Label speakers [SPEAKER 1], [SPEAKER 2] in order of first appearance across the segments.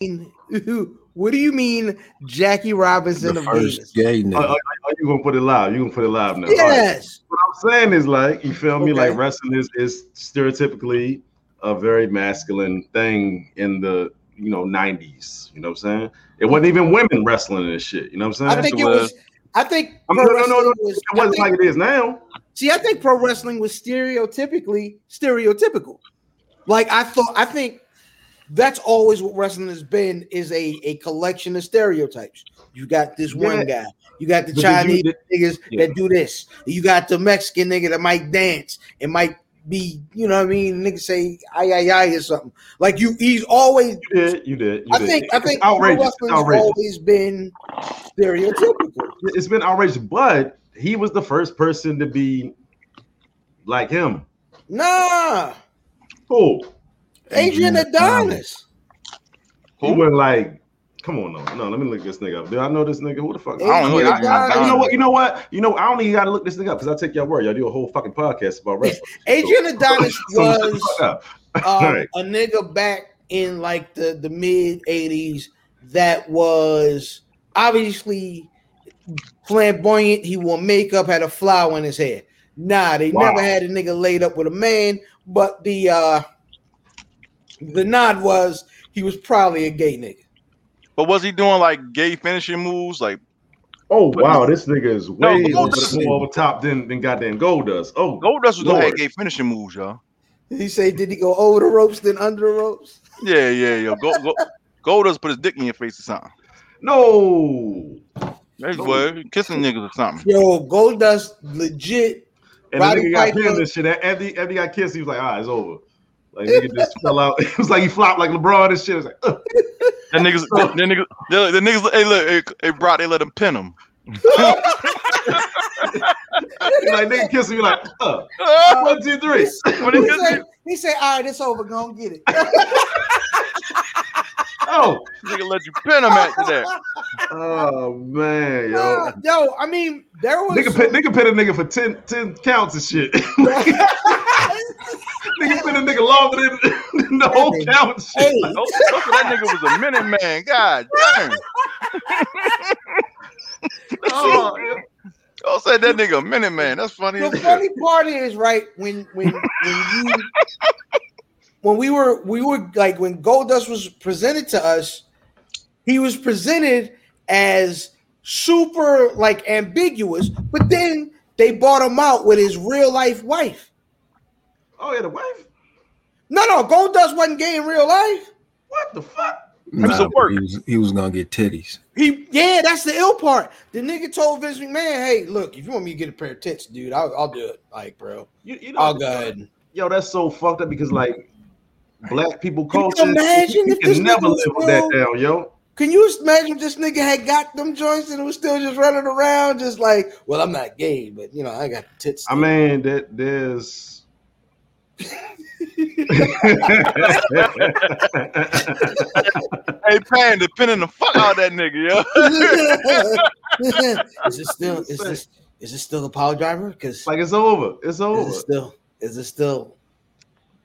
[SPEAKER 1] mean? What do you mean, Jackie Robinson
[SPEAKER 2] the
[SPEAKER 1] of Davis?
[SPEAKER 2] first gay
[SPEAKER 3] Oh,
[SPEAKER 2] nigga.
[SPEAKER 3] oh, oh, you gonna put it live? You gonna put it live now? All right.
[SPEAKER 1] Yes.
[SPEAKER 3] What I'm saying is like, you feel me?
[SPEAKER 1] Okay.
[SPEAKER 3] Like wrestling is is stereotypically a very masculine thing in the you know 90s. You know what I'm saying? It wasn't even women wrestling and shit. You know what I'm saying?
[SPEAKER 1] I think it
[SPEAKER 3] So, uh,
[SPEAKER 1] was. I think.
[SPEAKER 3] I mean,
[SPEAKER 1] pro
[SPEAKER 3] no, no, no, no.
[SPEAKER 1] wrestling was-
[SPEAKER 3] It
[SPEAKER 1] I
[SPEAKER 3] wasn't
[SPEAKER 1] think-
[SPEAKER 3] like it is now.
[SPEAKER 1] See, I think pro wrestling was stereotypically stereotypical. Like I thought, I think that's always what wrestling has been is a, a collection of stereotypes. You got this one guy, you got the
[SPEAKER 3] But did
[SPEAKER 1] Chinese
[SPEAKER 3] you-
[SPEAKER 1] niggas
[SPEAKER 3] Yeah.
[SPEAKER 1] that do this, you got the Mexican nigga that might dance and might be, you know what I mean, niggas say ay ay ay or something. Like you he's always
[SPEAKER 3] You did, you did. You
[SPEAKER 1] I
[SPEAKER 3] did.
[SPEAKER 1] think I think
[SPEAKER 3] it's
[SPEAKER 1] pro
[SPEAKER 3] outrageous. It's
[SPEAKER 1] wrestling's
[SPEAKER 3] outrageous.
[SPEAKER 1] always been stereotypical.
[SPEAKER 3] It's been outrageous, but he was the first person to be like him.
[SPEAKER 1] Nah,
[SPEAKER 3] Cool.
[SPEAKER 1] Adrian Adonis.
[SPEAKER 3] He went like, come on, no, no. Let me look this nigga up. Do I know this nigga? Who the fuck?
[SPEAKER 1] I don't know
[SPEAKER 3] I-
[SPEAKER 1] Adrian
[SPEAKER 3] I- I- you know
[SPEAKER 1] Adonis.
[SPEAKER 3] what? You know what? You know I don't even gotta look this nigga up because I take your word. Y'all do a whole fucking podcast about wrestling.
[SPEAKER 1] Adrian Adonis
[SPEAKER 3] So shut the
[SPEAKER 1] was
[SPEAKER 3] fuck up.
[SPEAKER 1] um,
[SPEAKER 3] Right.
[SPEAKER 1] a nigga back in like the, the mid 80s that was obviously flamboyant. He wore makeup, had a flower in his hair. Nah, they
[SPEAKER 3] Wow.
[SPEAKER 1] never had a nigga laid up with a man, but the uh the nod was he was probably a gay nigga.
[SPEAKER 4] But was he doing like gay finishing moves? Like
[SPEAKER 3] Oh wow, this nigga is
[SPEAKER 4] No,
[SPEAKER 3] way
[SPEAKER 4] Gold
[SPEAKER 2] Dust-
[SPEAKER 3] more over top than than goddamn Gold does. Oh,
[SPEAKER 4] Goldust was doing
[SPEAKER 3] Lord.
[SPEAKER 4] gay finishing moves, y'all.
[SPEAKER 1] Did he say did he go over the ropes then under the ropes?
[SPEAKER 4] Yeah, yeah, yeah. Go, go, Goldust put his dick in your face or something.
[SPEAKER 3] no.
[SPEAKER 4] That's what kissing niggas or something.
[SPEAKER 1] Yo, Goldust legit
[SPEAKER 3] And the
[SPEAKER 1] Roddy
[SPEAKER 3] nigga got
[SPEAKER 1] Piper-
[SPEAKER 3] pinned and shit. After he, after he got kissed, he was like, "Ah, it's over." Like nigga just fell out. It was like he flopped like LeBron and shit. It was like, "Ugh."
[SPEAKER 4] That niggas, that niggas, the, niggas. Hey, look, hey, hey, Brock, they let him pin him.
[SPEAKER 3] He like nigga kissing me like, uh,
[SPEAKER 4] Ah,
[SPEAKER 3] one, two, three.
[SPEAKER 4] But
[SPEAKER 1] he
[SPEAKER 4] it could
[SPEAKER 1] said, he said, all right, it's over. Go and get it.
[SPEAKER 3] Oh,
[SPEAKER 4] Nigga let you pin him after that.
[SPEAKER 3] oh man, yo.
[SPEAKER 1] Nah, yo, I mean, there was
[SPEAKER 3] Nigga, pin, nigga pin a nigga for 10, 10 counts and shit. nigga pin a nigga longer than, than the whole count. and Shit.
[SPEAKER 1] Hey.
[SPEAKER 3] Like,
[SPEAKER 4] Oh, that nigga was a minute man. God damn.
[SPEAKER 1] uh,
[SPEAKER 3] oh, yeah.
[SPEAKER 4] Don't say that nigga a minute man. That's funny.
[SPEAKER 1] the
[SPEAKER 4] As hell.
[SPEAKER 1] funny part is right when when when you when we were we were like when Goldust was presented to us, he was presented as super like ambiguous, but then they bought him out with his real life wife.
[SPEAKER 3] oh yeah, the wife.
[SPEAKER 1] No, no, Goldust wasn't gay in real life.
[SPEAKER 3] What the fuck?
[SPEAKER 4] It was a
[SPEAKER 2] Nah,
[SPEAKER 4] work.
[SPEAKER 2] he was he was gonna get titties.
[SPEAKER 1] He yeah, that's the ill part. The nigga told Vince McMahon, "Hey, look, if you want me to get a pair of tits, dude, I'll, I'll do it." Like, bro,
[SPEAKER 3] You, you know,
[SPEAKER 1] I'll go ahead.
[SPEAKER 3] yo, that's so fucked up because like black people
[SPEAKER 1] Can you
[SPEAKER 3] culture.
[SPEAKER 1] imagine
[SPEAKER 3] you
[SPEAKER 1] if this
[SPEAKER 3] can never
[SPEAKER 1] nigga was
[SPEAKER 3] live with that
[SPEAKER 1] still-
[SPEAKER 3] down, yo.
[SPEAKER 1] Can you imagine if this nigga had got them joints and was still just running around, just like, well, I'm not gay, but you know, I got tits.
[SPEAKER 3] I mean, that there's.
[SPEAKER 4] Hey, Panda, pinning the fuck out that nigga, yo.
[SPEAKER 1] is it still is this is this still a power driver? Because
[SPEAKER 3] like it's over. It's
[SPEAKER 1] is
[SPEAKER 3] over.
[SPEAKER 1] it still is it still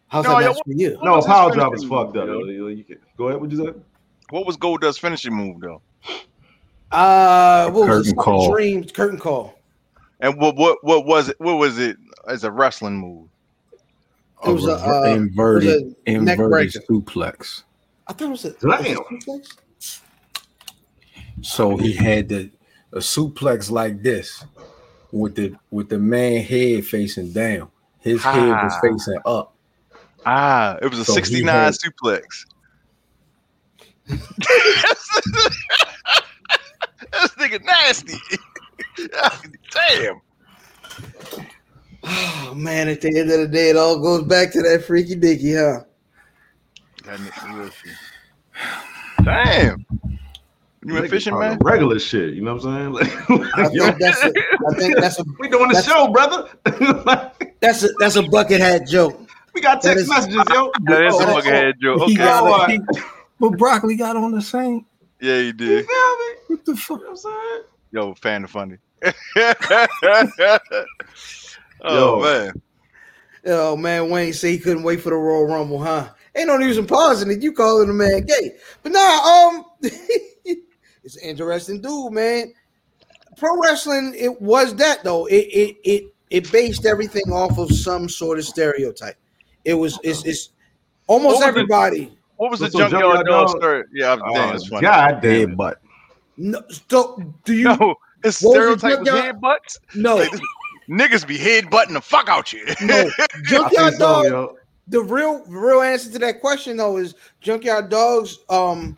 [SPEAKER 1] how's
[SPEAKER 4] No,
[SPEAKER 1] that
[SPEAKER 4] yo,
[SPEAKER 1] match for you?
[SPEAKER 3] No,
[SPEAKER 4] What's
[SPEAKER 3] power
[SPEAKER 4] his
[SPEAKER 3] drop is
[SPEAKER 4] finishing
[SPEAKER 3] fucked up.
[SPEAKER 4] move, yo?
[SPEAKER 3] You- you can- Go ahead. What you say?
[SPEAKER 4] What was Goldust finishing move though?
[SPEAKER 1] Uh, what was
[SPEAKER 2] Curtain
[SPEAKER 1] it?
[SPEAKER 2] call.
[SPEAKER 1] Dreams curtain call.
[SPEAKER 4] And what what what was it? What was it as a wrestling move?
[SPEAKER 2] Oh,
[SPEAKER 1] It was a,
[SPEAKER 2] Over-
[SPEAKER 1] uh,
[SPEAKER 2] inverted
[SPEAKER 1] it was a neck breaker.
[SPEAKER 2] inverted suplex.
[SPEAKER 1] I thought it was a
[SPEAKER 3] Damn.
[SPEAKER 1] was it suplex?
[SPEAKER 2] So he had the a suplex like this with the with the man head facing down. His head was
[SPEAKER 4] Ah.
[SPEAKER 2] facing up.
[SPEAKER 4] Ah, it was a
[SPEAKER 2] So he
[SPEAKER 4] 69
[SPEAKER 2] had-
[SPEAKER 4] suplex. this nigga nasty. Damn.
[SPEAKER 1] Oh man, at the end of the day, it all goes back to that freaky dicky, huh?
[SPEAKER 4] That nigga real shit. Damn. You
[SPEAKER 3] Niggas
[SPEAKER 4] been fishing,
[SPEAKER 3] talking
[SPEAKER 4] man?
[SPEAKER 3] Regular shit. You know what I'm saying? Like,
[SPEAKER 1] I
[SPEAKER 3] like, yo,
[SPEAKER 1] think that's a, I think that's a
[SPEAKER 3] we doing the
[SPEAKER 1] that's-
[SPEAKER 3] show, brother. Like,
[SPEAKER 1] That's a that's a bucket hat joke.
[SPEAKER 3] we got
[SPEAKER 1] That
[SPEAKER 3] text
[SPEAKER 1] is-
[SPEAKER 3] messages, yo.
[SPEAKER 4] That is
[SPEAKER 1] Oh,
[SPEAKER 4] a
[SPEAKER 1] oh,
[SPEAKER 4] fucking head joke.
[SPEAKER 2] He
[SPEAKER 4] Okay.
[SPEAKER 3] got-
[SPEAKER 2] got a- he- but broccoli got on the same.
[SPEAKER 4] Yeah, you
[SPEAKER 3] You feel
[SPEAKER 4] did.
[SPEAKER 3] me? You
[SPEAKER 2] What the fuck?
[SPEAKER 3] know what I'm saying?
[SPEAKER 4] Yo, fan of funny.
[SPEAKER 3] Yo.
[SPEAKER 4] oh man.
[SPEAKER 1] Oh man, Wayne said he couldn't wait for the Royal Rumble, huh? Ain't no use in pausing it. You calling a man gay. But nah, um, it's an interesting dude, man. Pro wrestling, it was that though. It it it it based everything off of some sort of stereotype. It was it's, it's almost
[SPEAKER 4] What was it?
[SPEAKER 1] everybody.
[SPEAKER 4] What was the
[SPEAKER 3] So
[SPEAKER 4] junkyard
[SPEAKER 3] Junkyard
[SPEAKER 4] dog
[SPEAKER 3] Dog-
[SPEAKER 4] story? Yeah, I'm
[SPEAKER 3] Oh,
[SPEAKER 4] damn, it's funny.
[SPEAKER 3] God damn it.
[SPEAKER 2] Headbutt.
[SPEAKER 1] No, so, do you
[SPEAKER 4] No, it's
[SPEAKER 1] What was the
[SPEAKER 4] stereotype was
[SPEAKER 1] junkyard-
[SPEAKER 4] headbutts.
[SPEAKER 1] no
[SPEAKER 4] Niggas be headbutting the fuck out you.
[SPEAKER 1] no
[SPEAKER 3] I think
[SPEAKER 1] junkyard
[SPEAKER 3] so,
[SPEAKER 1] dog?
[SPEAKER 3] yo.
[SPEAKER 1] the real real answer to that question though is junkyard dogs um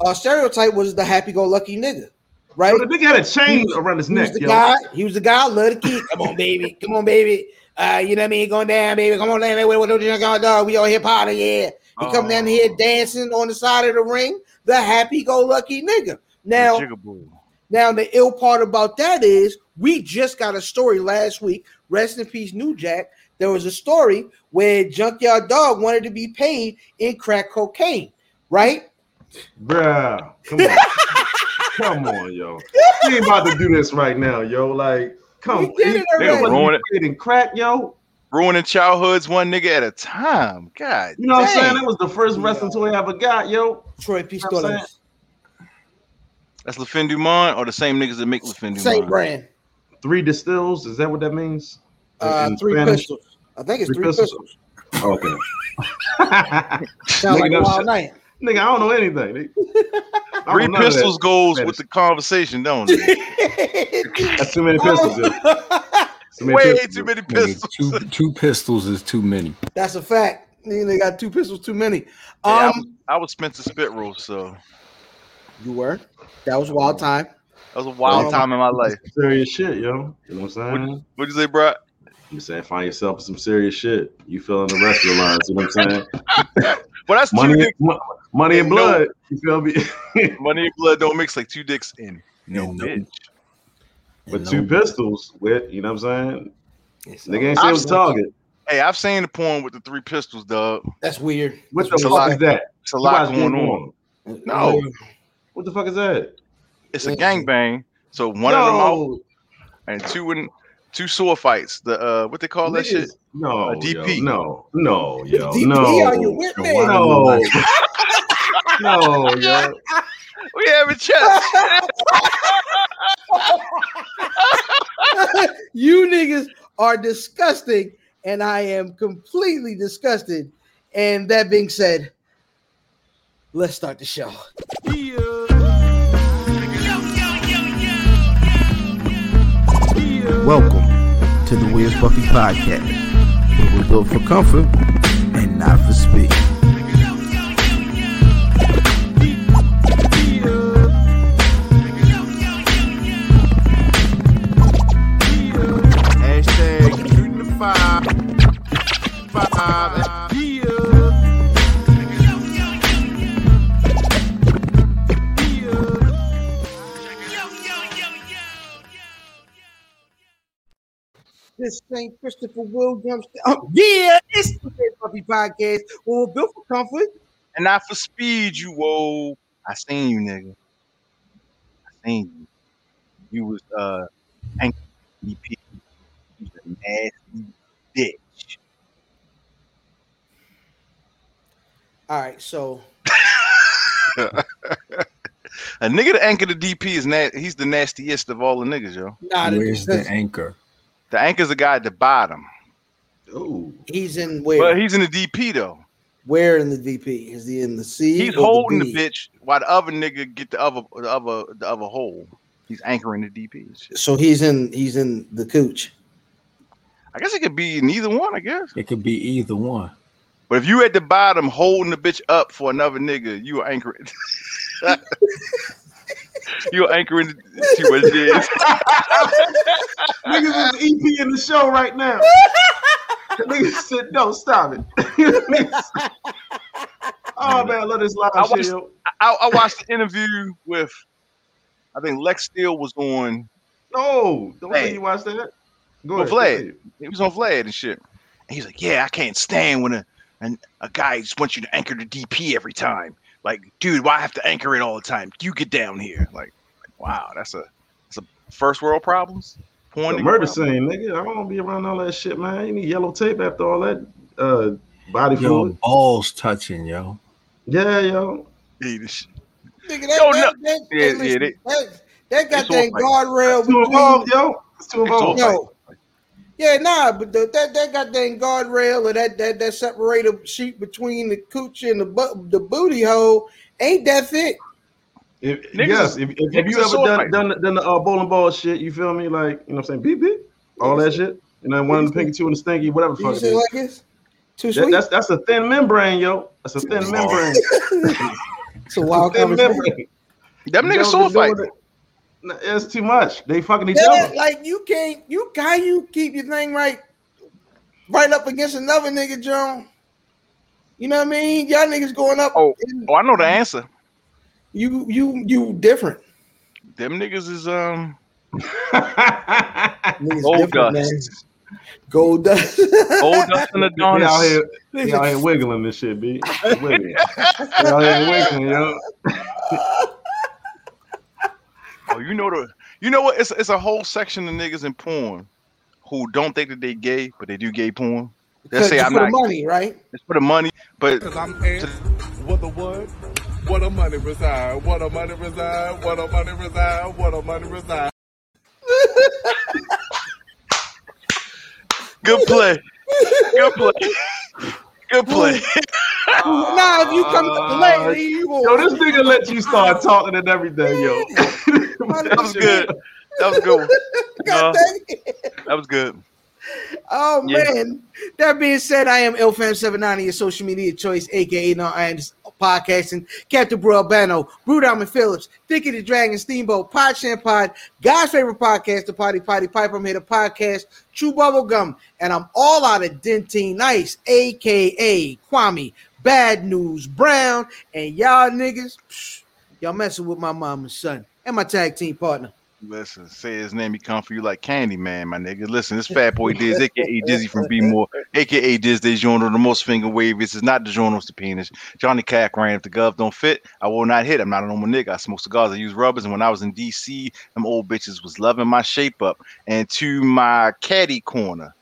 [SPEAKER 1] uh stereotype was the happy-go-lucky nigga right
[SPEAKER 3] Yo, the nigga had a
[SPEAKER 1] He
[SPEAKER 3] chain
[SPEAKER 1] was-
[SPEAKER 3] around his
[SPEAKER 1] he
[SPEAKER 3] neck,
[SPEAKER 1] was the
[SPEAKER 3] yo.
[SPEAKER 1] guy he was the guy love the kid come on baby come on baby uh you know what i mean going down baby come on down baby what do you junkyard dog we all here party yeah he come
[SPEAKER 3] Oh.
[SPEAKER 1] down here dancing on the side of the ring the happy-go-lucky nigga now
[SPEAKER 4] Jigaboo.
[SPEAKER 1] now the ill part about that is we just got a story last week. Rest in peace, New Jack. There was a story where Junkyard Dog wanted to be paid in crack cocaine, right?
[SPEAKER 3] Bruh, come on. come on, yo. We ain't about to do this right now, yo. Like, come
[SPEAKER 1] We did it
[SPEAKER 4] Nigga
[SPEAKER 1] already.
[SPEAKER 4] ruin it.
[SPEAKER 3] Getting crack, yo.
[SPEAKER 4] Ruining childhoods one nigga at a time. God,
[SPEAKER 3] You know what I'm
[SPEAKER 4] dang.
[SPEAKER 3] saying? That was the first wrestling toy I ever got, yo.
[SPEAKER 1] Troy
[SPEAKER 3] I'm
[SPEAKER 1] Pistolas,
[SPEAKER 4] That's LaFin Dumont or the same niggas that make LaFin Dumont.
[SPEAKER 1] same brand,
[SPEAKER 3] Three distills. Is that what that means? In-
[SPEAKER 1] uh,
[SPEAKER 3] in
[SPEAKER 1] three
[SPEAKER 3] Spanish?
[SPEAKER 1] pistols. I think it's
[SPEAKER 3] Three
[SPEAKER 1] three,
[SPEAKER 3] pistols.
[SPEAKER 1] pistols.
[SPEAKER 3] Okay.
[SPEAKER 1] Sounds
[SPEAKER 3] Nigga,
[SPEAKER 1] like a
[SPEAKER 3] no
[SPEAKER 1] wild
[SPEAKER 3] shit.
[SPEAKER 1] night.
[SPEAKER 3] Nigga, I don't know anything. nigga. I don't
[SPEAKER 4] Three
[SPEAKER 3] know none of that.
[SPEAKER 4] pistols goes with the conversation, don't it?
[SPEAKER 3] That's too many pistols. yo. Too many
[SPEAKER 4] Way
[SPEAKER 3] pistols,
[SPEAKER 4] too
[SPEAKER 3] yo.
[SPEAKER 4] many pistols.
[SPEAKER 2] Nigga, two, two pistols is too many.
[SPEAKER 1] That's a fact. Nigga, They got two pistols too many.
[SPEAKER 4] Yeah,
[SPEAKER 1] Um,
[SPEAKER 4] I was Spencer Spit Roll, so
[SPEAKER 1] you were. That was
[SPEAKER 3] Oh.
[SPEAKER 1] wild time.
[SPEAKER 4] that was a wild
[SPEAKER 1] Um,
[SPEAKER 4] time in my life.
[SPEAKER 3] Serious shit, yo. You know what I'm saying?
[SPEAKER 4] What'd you say, bro?
[SPEAKER 3] I'm saying find yourself some serious shit. You feeling the rest of the lines. You know what I'm saying?
[SPEAKER 4] Well, that's two
[SPEAKER 3] Money,
[SPEAKER 4] dicks.
[SPEAKER 3] mo- money and
[SPEAKER 4] No.
[SPEAKER 3] blood. You feel me?
[SPEAKER 4] Money and blood don't mix like two dicks in.
[SPEAKER 2] No,
[SPEAKER 4] Bitch.
[SPEAKER 3] With two pistols, with you know what I'm saying? Nigga ain't say it
[SPEAKER 4] I'm
[SPEAKER 3] was target.
[SPEAKER 4] Hey, I've seen the porn with the three pistols, dog.
[SPEAKER 1] That's weird.
[SPEAKER 3] What the
[SPEAKER 4] It's a
[SPEAKER 3] fuck
[SPEAKER 4] lot.
[SPEAKER 3] is that?
[SPEAKER 4] It's a
[SPEAKER 3] You
[SPEAKER 4] lot
[SPEAKER 3] watch
[SPEAKER 4] going
[SPEAKER 3] porn.
[SPEAKER 4] on. No.
[SPEAKER 3] What the fuck is that?
[SPEAKER 4] It's a
[SPEAKER 1] Mm.
[SPEAKER 4] gangbang. So one of them out
[SPEAKER 3] No,
[SPEAKER 4] and two in two sword fights. The uh what they call that shit?
[SPEAKER 3] niggas- No,
[SPEAKER 4] A
[SPEAKER 3] DP.
[SPEAKER 4] DP.
[SPEAKER 3] no, no, yo,
[SPEAKER 1] DP,
[SPEAKER 3] no,
[SPEAKER 1] are you with me?
[SPEAKER 3] no, no, yo.
[SPEAKER 4] We have a chest.
[SPEAKER 1] you niggas are disgusting, and I am completely disgusted. And that being said, let's start the show.
[SPEAKER 5] Welcome to the Weird Buffy Podcast, where we're built for comfort and not for speed. Hashtag shooting the five. Five. Yeah. Yeah.
[SPEAKER 1] This St. Christopher Williams. Oh, yeah, it's the Big Puppy Podcast. Well, we're built for comfort.
[SPEAKER 4] and not for speed, you whoa. I seen you, nigga. I seen you. You was uh angry DP. You was a nasty bitch.
[SPEAKER 1] All right, so
[SPEAKER 4] A nigga that anchor the DP is na- he's the nastiest of all the niggas, yo.
[SPEAKER 1] nah,
[SPEAKER 2] Where's
[SPEAKER 1] this-
[SPEAKER 2] the anchor?
[SPEAKER 4] The anchor's the guy at the bottom.
[SPEAKER 3] Ooh,
[SPEAKER 1] he's in
[SPEAKER 4] But
[SPEAKER 1] where?
[SPEAKER 4] he's in the DP though.
[SPEAKER 1] Where in the VP? Is he in the C?
[SPEAKER 4] He's
[SPEAKER 1] or
[SPEAKER 4] holding the
[SPEAKER 1] D?
[SPEAKER 4] bitch while the other nigga get the other the other the other hole. He's anchoring the DP. and shit.
[SPEAKER 1] So he's in he's in the cooch.
[SPEAKER 4] I guess it could be neither one, I guess.
[SPEAKER 2] It could be either one.
[SPEAKER 4] But if you at the bottom holding the bitch up for another nigga, you are anchoring. You're anchoring to what it is.
[SPEAKER 3] niggas is EP in the show right now. The niggas said, "No, stop it." oh man, I love this live
[SPEAKER 4] I
[SPEAKER 3] shit.
[SPEAKER 4] watched-
[SPEAKER 3] yo.
[SPEAKER 4] I, I watched the interview with, I think Lex Steele was on,
[SPEAKER 3] No, don't say
[SPEAKER 4] Vlad.
[SPEAKER 3] you watched that. Go
[SPEAKER 4] Well, Vlad.
[SPEAKER 3] ahead.
[SPEAKER 4] he was on Vlad and shit. And he's like, yeah, I can't stand when a, an, a guy just wants you to anchor the DP every time. Like, dude, why I have to anchor it all the time? You get down here. Like, wow, that's a, that's a first world problems. Porn
[SPEAKER 3] The
[SPEAKER 4] nigga
[SPEAKER 3] murder
[SPEAKER 4] problem.
[SPEAKER 3] scene, nigga. I don't wanna be around all that shit, man. You need yellow tape after all that uh Body
[SPEAKER 2] Yo,
[SPEAKER 3] fluid.
[SPEAKER 2] balls touching, yo.
[SPEAKER 3] Yeah, yo.
[SPEAKER 4] Yeah, this shit.
[SPEAKER 1] Nigga,
[SPEAKER 4] Yo,
[SPEAKER 1] that, that, that,
[SPEAKER 4] yeah,
[SPEAKER 1] that,
[SPEAKER 4] yeah, they-
[SPEAKER 1] that, that
[SPEAKER 4] it's
[SPEAKER 1] goddamn
[SPEAKER 4] all
[SPEAKER 1] guardrail
[SPEAKER 3] It's too
[SPEAKER 1] between
[SPEAKER 3] involved, yo. It's too involved.
[SPEAKER 4] It's all-
[SPEAKER 1] yo. Yeah, nah, but the, that that goddamn guardrail or that that that separator sheet between the coochie and the bu- the booty hole ain't that thick.
[SPEAKER 3] If,
[SPEAKER 4] Niggas
[SPEAKER 3] yes,
[SPEAKER 4] is-
[SPEAKER 3] if, if,
[SPEAKER 4] niggas
[SPEAKER 3] if you
[SPEAKER 4] is
[SPEAKER 3] ever
[SPEAKER 4] sword
[SPEAKER 3] done
[SPEAKER 4] fighting.
[SPEAKER 3] done, the- done the uh, bowling ball shit, you feel me? Like you know, what I'm saying beep beep, all that shit, and then one in the pinky, two in the stinky, whatever. the
[SPEAKER 1] You
[SPEAKER 3] Fuck it
[SPEAKER 1] see,
[SPEAKER 3] is.
[SPEAKER 1] like this? Too
[SPEAKER 3] That,
[SPEAKER 1] sweet.
[SPEAKER 3] that's that's a thin membrane, yo. That's a thin membrane.
[SPEAKER 1] it's a wild
[SPEAKER 3] thin
[SPEAKER 1] conversation.
[SPEAKER 3] membrane.
[SPEAKER 4] Them
[SPEAKER 3] You
[SPEAKER 4] niggas
[SPEAKER 3] know
[SPEAKER 4] soul
[SPEAKER 3] what they're
[SPEAKER 4] fight.
[SPEAKER 3] doing? No, It's too much. They fucking each
[SPEAKER 1] Yeah,
[SPEAKER 3] other.
[SPEAKER 1] like you can't you how you keep your thing right right up against another nigga, John. You know what I mean? Y'all niggas going up.
[SPEAKER 4] Oh.
[SPEAKER 1] and
[SPEAKER 4] Oh, I know the answer.
[SPEAKER 1] you you you different.
[SPEAKER 4] Them niggas is um
[SPEAKER 1] Niggas
[SPEAKER 4] gold
[SPEAKER 1] different,
[SPEAKER 4] dust.
[SPEAKER 1] man. Gold dust.
[SPEAKER 4] Gold dust and
[SPEAKER 3] They out
[SPEAKER 4] Adonis.
[SPEAKER 3] here, they out here wiggling this shit, b. Wiggling. They out here wiggling, yo.
[SPEAKER 4] Oh, you know the you know what? It's it's a whole section of niggas in porn who don't think that they gay, but they do gay porn. They
[SPEAKER 1] Because
[SPEAKER 4] say
[SPEAKER 1] it's
[SPEAKER 4] I'm
[SPEAKER 1] for the
[SPEAKER 4] not
[SPEAKER 1] money, right?
[SPEAKER 4] it's for the money, but
[SPEAKER 6] Cause I'm asked what the what? What the money reside? What the money reside? What the money reside? What the money reside?
[SPEAKER 4] good play. Good play. Good play.
[SPEAKER 1] nah, if you come to
[SPEAKER 3] Uh,
[SPEAKER 1] late, you
[SPEAKER 3] Yo,
[SPEAKER 1] gonna
[SPEAKER 3] this nigga let you start talking and everything, yo.
[SPEAKER 4] That was good. That was good.
[SPEAKER 1] God
[SPEAKER 4] No,
[SPEAKER 1] dang it.
[SPEAKER 4] that was good.
[SPEAKER 1] Oh
[SPEAKER 4] Yeah.
[SPEAKER 1] man. That being said, I am LFAM790, your social media choice, aka no, I am just podcasting. Captain Bro Albano, Brew Diamond Phillips, Thicky the Dragon, Steamboat, Pod Champ Pod, God's favorite podcast, the Potty Potty Pipe. I'm here to podcast Chew Bubble Gum, and I'm all out of Dentine Nice, aka Kwame, Bad News Brown, and y'all niggas, psh, y'all messing with my mom and son and my tag team partner.
[SPEAKER 4] Listen, say his name, he come for you like Candy Man, my nigga. Listen, this fat boy Diz, aka Dizzy from B More, aka Diz the genre, the most finger wave. This is not the genre, it's the penis. Johnny Cack ran. If the glove don't fit, I will not hit. I'm not a normal nigga. I smoke cigars, I use rubbers, and when I was in DC, them old bitches was loving my shape up. And to my caddy corner,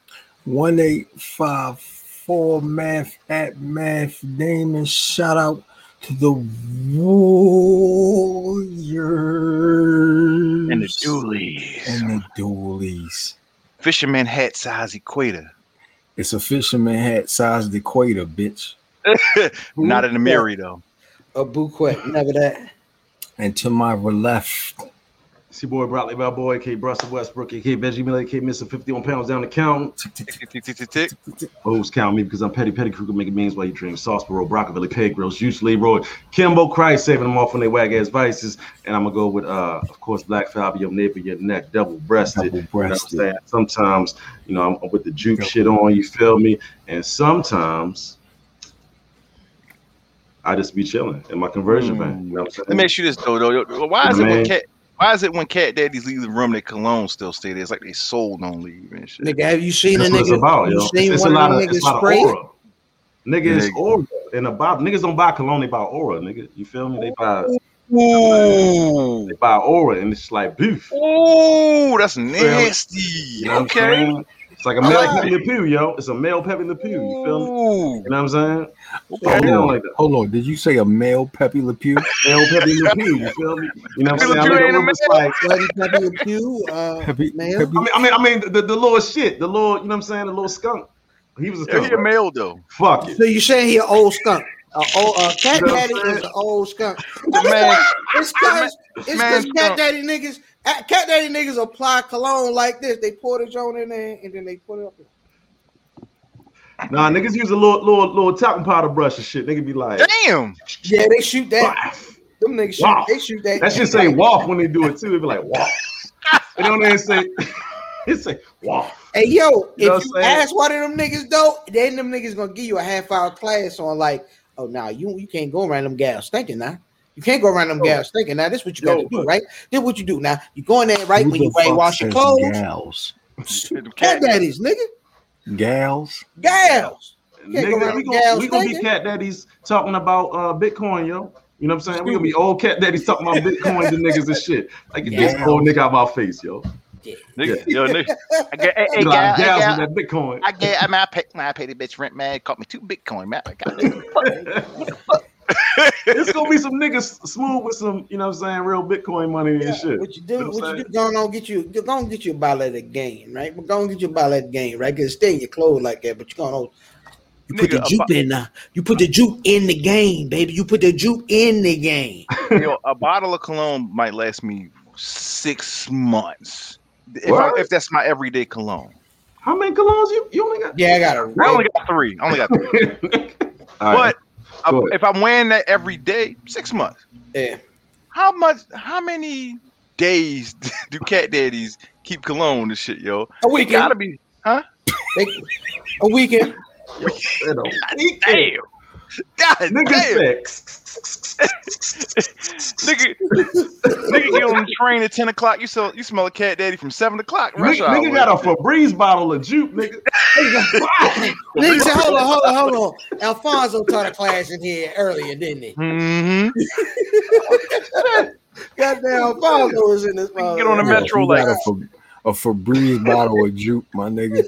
[SPEAKER 2] 1854 math at math Damon. Shout out to the Warriors
[SPEAKER 4] and the doolies,
[SPEAKER 2] and the Doolies.
[SPEAKER 4] fisherman hat size equator,
[SPEAKER 2] It's a fisherman hat sized equator, bitch.
[SPEAKER 4] not in the mirror though.
[SPEAKER 1] A bouquet, never that.
[SPEAKER 2] And to my left,
[SPEAKER 3] It's your boy Bradley Balboa, aka Russell Westbrook, aka Benjamin, aka Mr. 51 pounds down the count.
[SPEAKER 2] tick, tick, tick,
[SPEAKER 4] Tick, tick, tick, tick, tick.
[SPEAKER 2] tick, tick.
[SPEAKER 3] Hoes count me because I'm petty, petty Kruger making memes while you drink sauce, bro, Broccoli, pig grills, juice, Leroy, Kimbo Christ saving them off from their wag ass vices. And I'm gonna go with, uh, of course, Black Fabio, neighbor, your neck, double breasted.
[SPEAKER 2] Double-breasted.
[SPEAKER 3] You know what I'm saying? Sometimes, you know, I'm with the juke shit on, you feel me? And sometimes I just be chilling in my conversion
[SPEAKER 4] Mm.
[SPEAKER 3] van. You know what I'm
[SPEAKER 4] Let
[SPEAKER 3] saying?
[SPEAKER 4] me ask you this though, though. though. Why is it
[SPEAKER 3] Man.
[SPEAKER 4] when cat why is it when cat daddies leave the room their cologne still stay there? It's like they soul don't leave and shit.
[SPEAKER 1] Nigga, have you seen
[SPEAKER 3] That's
[SPEAKER 1] a
[SPEAKER 3] what it's
[SPEAKER 1] nigga?
[SPEAKER 3] about,
[SPEAKER 1] you
[SPEAKER 3] yo.
[SPEAKER 1] seen
[SPEAKER 3] It's a
[SPEAKER 1] one
[SPEAKER 3] lot
[SPEAKER 1] of
[SPEAKER 3] of,
[SPEAKER 1] them
[SPEAKER 3] it's a
[SPEAKER 1] niggas
[SPEAKER 3] lot of
[SPEAKER 1] spray?
[SPEAKER 3] aura. Nigga, it's
[SPEAKER 4] Nigga.
[SPEAKER 3] aura. And a bob niggas don't buy cologne, they buy aura, nigga. You feel me? They buy
[SPEAKER 4] Ooh,
[SPEAKER 3] they buy aura and it's like beef.
[SPEAKER 4] ooh, that's
[SPEAKER 3] You
[SPEAKER 4] nasty.
[SPEAKER 3] know what I'm
[SPEAKER 4] okay.
[SPEAKER 3] saying? It's like a male
[SPEAKER 4] Ah.
[SPEAKER 3] Pepe Le Pew, yo. It's a male Pepe Le Pew. You feel me?
[SPEAKER 4] Ooh,
[SPEAKER 3] You know what I'm saying?
[SPEAKER 4] okay.
[SPEAKER 2] Hold
[SPEAKER 3] Yeah,
[SPEAKER 2] on,
[SPEAKER 3] like that.
[SPEAKER 2] hold on. Did you say a male Pepe Le Pew?
[SPEAKER 3] Male Pepe Le Pew. You feel me? You know what I'm
[SPEAKER 4] Pepe
[SPEAKER 3] saying?
[SPEAKER 4] Le
[SPEAKER 3] I
[SPEAKER 4] Pew
[SPEAKER 3] look
[SPEAKER 4] ain't
[SPEAKER 3] at
[SPEAKER 4] a
[SPEAKER 3] him, it's like
[SPEAKER 1] Bloody Pepe Le Pew, uh,
[SPEAKER 2] Pepe,
[SPEAKER 1] male?
[SPEAKER 2] Pepe-
[SPEAKER 3] I mean, I mean, I mean, the, the little shit, the little, you know what I'm saying? The little skunk. He was a
[SPEAKER 4] Yeah,
[SPEAKER 3] skunk.
[SPEAKER 4] he a male though.
[SPEAKER 3] Fuck it.
[SPEAKER 1] So you saying he an old skunk? A old uh, cat
[SPEAKER 3] You know what
[SPEAKER 1] daddy
[SPEAKER 3] I'm saying?
[SPEAKER 1] is an old skunk.
[SPEAKER 4] The man,
[SPEAKER 1] It's because it's
[SPEAKER 4] Man
[SPEAKER 1] because cat
[SPEAKER 4] skunk.
[SPEAKER 1] daddy niggas, uh, cat daddy niggas apply cologne like this. They pour the joint in there and then they put it up.
[SPEAKER 3] Nah, niggas use a little little little talcum powder brush and shit. Nigga be like,
[SPEAKER 4] damn.
[SPEAKER 1] Yeah, they shoot that. Them niggas shoot.
[SPEAKER 3] Wow.
[SPEAKER 1] They shoot that.
[SPEAKER 3] That shit say waff when they do it too. It be like waff. It don't even say it say waff.
[SPEAKER 1] Hey yo, if
[SPEAKER 3] You know
[SPEAKER 1] you
[SPEAKER 3] what I'm saying?
[SPEAKER 1] ask one of them niggas though, then them niggas gonna give you a half hour class on like, oh now nah, you you can't go around them gals thinking now. You can't go around them gals thinking now. This what you
[SPEAKER 3] Yo,
[SPEAKER 1] gotta do,
[SPEAKER 3] look.
[SPEAKER 1] right? This what you do now. You go in there, right?
[SPEAKER 2] Who
[SPEAKER 1] When
[SPEAKER 2] the
[SPEAKER 1] you right
[SPEAKER 2] fuck
[SPEAKER 1] wash your
[SPEAKER 2] says
[SPEAKER 1] clothes,
[SPEAKER 2] Gals.
[SPEAKER 1] cat daddies, nigga,
[SPEAKER 2] Gals.
[SPEAKER 1] gals. Can't go
[SPEAKER 3] Nigga,
[SPEAKER 1] around
[SPEAKER 3] we
[SPEAKER 1] with
[SPEAKER 3] gonna,
[SPEAKER 1] gals
[SPEAKER 3] we gonna be
[SPEAKER 1] thinking.
[SPEAKER 3] cat daddies talking about uh Bitcoin, yo. You know what I'm saying? We gonna be old cat daddies talking about Bitcoin to niggas and shit. Like get this
[SPEAKER 2] Yeah.
[SPEAKER 3] old nigga out my face, yo.
[SPEAKER 1] dick.
[SPEAKER 4] Nigga, yo, nigga. I get, hey, hey,
[SPEAKER 3] Like,
[SPEAKER 4] gal, hey,
[SPEAKER 3] "Gals
[SPEAKER 4] gal,
[SPEAKER 3] with that Bitcoin.
[SPEAKER 4] I get, I mean, I paid, man, I paid the bitch rent, man. Caught me two Bitcoin, man. I got it.
[SPEAKER 3] it's gonna be some niggas smooth with some, you know what I'm saying, real Bitcoin money and shit.
[SPEAKER 1] What you
[SPEAKER 3] You
[SPEAKER 1] do?
[SPEAKER 3] know
[SPEAKER 1] What,
[SPEAKER 3] what I'm
[SPEAKER 1] you do? Go on, and get you. Go on, and get you a bottle of that game, right? But go on, and get you a bottle of that game, right? Cause it stay in your clothes like that. But you gonna you put
[SPEAKER 4] Nigga,
[SPEAKER 1] the
[SPEAKER 4] a
[SPEAKER 1] juke
[SPEAKER 4] bo-
[SPEAKER 1] in now. You put the juke in the game, baby. You put the juke in the game.
[SPEAKER 4] Yo, a bottle of cologne might last me six months. If, I,
[SPEAKER 3] What?
[SPEAKER 4] if that's my everyday cologne,
[SPEAKER 3] How many colognes you, you only got?
[SPEAKER 1] Yeah, I got a
[SPEAKER 4] I
[SPEAKER 1] red
[SPEAKER 4] only got three. I only got three.
[SPEAKER 3] All right.
[SPEAKER 4] but
[SPEAKER 3] Go
[SPEAKER 4] I-
[SPEAKER 3] ahead.
[SPEAKER 4] if I'm wearing that every day, six months.
[SPEAKER 1] there.
[SPEAKER 4] How much? How many days do cat daddies keep cologne and shit, yo?
[SPEAKER 1] A
[SPEAKER 4] It
[SPEAKER 1] weekend.
[SPEAKER 4] gotta be, huh?
[SPEAKER 1] They- a weekend.
[SPEAKER 3] you know,
[SPEAKER 4] Damn. God damn.
[SPEAKER 3] niggas sick.
[SPEAKER 4] Nigga, nigga, get on the train at ten o'clock. You smell, you smell a cat daddy from seven o'clock. Rush
[SPEAKER 3] Nigga,
[SPEAKER 4] hour.
[SPEAKER 3] nigga got a Febreze bottle of juke, nigga.
[SPEAKER 1] Nigga said, hold on, hold on, hold on. Alfonso taught a class in here earlier, didn't he?
[SPEAKER 4] Mhm.
[SPEAKER 1] Goddamn, Alfonso was in this.
[SPEAKER 4] can get on the
[SPEAKER 1] motherfucker.
[SPEAKER 4] Yeah, metro
[SPEAKER 2] you
[SPEAKER 4] like-
[SPEAKER 2] got a, Fa- a Febreze bottle of juke, my nigga.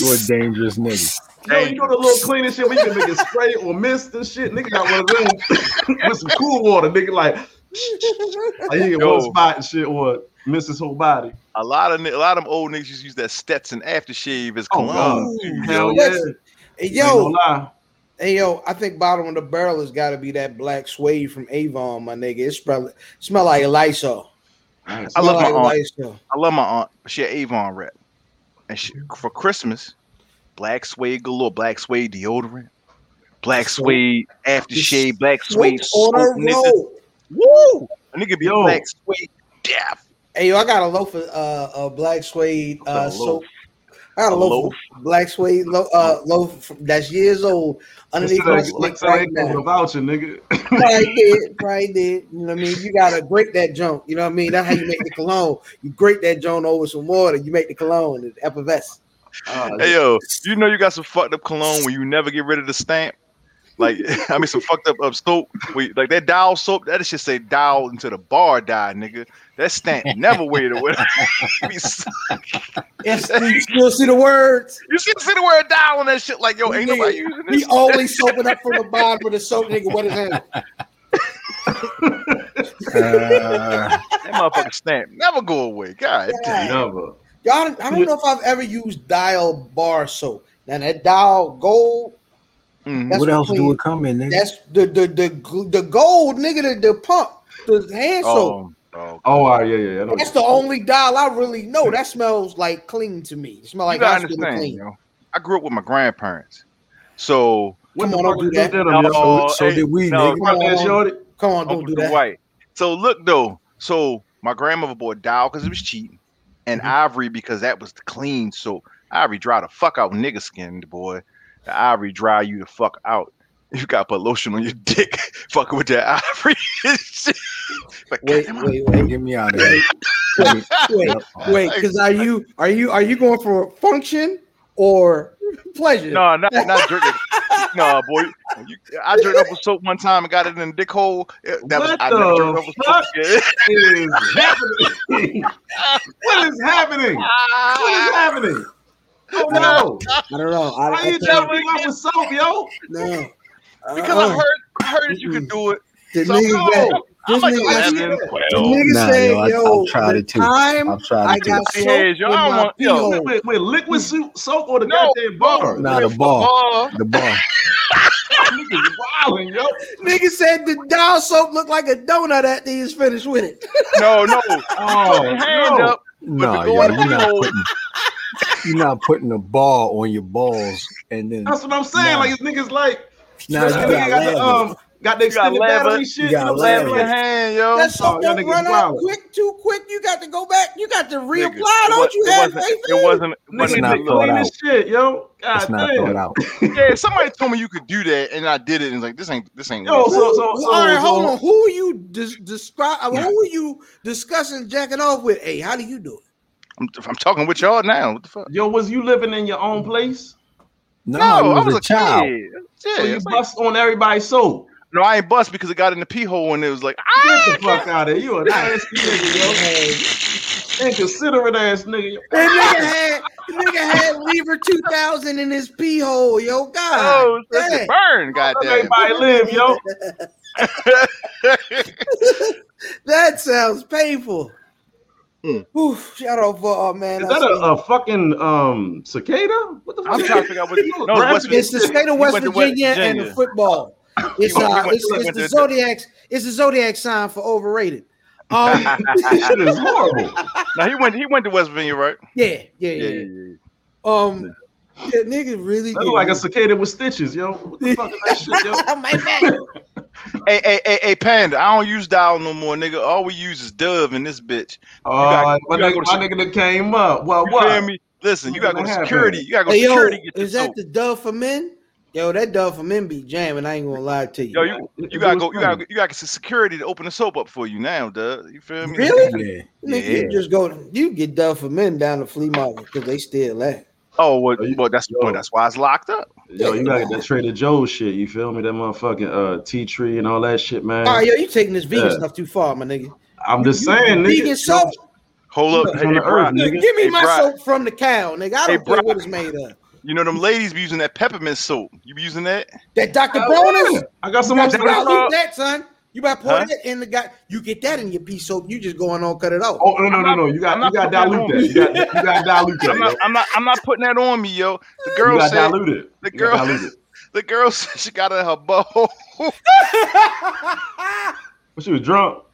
[SPEAKER 2] You're a dangerous nigga.
[SPEAKER 3] Yo, you know the little cleaning shit where you can make it spray or mist and shit. Nigga got one of them with some cool water. Nigga like, like you get
[SPEAKER 4] Yo.
[SPEAKER 3] one spot and shit or miss his whole body.
[SPEAKER 4] A lot of ni- a lot of them old niggas used to use that Stetson aftershave as
[SPEAKER 3] Oh,
[SPEAKER 4] cologne.
[SPEAKER 1] Ooh,
[SPEAKER 3] Hell yeah.
[SPEAKER 1] listen, hey,
[SPEAKER 3] Ain't no
[SPEAKER 1] yo,
[SPEAKER 3] lie.
[SPEAKER 1] hey, yo, I think bottom of the barrel has got to be that black suede from Avon, my nigga. It's probably smell like Lysol.
[SPEAKER 4] I love my
[SPEAKER 1] Smell
[SPEAKER 4] aunt.
[SPEAKER 1] like Lysol.
[SPEAKER 4] I love my aunt. She had Avon rep, and she,
[SPEAKER 1] Mm-hmm.
[SPEAKER 4] for Christmas, black suede galore, black suede deodorant, black suede aftershave, black suede soap.
[SPEAKER 1] on a
[SPEAKER 4] Nigga,
[SPEAKER 1] roll.
[SPEAKER 4] woo! A nigga be
[SPEAKER 3] Yo.
[SPEAKER 4] black suede death.
[SPEAKER 1] Hey, yo, I got a loaf of uh, uh black suede
[SPEAKER 3] A
[SPEAKER 1] uh
[SPEAKER 3] loaf.
[SPEAKER 1] soap. I got a,
[SPEAKER 4] A
[SPEAKER 1] loaf, of black suede lo- uh, loaf from- that's years old underneath my
[SPEAKER 3] Let's
[SPEAKER 1] stick
[SPEAKER 3] let's
[SPEAKER 1] right
[SPEAKER 3] say they
[SPEAKER 1] now.
[SPEAKER 3] a voucher, nigga.
[SPEAKER 1] Probably did, probably did. You know what I mean? You gotta grate that junk. You know what I mean? That's how you make the cologne. You grate that junk over some water. You make the cologne. It's effervescent.
[SPEAKER 4] Hey yo, you know you got some fucked up cologne where you never get rid of the stamp. Like I mean, some fucked up, up soap. Where you- like that dial soap. That should say dial until the bar die, nigga. That stamp never weighed away. you see
[SPEAKER 1] Yes, you still see the words.
[SPEAKER 4] you see the word dial on that shit? Like yo, ain't nobody using this.
[SPEAKER 1] He always soaping up from the bottom with the soap nigga wet his hand.
[SPEAKER 2] Uh,
[SPEAKER 4] That motherfucking stamp never go away. God, damn.
[SPEAKER 3] Never.
[SPEAKER 1] Y'all, I don't- I don't know if I've ever used dial bar soap. Now that dial gold,
[SPEAKER 4] Mhm.
[SPEAKER 1] That's
[SPEAKER 2] what else
[SPEAKER 1] clean.
[SPEAKER 2] do it come in, nigga?
[SPEAKER 1] that's the the the gl- the gold nigga, the, the pump, the hand soap.
[SPEAKER 4] Oh, oh.
[SPEAKER 3] Oh, all right, yeah, yeah, yeah. I know
[SPEAKER 1] That's
[SPEAKER 3] what
[SPEAKER 1] the only dial I really know. That smells like clean to me. It smell
[SPEAKER 4] you
[SPEAKER 1] like
[SPEAKER 4] gotta
[SPEAKER 1] hospital clean.
[SPEAKER 4] understand, yo. I grew up with my grandparents, so
[SPEAKER 1] Come on, don't do
[SPEAKER 3] you did
[SPEAKER 1] that.
[SPEAKER 3] on
[SPEAKER 4] No,
[SPEAKER 3] your-
[SPEAKER 2] so, so
[SPEAKER 4] hey,
[SPEAKER 2] did we,
[SPEAKER 4] no,
[SPEAKER 2] nigga.
[SPEAKER 3] you brought that shorty?
[SPEAKER 1] Come on, don't
[SPEAKER 4] Uncle
[SPEAKER 1] do
[SPEAKER 4] Drew
[SPEAKER 1] that.
[SPEAKER 4] White. So look though, so my grandmother bought Dow because it was cheap, and
[SPEAKER 1] Mm-hmm.
[SPEAKER 4] Ivory because that was the clean. So Ivory dry the fuck out nigga skin, boy. The Ivory dry you the fuck out. You got to put lotion on your dick, fucking with that Ivory. shit. But
[SPEAKER 1] Wait,
[SPEAKER 4] goddamn,
[SPEAKER 1] wait, wait,
[SPEAKER 2] Get me out of here.
[SPEAKER 1] wait, wait,
[SPEAKER 2] Yep.
[SPEAKER 1] wait. Because are you are you are you going for function or pleasure?
[SPEAKER 4] No, not not jerking. no, boy. You, I jerked up with soap one time and got it in the dick hole. It- That was
[SPEAKER 3] What
[SPEAKER 4] I never jerked
[SPEAKER 3] the
[SPEAKER 4] up with soap.
[SPEAKER 3] is happening?
[SPEAKER 4] again.
[SPEAKER 3] what is happening? What is happening? Oh no!
[SPEAKER 1] I don't know. I,
[SPEAKER 3] Why
[SPEAKER 1] I
[SPEAKER 3] you
[SPEAKER 1] think-
[SPEAKER 3] trying to me up with soap, yo?
[SPEAKER 1] no.
[SPEAKER 4] Because
[SPEAKER 1] Uh-uh.
[SPEAKER 4] I heard I heard that you could do it.
[SPEAKER 1] the
[SPEAKER 4] so
[SPEAKER 1] nigga
[SPEAKER 4] no.
[SPEAKER 1] got
[SPEAKER 4] I'm
[SPEAKER 1] this
[SPEAKER 4] like oh,
[SPEAKER 1] nigga got
[SPEAKER 4] 11,
[SPEAKER 1] the
[SPEAKER 4] 12.
[SPEAKER 1] nigga
[SPEAKER 2] Nah,
[SPEAKER 1] said,
[SPEAKER 2] yo, I-
[SPEAKER 1] "Yo,
[SPEAKER 2] I've tried
[SPEAKER 1] the
[SPEAKER 2] it too.
[SPEAKER 1] time
[SPEAKER 2] I've tried
[SPEAKER 1] I
[SPEAKER 2] it too.
[SPEAKER 1] got soap
[SPEAKER 4] Yeah, yo,
[SPEAKER 1] in
[SPEAKER 4] I
[SPEAKER 1] my
[SPEAKER 4] want- yo.
[SPEAKER 1] pee-hole.
[SPEAKER 3] Wait, wait, liquid su- soap or the
[SPEAKER 4] No.
[SPEAKER 3] goddamn bar?
[SPEAKER 2] Mm. Nah, the bar.
[SPEAKER 4] Oh,
[SPEAKER 2] The bar.
[SPEAKER 3] Niggas wildin', yo.
[SPEAKER 1] Nigga said the dial soap looked like a donut after he's finished with it.
[SPEAKER 4] no, no.
[SPEAKER 3] Oh,
[SPEAKER 4] Put your hand
[SPEAKER 3] no.
[SPEAKER 4] up.
[SPEAKER 2] No,
[SPEAKER 4] But
[SPEAKER 2] yo,
[SPEAKER 4] the
[SPEAKER 2] you're
[SPEAKER 4] going
[SPEAKER 2] not
[SPEAKER 4] hole-
[SPEAKER 2] putting you're not putting a ball on your balls and then
[SPEAKER 3] That's what I'm saying.
[SPEAKER 2] Nah.
[SPEAKER 3] Like these niggas like
[SPEAKER 2] now you
[SPEAKER 3] this nigga
[SPEAKER 2] got
[SPEAKER 3] got the
[SPEAKER 2] leather.
[SPEAKER 3] um got the
[SPEAKER 4] You got
[SPEAKER 3] extended
[SPEAKER 4] leather.
[SPEAKER 3] battery
[SPEAKER 4] You
[SPEAKER 3] shit. You
[SPEAKER 2] got
[SPEAKER 3] know what
[SPEAKER 4] Clap
[SPEAKER 3] I'm
[SPEAKER 2] leather.
[SPEAKER 3] saying?
[SPEAKER 4] your
[SPEAKER 3] Like,
[SPEAKER 4] hand, yo.
[SPEAKER 1] That soap
[SPEAKER 3] Oh, y'all
[SPEAKER 1] don't
[SPEAKER 3] niggas
[SPEAKER 1] run out
[SPEAKER 3] wild.
[SPEAKER 1] quick, too quick. You got to go back. You got to
[SPEAKER 4] Nigga,
[SPEAKER 1] reapply. Don't
[SPEAKER 4] it
[SPEAKER 1] you
[SPEAKER 4] wa-
[SPEAKER 1] have faith
[SPEAKER 4] it
[SPEAKER 1] in it?
[SPEAKER 4] wasn't it
[SPEAKER 3] niggas
[SPEAKER 4] wasn't
[SPEAKER 2] not
[SPEAKER 3] be
[SPEAKER 4] it
[SPEAKER 2] thought
[SPEAKER 3] clean
[SPEAKER 2] out.
[SPEAKER 3] as shit, yo. God
[SPEAKER 2] It's not thought
[SPEAKER 3] damn.
[SPEAKER 2] out.
[SPEAKER 4] yeah somebody told me you could do that and I did it and it's like this ain't this ain't
[SPEAKER 3] Yo,
[SPEAKER 4] real.
[SPEAKER 3] so so
[SPEAKER 1] Who-
[SPEAKER 3] so.
[SPEAKER 1] all right, hold
[SPEAKER 3] so-
[SPEAKER 1] on. Who you dis- describe? I mean, who are you discussing jacking off with? Hey, how do you do it?
[SPEAKER 4] I'm, I'm talking with y'all now what the fuck
[SPEAKER 3] Yo, was you living in your own place?
[SPEAKER 2] No,
[SPEAKER 4] no
[SPEAKER 2] you
[SPEAKER 4] I was a,
[SPEAKER 2] child.
[SPEAKER 4] kid
[SPEAKER 3] So
[SPEAKER 4] yeah,
[SPEAKER 3] Oh, you
[SPEAKER 4] it's like-
[SPEAKER 3] bust on everybody's soul.
[SPEAKER 4] no I ain't bust because it got in the pee hole and it was like ah
[SPEAKER 3] Get the fuck out of here. You a nasty nigga, yo.
[SPEAKER 1] Hey,
[SPEAKER 3] Inconsiderate ass nigga.
[SPEAKER 1] That nigga had nigga had Lever 2000 in his pee hole, yo. God.
[SPEAKER 4] Oh, such a
[SPEAKER 1] damn.
[SPEAKER 4] burn, goddamn.
[SPEAKER 3] Everybody live, yo.
[SPEAKER 1] That sounds painful.
[SPEAKER 4] Mm.
[SPEAKER 1] Oof, shout out for oh man.
[SPEAKER 3] Is that a, a fucking um cicada? What the fuck?
[SPEAKER 4] I'm trying to figure out what. No, it's
[SPEAKER 3] Graphic-
[SPEAKER 4] West
[SPEAKER 1] it's the state of West
[SPEAKER 4] went to West
[SPEAKER 1] Virginia, and the
[SPEAKER 4] Virginia.
[SPEAKER 1] football. It's
[SPEAKER 4] went- he
[SPEAKER 1] uh,
[SPEAKER 4] went-
[SPEAKER 1] it's,
[SPEAKER 4] he
[SPEAKER 1] it's
[SPEAKER 4] went
[SPEAKER 1] the
[SPEAKER 4] to-
[SPEAKER 1] zodiac. It's the zodiac sign for overrated. Um,
[SPEAKER 3] This shit is horrible.
[SPEAKER 4] Now he went. He went to West Virginia, right?
[SPEAKER 1] yeah, yeah, yeah. yeah. Um, that nigga really.
[SPEAKER 3] That look like a cicada with stitches, yo. What the fuck is that shit, yo?
[SPEAKER 1] my bad.
[SPEAKER 4] Hey, hey, hey, hey, Panda. I don't use dial no more, nigga. All we use is Dove in this bitch.
[SPEAKER 3] Uh, my
[SPEAKER 4] you gotta
[SPEAKER 3] nigga,
[SPEAKER 4] go to
[SPEAKER 3] my nigga that came up. Well,
[SPEAKER 4] You
[SPEAKER 3] what?
[SPEAKER 4] feel me? Listen, you gotta go
[SPEAKER 3] What
[SPEAKER 4] to
[SPEAKER 3] happened?
[SPEAKER 4] security. You gotta go to
[SPEAKER 1] Hey, yo,
[SPEAKER 4] security. Get
[SPEAKER 1] is
[SPEAKER 4] this
[SPEAKER 1] that
[SPEAKER 4] soap.
[SPEAKER 1] the Dove for Men? Yo, that Dove for Men be jamming. I ain't gonna lie to you.
[SPEAKER 4] Yo, you, you gotta go. You gotta you gotta get to security to open the soap up for you now, duh. You feel me?
[SPEAKER 1] Really?
[SPEAKER 2] Yeah.
[SPEAKER 1] Nigga, you just go. You get Dove for Men down the flea market because they still laugh.
[SPEAKER 4] Oh, well,
[SPEAKER 3] Are you-
[SPEAKER 4] well that's
[SPEAKER 3] Yo.
[SPEAKER 4] well, that's why it's locked up.
[SPEAKER 3] Yo, you gotta get that Trader Joe's shit. You feel me? That motherfucking uh, tea tree and all that shit, man.
[SPEAKER 1] All right, yo, you taking this vegan
[SPEAKER 3] Yeah.
[SPEAKER 1] stuff too far, my nigga.
[SPEAKER 3] I'm just saying, nigga.
[SPEAKER 1] vegan soap.
[SPEAKER 4] Hold up,
[SPEAKER 3] It's
[SPEAKER 4] hey,
[SPEAKER 3] on the
[SPEAKER 4] Brock,
[SPEAKER 3] earth, nigga.
[SPEAKER 1] Give me
[SPEAKER 4] Hey,
[SPEAKER 1] my
[SPEAKER 4] Brock.
[SPEAKER 1] soap from the cow, nigga. I don't
[SPEAKER 4] Hey,
[SPEAKER 1] care
[SPEAKER 4] Brock.
[SPEAKER 1] what it's made of.
[SPEAKER 4] You know them ladies be using that peppermint soap. You be using that?
[SPEAKER 1] That Dr.
[SPEAKER 3] Yeah.
[SPEAKER 1] Bonus.
[SPEAKER 3] I got so
[SPEAKER 1] You
[SPEAKER 3] much.
[SPEAKER 1] gotta use that, son. You about to pour
[SPEAKER 4] Huh?
[SPEAKER 1] that in the guy. You get that in your pea soap. You just going on cut it off. Um,
[SPEAKER 3] Oh no no no no! You got
[SPEAKER 4] I'm not
[SPEAKER 3] you got
[SPEAKER 4] putting
[SPEAKER 3] dilute
[SPEAKER 4] that on.
[SPEAKER 3] that. You got you got dilute that.
[SPEAKER 4] I'm not,
[SPEAKER 3] yo.
[SPEAKER 4] I'm not. I'm not putting that on me, yo. The
[SPEAKER 3] You
[SPEAKER 4] girl
[SPEAKER 3] got
[SPEAKER 4] said.
[SPEAKER 3] dilute it.
[SPEAKER 4] The
[SPEAKER 3] You got
[SPEAKER 4] girl-
[SPEAKER 3] dilute it.
[SPEAKER 4] The girl said she got it in her butthole.
[SPEAKER 3] But she was drunk.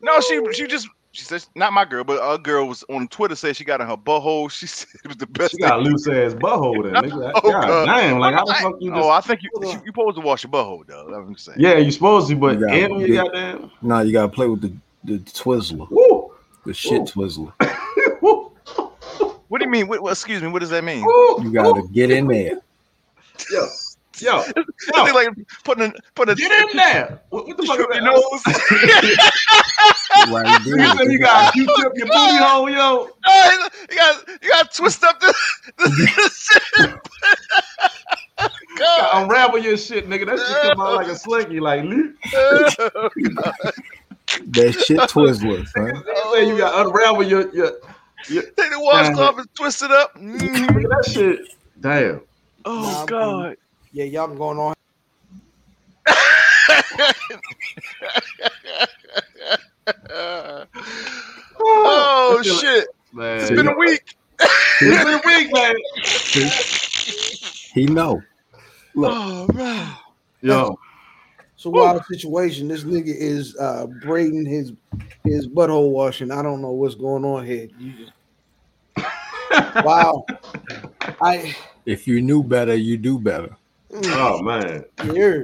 [SPEAKER 4] no, she she just she said not my girl, but a girl was on Twitter said she got in her butthole. She said it was the best.
[SPEAKER 3] She got a
[SPEAKER 4] thing.
[SPEAKER 3] loose ass butthole. Then nigga,
[SPEAKER 4] Oh,
[SPEAKER 3] God
[SPEAKER 4] God.
[SPEAKER 3] damn! Like how the fuck you
[SPEAKER 4] Oh,
[SPEAKER 3] just?
[SPEAKER 4] I think you you you supposed to wash your butthole, though. That's what I'm saying.
[SPEAKER 3] Yeah, you supposed to, but
[SPEAKER 2] You got-
[SPEAKER 3] and you
[SPEAKER 2] you-
[SPEAKER 3] goddamn.
[SPEAKER 2] Nah, you gotta play with the, the Twizzler,
[SPEAKER 3] Woo!
[SPEAKER 2] the shit
[SPEAKER 3] Ooh.
[SPEAKER 2] Twizzler.
[SPEAKER 3] Woo!
[SPEAKER 4] What do you mean? What, what, excuse me. What does that mean?
[SPEAKER 3] Woo!
[SPEAKER 2] You gotta get in there.
[SPEAKER 3] yo yo
[SPEAKER 4] Is
[SPEAKER 3] yo.
[SPEAKER 4] it like putting a, putting a,
[SPEAKER 3] Get in there! What, what the fuck?
[SPEAKER 4] your
[SPEAKER 3] is that?
[SPEAKER 4] nose?
[SPEAKER 2] Why you
[SPEAKER 3] You
[SPEAKER 2] doing
[SPEAKER 3] said
[SPEAKER 2] it?
[SPEAKER 3] you got a Q-tip in your booty hole, yo.
[SPEAKER 4] Oh, you got you got to twist up this this, this shit.
[SPEAKER 3] You gotta
[SPEAKER 4] God.
[SPEAKER 3] Unravel your shit, nigga. That shit come out like a slinky, like. leak.
[SPEAKER 2] that shit Twizzler, son.
[SPEAKER 3] They say you got to unravel your your. your
[SPEAKER 4] Take the washcloth and twist it up. Mm.
[SPEAKER 3] look at that shit. Damn.
[SPEAKER 1] Nah,
[SPEAKER 4] Oh
[SPEAKER 1] I'm
[SPEAKER 4] God.
[SPEAKER 1] Yeah, y'all been going on.
[SPEAKER 4] oh
[SPEAKER 3] I feel like-
[SPEAKER 4] shit!
[SPEAKER 3] Man,
[SPEAKER 4] It's been a week.
[SPEAKER 3] it's been a week, man.
[SPEAKER 2] He know. Look,
[SPEAKER 4] Oh man.
[SPEAKER 3] Yo,
[SPEAKER 1] It's a wild situation. This nigga is uh braiding his his butthole washing. I don't know what's going on here. You just- wow. I mm,
[SPEAKER 2] if you knew better, you do better.
[SPEAKER 3] oh man.
[SPEAKER 1] yeah.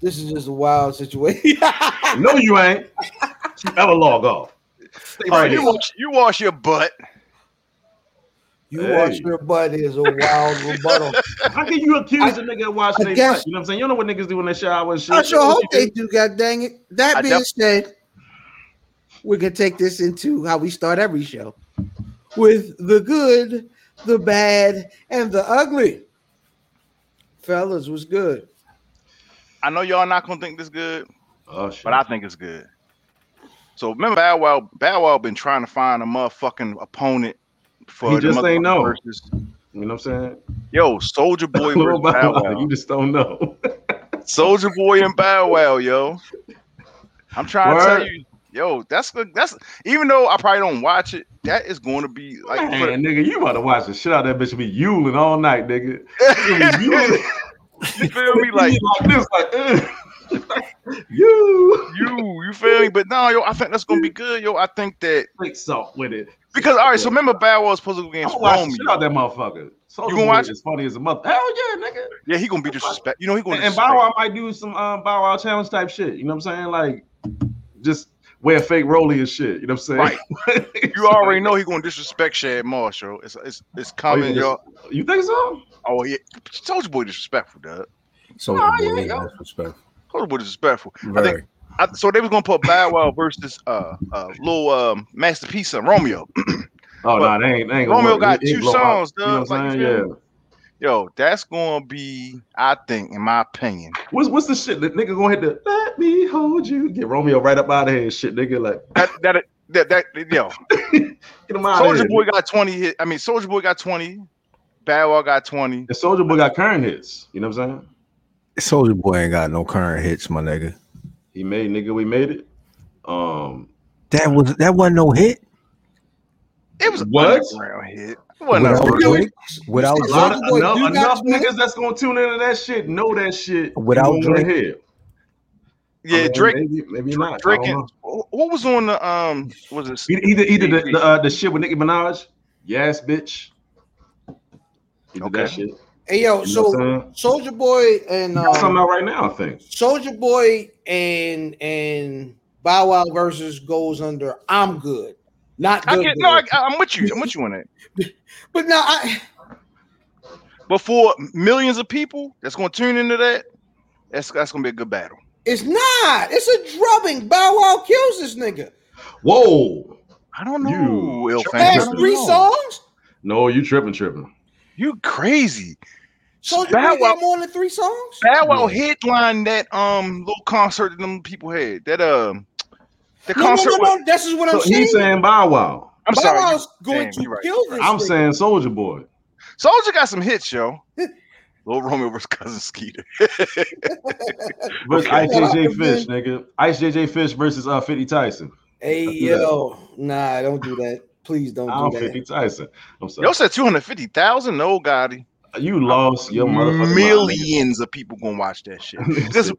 [SPEAKER 1] This is just a wild situation.
[SPEAKER 3] No, you ain't. You ever log off? All right.
[SPEAKER 4] you, wash, you wash your butt.
[SPEAKER 1] you
[SPEAKER 3] Hey.
[SPEAKER 1] wash your butt is a wild rebuttal.
[SPEAKER 3] How can you accuse a nigga of
[SPEAKER 1] I
[SPEAKER 3] washing their
[SPEAKER 1] guess-
[SPEAKER 3] butt? You know what I'm saying? You don't know what niggas do when they shower and shit.
[SPEAKER 1] I sure hope they do. God dang it! That
[SPEAKER 4] I
[SPEAKER 1] being
[SPEAKER 4] def-
[SPEAKER 1] said, we're gonna take this into how we start every show with the good, the bad, and the ugly. Fellas, was good.
[SPEAKER 4] I know y'all not gonna think this good,
[SPEAKER 3] Oh shit.
[SPEAKER 4] but I think it's good. So remember, Bow Wow, Bow Wow been trying to find a motherfucking opponent for
[SPEAKER 3] He
[SPEAKER 4] the
[SPEAKER 3] just ain't
[SPEAKER 4] motherfucking
[SPEAKER 3] know.
[SPEAKER 4] versus.
[SPEAKER 3] you know what I'm
[SPEAKER 4] Yo, Soldier Boy
[SPEAKER 3] saying?
[SPEAKER 4] versus
[SPEAKER 3] Little
[SPEAKER 4] Bow
[SPEAKER 3] Bow Wow,
[SPEAKER 4] Wow.
[SPEAKER 3] You just don't know.
[SPEAKER 4] Soldier Boy and Bow Wow, yo. I'm trying to tell
[SPEAKER 3] Word.
[SPEAKER 4] you, yo, that's good. That's even though I probably don't watch it, that is going to be like
[SPEAKER 3] Man,
[SPEAKER 4] for-
[SPEAKER 3] nigga, you about to watch the shit out of that bitch and be yuling all night, nigga. You be yuling.
[SPEAKER 4] you feel me? Like
[SPEAKER 3] You like this, like eh. you.
[SPEAKER 4] you, you feel me? But no, yo, I think that's gonna be good, yo. I think that
[SPEAKER 3] Drink salt with it.
[SPEAKER 4] because all right, so remember Bow Wow was supposed to go
[SPEAKER 3] I'm
[SPEAKER 4] against
[SPEAKER 3] gonna watch
[SPEAKER 4] Rome.
[SPEAKER 3] the shit
[SPEAKER 4] yo.
[SPEAKER 3] out that motherfucker. So
[SPEAKER 4] You gonna watch
[SPEAKER 3] as funny as a mother. Hell yeah, nigga.
[SPEAKER 4] Yeah, he gonna be disrespect. You know he gonna
[SPEAKER 3] And, and
[SPEAKER 4] disrespect.
[SPEAKER 3] Bow Wow might do some um, Bow Wow challenge type shit. You know what I'm saying? Like, just wear fake rolly and shit. You know what I'm saying?
[SPEAKER 4] You already know he gonna disrespect Shad Marshall. It's it's it's coming,
[SPEAKER 3] yeah.
[SPEAKER 4] yo.
[SPEAKER 3] You think so?
[SPEAKER 4] Oh yeah, Soldier Boy disrespectful, dude.
[SPEAKER 2] So
[SPEAKER 3] Oh,
[SPEAKER 2] boy,
[SPEAKER 3] yeah,
[SPEAKER 2] yeah,
[SPEAKER 3] yo.
[SPEAKER 2] disrespectful.
[SPEAKER 4] Soldier Boy disrespectful. I think
[SPEAKER 2] Very.
[SPEAKER 4] I, so they was gonna put Bow Wow versus uh uh little um masterpiece and Romeo.
[SPEAKER 3] Oh no,
[SPEAKER 4] But
[SPEAKER 3] they ain't. They ain't gonna
[SPEAKER 4] Romeo
[SPEAKER 3] work.
[SPEAKER 4] got
[SPEAKER 3] It- it
[SPEAKER 4] two
[SPEAKER 3] blow out.
[SPEAKER 4] songs,
[SPEAKER 3] You know what
[SPEAKER 4] dog.
[SPEAKER 3] I'm
[SPEAKER 4] Like,
[SPEAKER 3] saying?
[SPEAKER 4] you feel
[SPEAKER 3] Yeah.
[SPEAKER 4] Yo, that's gonna be, I think, in my opinion.
[SPEAKER 3] What's what's the shit? The nigga gonna hit the let me hold you. Get Romeo right up out of here. and Shit, nigga. Like
[SPEAKER 4] That that that, that yo,
[SPEAKER 3] Get him out
[SPEAKER 4] Soldier
[SPEAKER 3] of
[SPEAKER 4] Boy
[SPEAKER 3] here.
[SPEAKER 4] got 20 hit. I mean, Soldier Boy got 20. Badwell got 20.
[SPEAKER 3] And Soldier Boy got current hits. You know what I'm saying?
[SPEAKER 2] Soldier Boy ain't got no current hits, my nigga.
[SPEAKER 3] He made nigga, we made it. Um,
[SPEAKER 2] That was that wasn't no hit.
[SPEAKER 4] It was
[SPEAKER 3] What?
[SPEAKER 4] what? underground hit. It wasn't
[SPEAKER 2] Without
[SPEAKER 3] Oh,
[SPEAKER 4] underground.
[SPEAKER 1] Yo,
[SPEAKER 2] Drake, without
[SPEAKER 1] Soldier
[SPEAKER 2] Drake,
[SPEAKER 3] enough,
[SPEAKER 1] Boy
[SPEAKER 3] enough,
[SPEAKER 1] do got
[SPEAKER 3] enough
[SPEAKER 1] Drake.
[SPEAKER 3] niggas that's gonna tune into that shit know that shit. You
[SPEAKER 2] Without
[SPEAKER 3] don't wanna
[SPEAKER 2] Drake.
[SPEAKER 3] hear. I
[SPEAKER 4] Yeah,
[SPEAKER 3] mean,
[SPEAKER 4] Drake.
[SPEAKER 3] Maybe, maybe not.
[SPEAKER 4] Drake
[SPEAKER 3] I don't know.
[SPEAKER 4] and, wh- what was on the um was it
[SPEAKER 3] Either either, either the, the, uh, the shit with Nicki Minaj, yes, bitch. Either
[SPEAKER 4] Okay.
[SPEAKER 3] that shit.
[SPEAKER 1] Hey yo,
[SPEAKER 3] You know what
[SPEAKER 1] so
[SPEAKER 3] I'm saying?
[SPEAKER 1] Soldier Boy and
[SPEAKER 3] Got something
[SPEAKER 1] um,
[SPEAKER 3] out right now, I think.
[SPEAKER 1] Soldier Boy and and Bow Wow versus goes under. I'm good, not
[SPEAKER 4] I
[SPEAKER 1] good.
[SPEAKER 4] get no, I,
[SPEAKER 1] good.
[SPEAKER 4] I'm with you. I'm with you on that.
[SPEAKER 1] but no, I
[SPEAKER 4] But for millions of people that's gonna tune into that, that's that's gonna be a good battle.
[SPEAKER 1] it's not. It's a drubbing. Bow Wow kills this nigga.
[SPEAKER 3] Whoa.
[SPEAKER 4] I don't
[SPEAKER 3] You
[SPEAKER 4] know, Ill
[SPEAKER 3] tripping.
[SPEAKER 4] Fan. I
[SPEAKER 1] Last
[SPEAKER 4] don't
[SPEAKER 1] three
[SPEAKER 4] know.
[SPEAKER 1] songs.
[SPEAKER 3] No, you tripping, tripping.
[SPEAKER 4] You crazy.
[SPEAKER 1] Soldier Boy
[SPEAKER 4] Bow Wow-
[SPEAKER 1] got more than three songs.
[SPEAKER 4] Bow Wow headlined that um little concert that them people had. That um the
[SPEAKER 1] No, no,
[SPEAKER 4] concert
[SPEAKER 1] no,
[SPEAKER 4] was-
[SPEAKER 1] no. This is what I'm
[SPEAKER 3] So
[SPEAKER 1] saying.
[SPEAKER 3] he's saying Bow Wow.
[SPEAKER 4] I'm
[SPEAKER 1] Bow
[SPEAKER 4] sorry.
[SPEAKER 1] Wow's going
[SPEAKER 4] Damn,
[SPEAKER 1] to
[SPEAKER 4] you're right,
[SPEAKER 1] kill
[SPEAKER 4] you're
[SPEAKER 1] this.
[SPEAKER 4] right.
[SPEAKER 3] I'm
[SPEAKER 1] nigga.
[SPEAKER 3] saying Soldier Boy.
[SPEAKER 4] Soldier got some hits, yo. Little Romeo versus Cousin Skeeter.
[SPEAKER 3] Versus
[SPEAKER 4] Okay.
[SPEAKER 3] IJJ Fish, nigga. Ice JJ Fish versus uh 50 Tyson.
[SPEAKER 1] Hey yo, nah, don't do that. Please don't
[SPEAKER 3] I'm
[SPEAKER 1] do that.
[SPEAKER 3] 50 Tyson. I'm sorry.
[SPEAKER 4] Yo said 250,000. No, Gotti.
[SPEAKER 3] you lost your motherfucking mind,
[SPEAKER 4] Millions of people gonna watch that shit.
[SPEAKER 3] nigga.
[SPEAKER 4] Cause,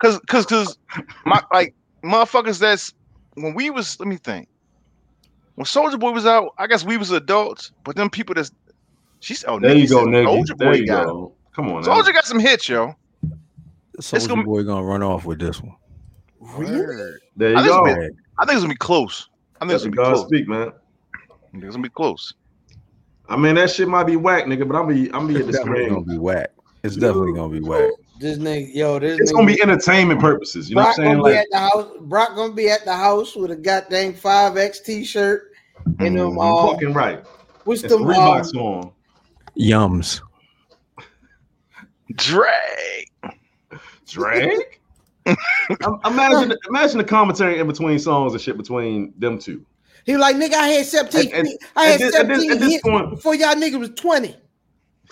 [SPEAKER 4] cause, cause, cause, 'cause my like motherfuckers. That's when we was. Let me think. When Soldier Boy was out, I guess we was adults. But them people that's she's oh
[SPEAKER 3] There you go,
[SPEAKER 4] Soldier
[SPEAKER 3] nigga. There
[SPEAKER 4] Boy
[SPEAKER 3] you
[SPEAKER 4] got
[SPEAKER 3] go. Come on, now.
[SPEAKER 4] Soldier got some hits, yo.
[SPEAKER 2] Soldier
[SPEAKER 4] gonna-
[SPEAKER 2] Boy gonna run off with this one.
[SPEAKER 1] Really?
[SPEAKER 3] There
[SPEAKER 4] I
[SPEAKER 3] you
[SPEAKER 4] just
[SPEAKER 3] go.
[SPEAKER 4] been- I think it's gonna be close. I think it's
[SPEAKER 3] Let
[SPEAKER 4] gonna be
[SPEAKER 3] God
[SPEAKER 4] close.
[SPEAKER 3] speak, man.
[SPEAKER 4] I think it's gonna be close.
[SPEAKER 3] I mean, that shit might be whack, nigga, but I'm be I'm be at
[SPEAKER 2] It's
[SPEAKER 3] the
[SPEAKER 2] definitely gonna
[SPEAKER 3] screen.
[SPEAKER 2] be whack. It's definitely gonna be whack.
[SPEAKER 1] This nigga, yo, this
[SPEAKER 3] It's
[SPEAKER 1] nigga.
[SPEAKER 3] gonna be entertainment purposes. You know what I'm
[SPEAKER 1] Brock gonna
[SPEAKER 3] saying?
[SPEAKER 1] be
[SPEAKER 3] Like,
[SPEAKER 1] at the house. Brock gonna be at the house with a goddamn five X t shirt and them.
[SPEAKER 3] I'm
[SPEAKER 1] Uh,
[SPEAKER 3] Mm, fucking right.
[SPEAKER 1] what's
[SPEAKER 3] It's the
[SPEAKER 1] the um,
[SPEAKER 3] Reeboks on.
[SPEAKER 2] Yums.
[SPEAKER 4] Drake.
[SPEAKER 3] Drake. Um, imagine, imagine the commentary in between songs and shit between them two.
[SPEAKER 1] He like nigga, I had seventeen.
[SPEAKER 3] At- at-
[SPEAKER 1] hit- I had
[SPEAKER 3] at this- at this-
[SPEAKER 1] seventeen
[SPEAKER 3] at this
[SPEAKER 1] hits
[SPEAKER 3] point-
[SPEAKER 1] before y'all niggas was twenty.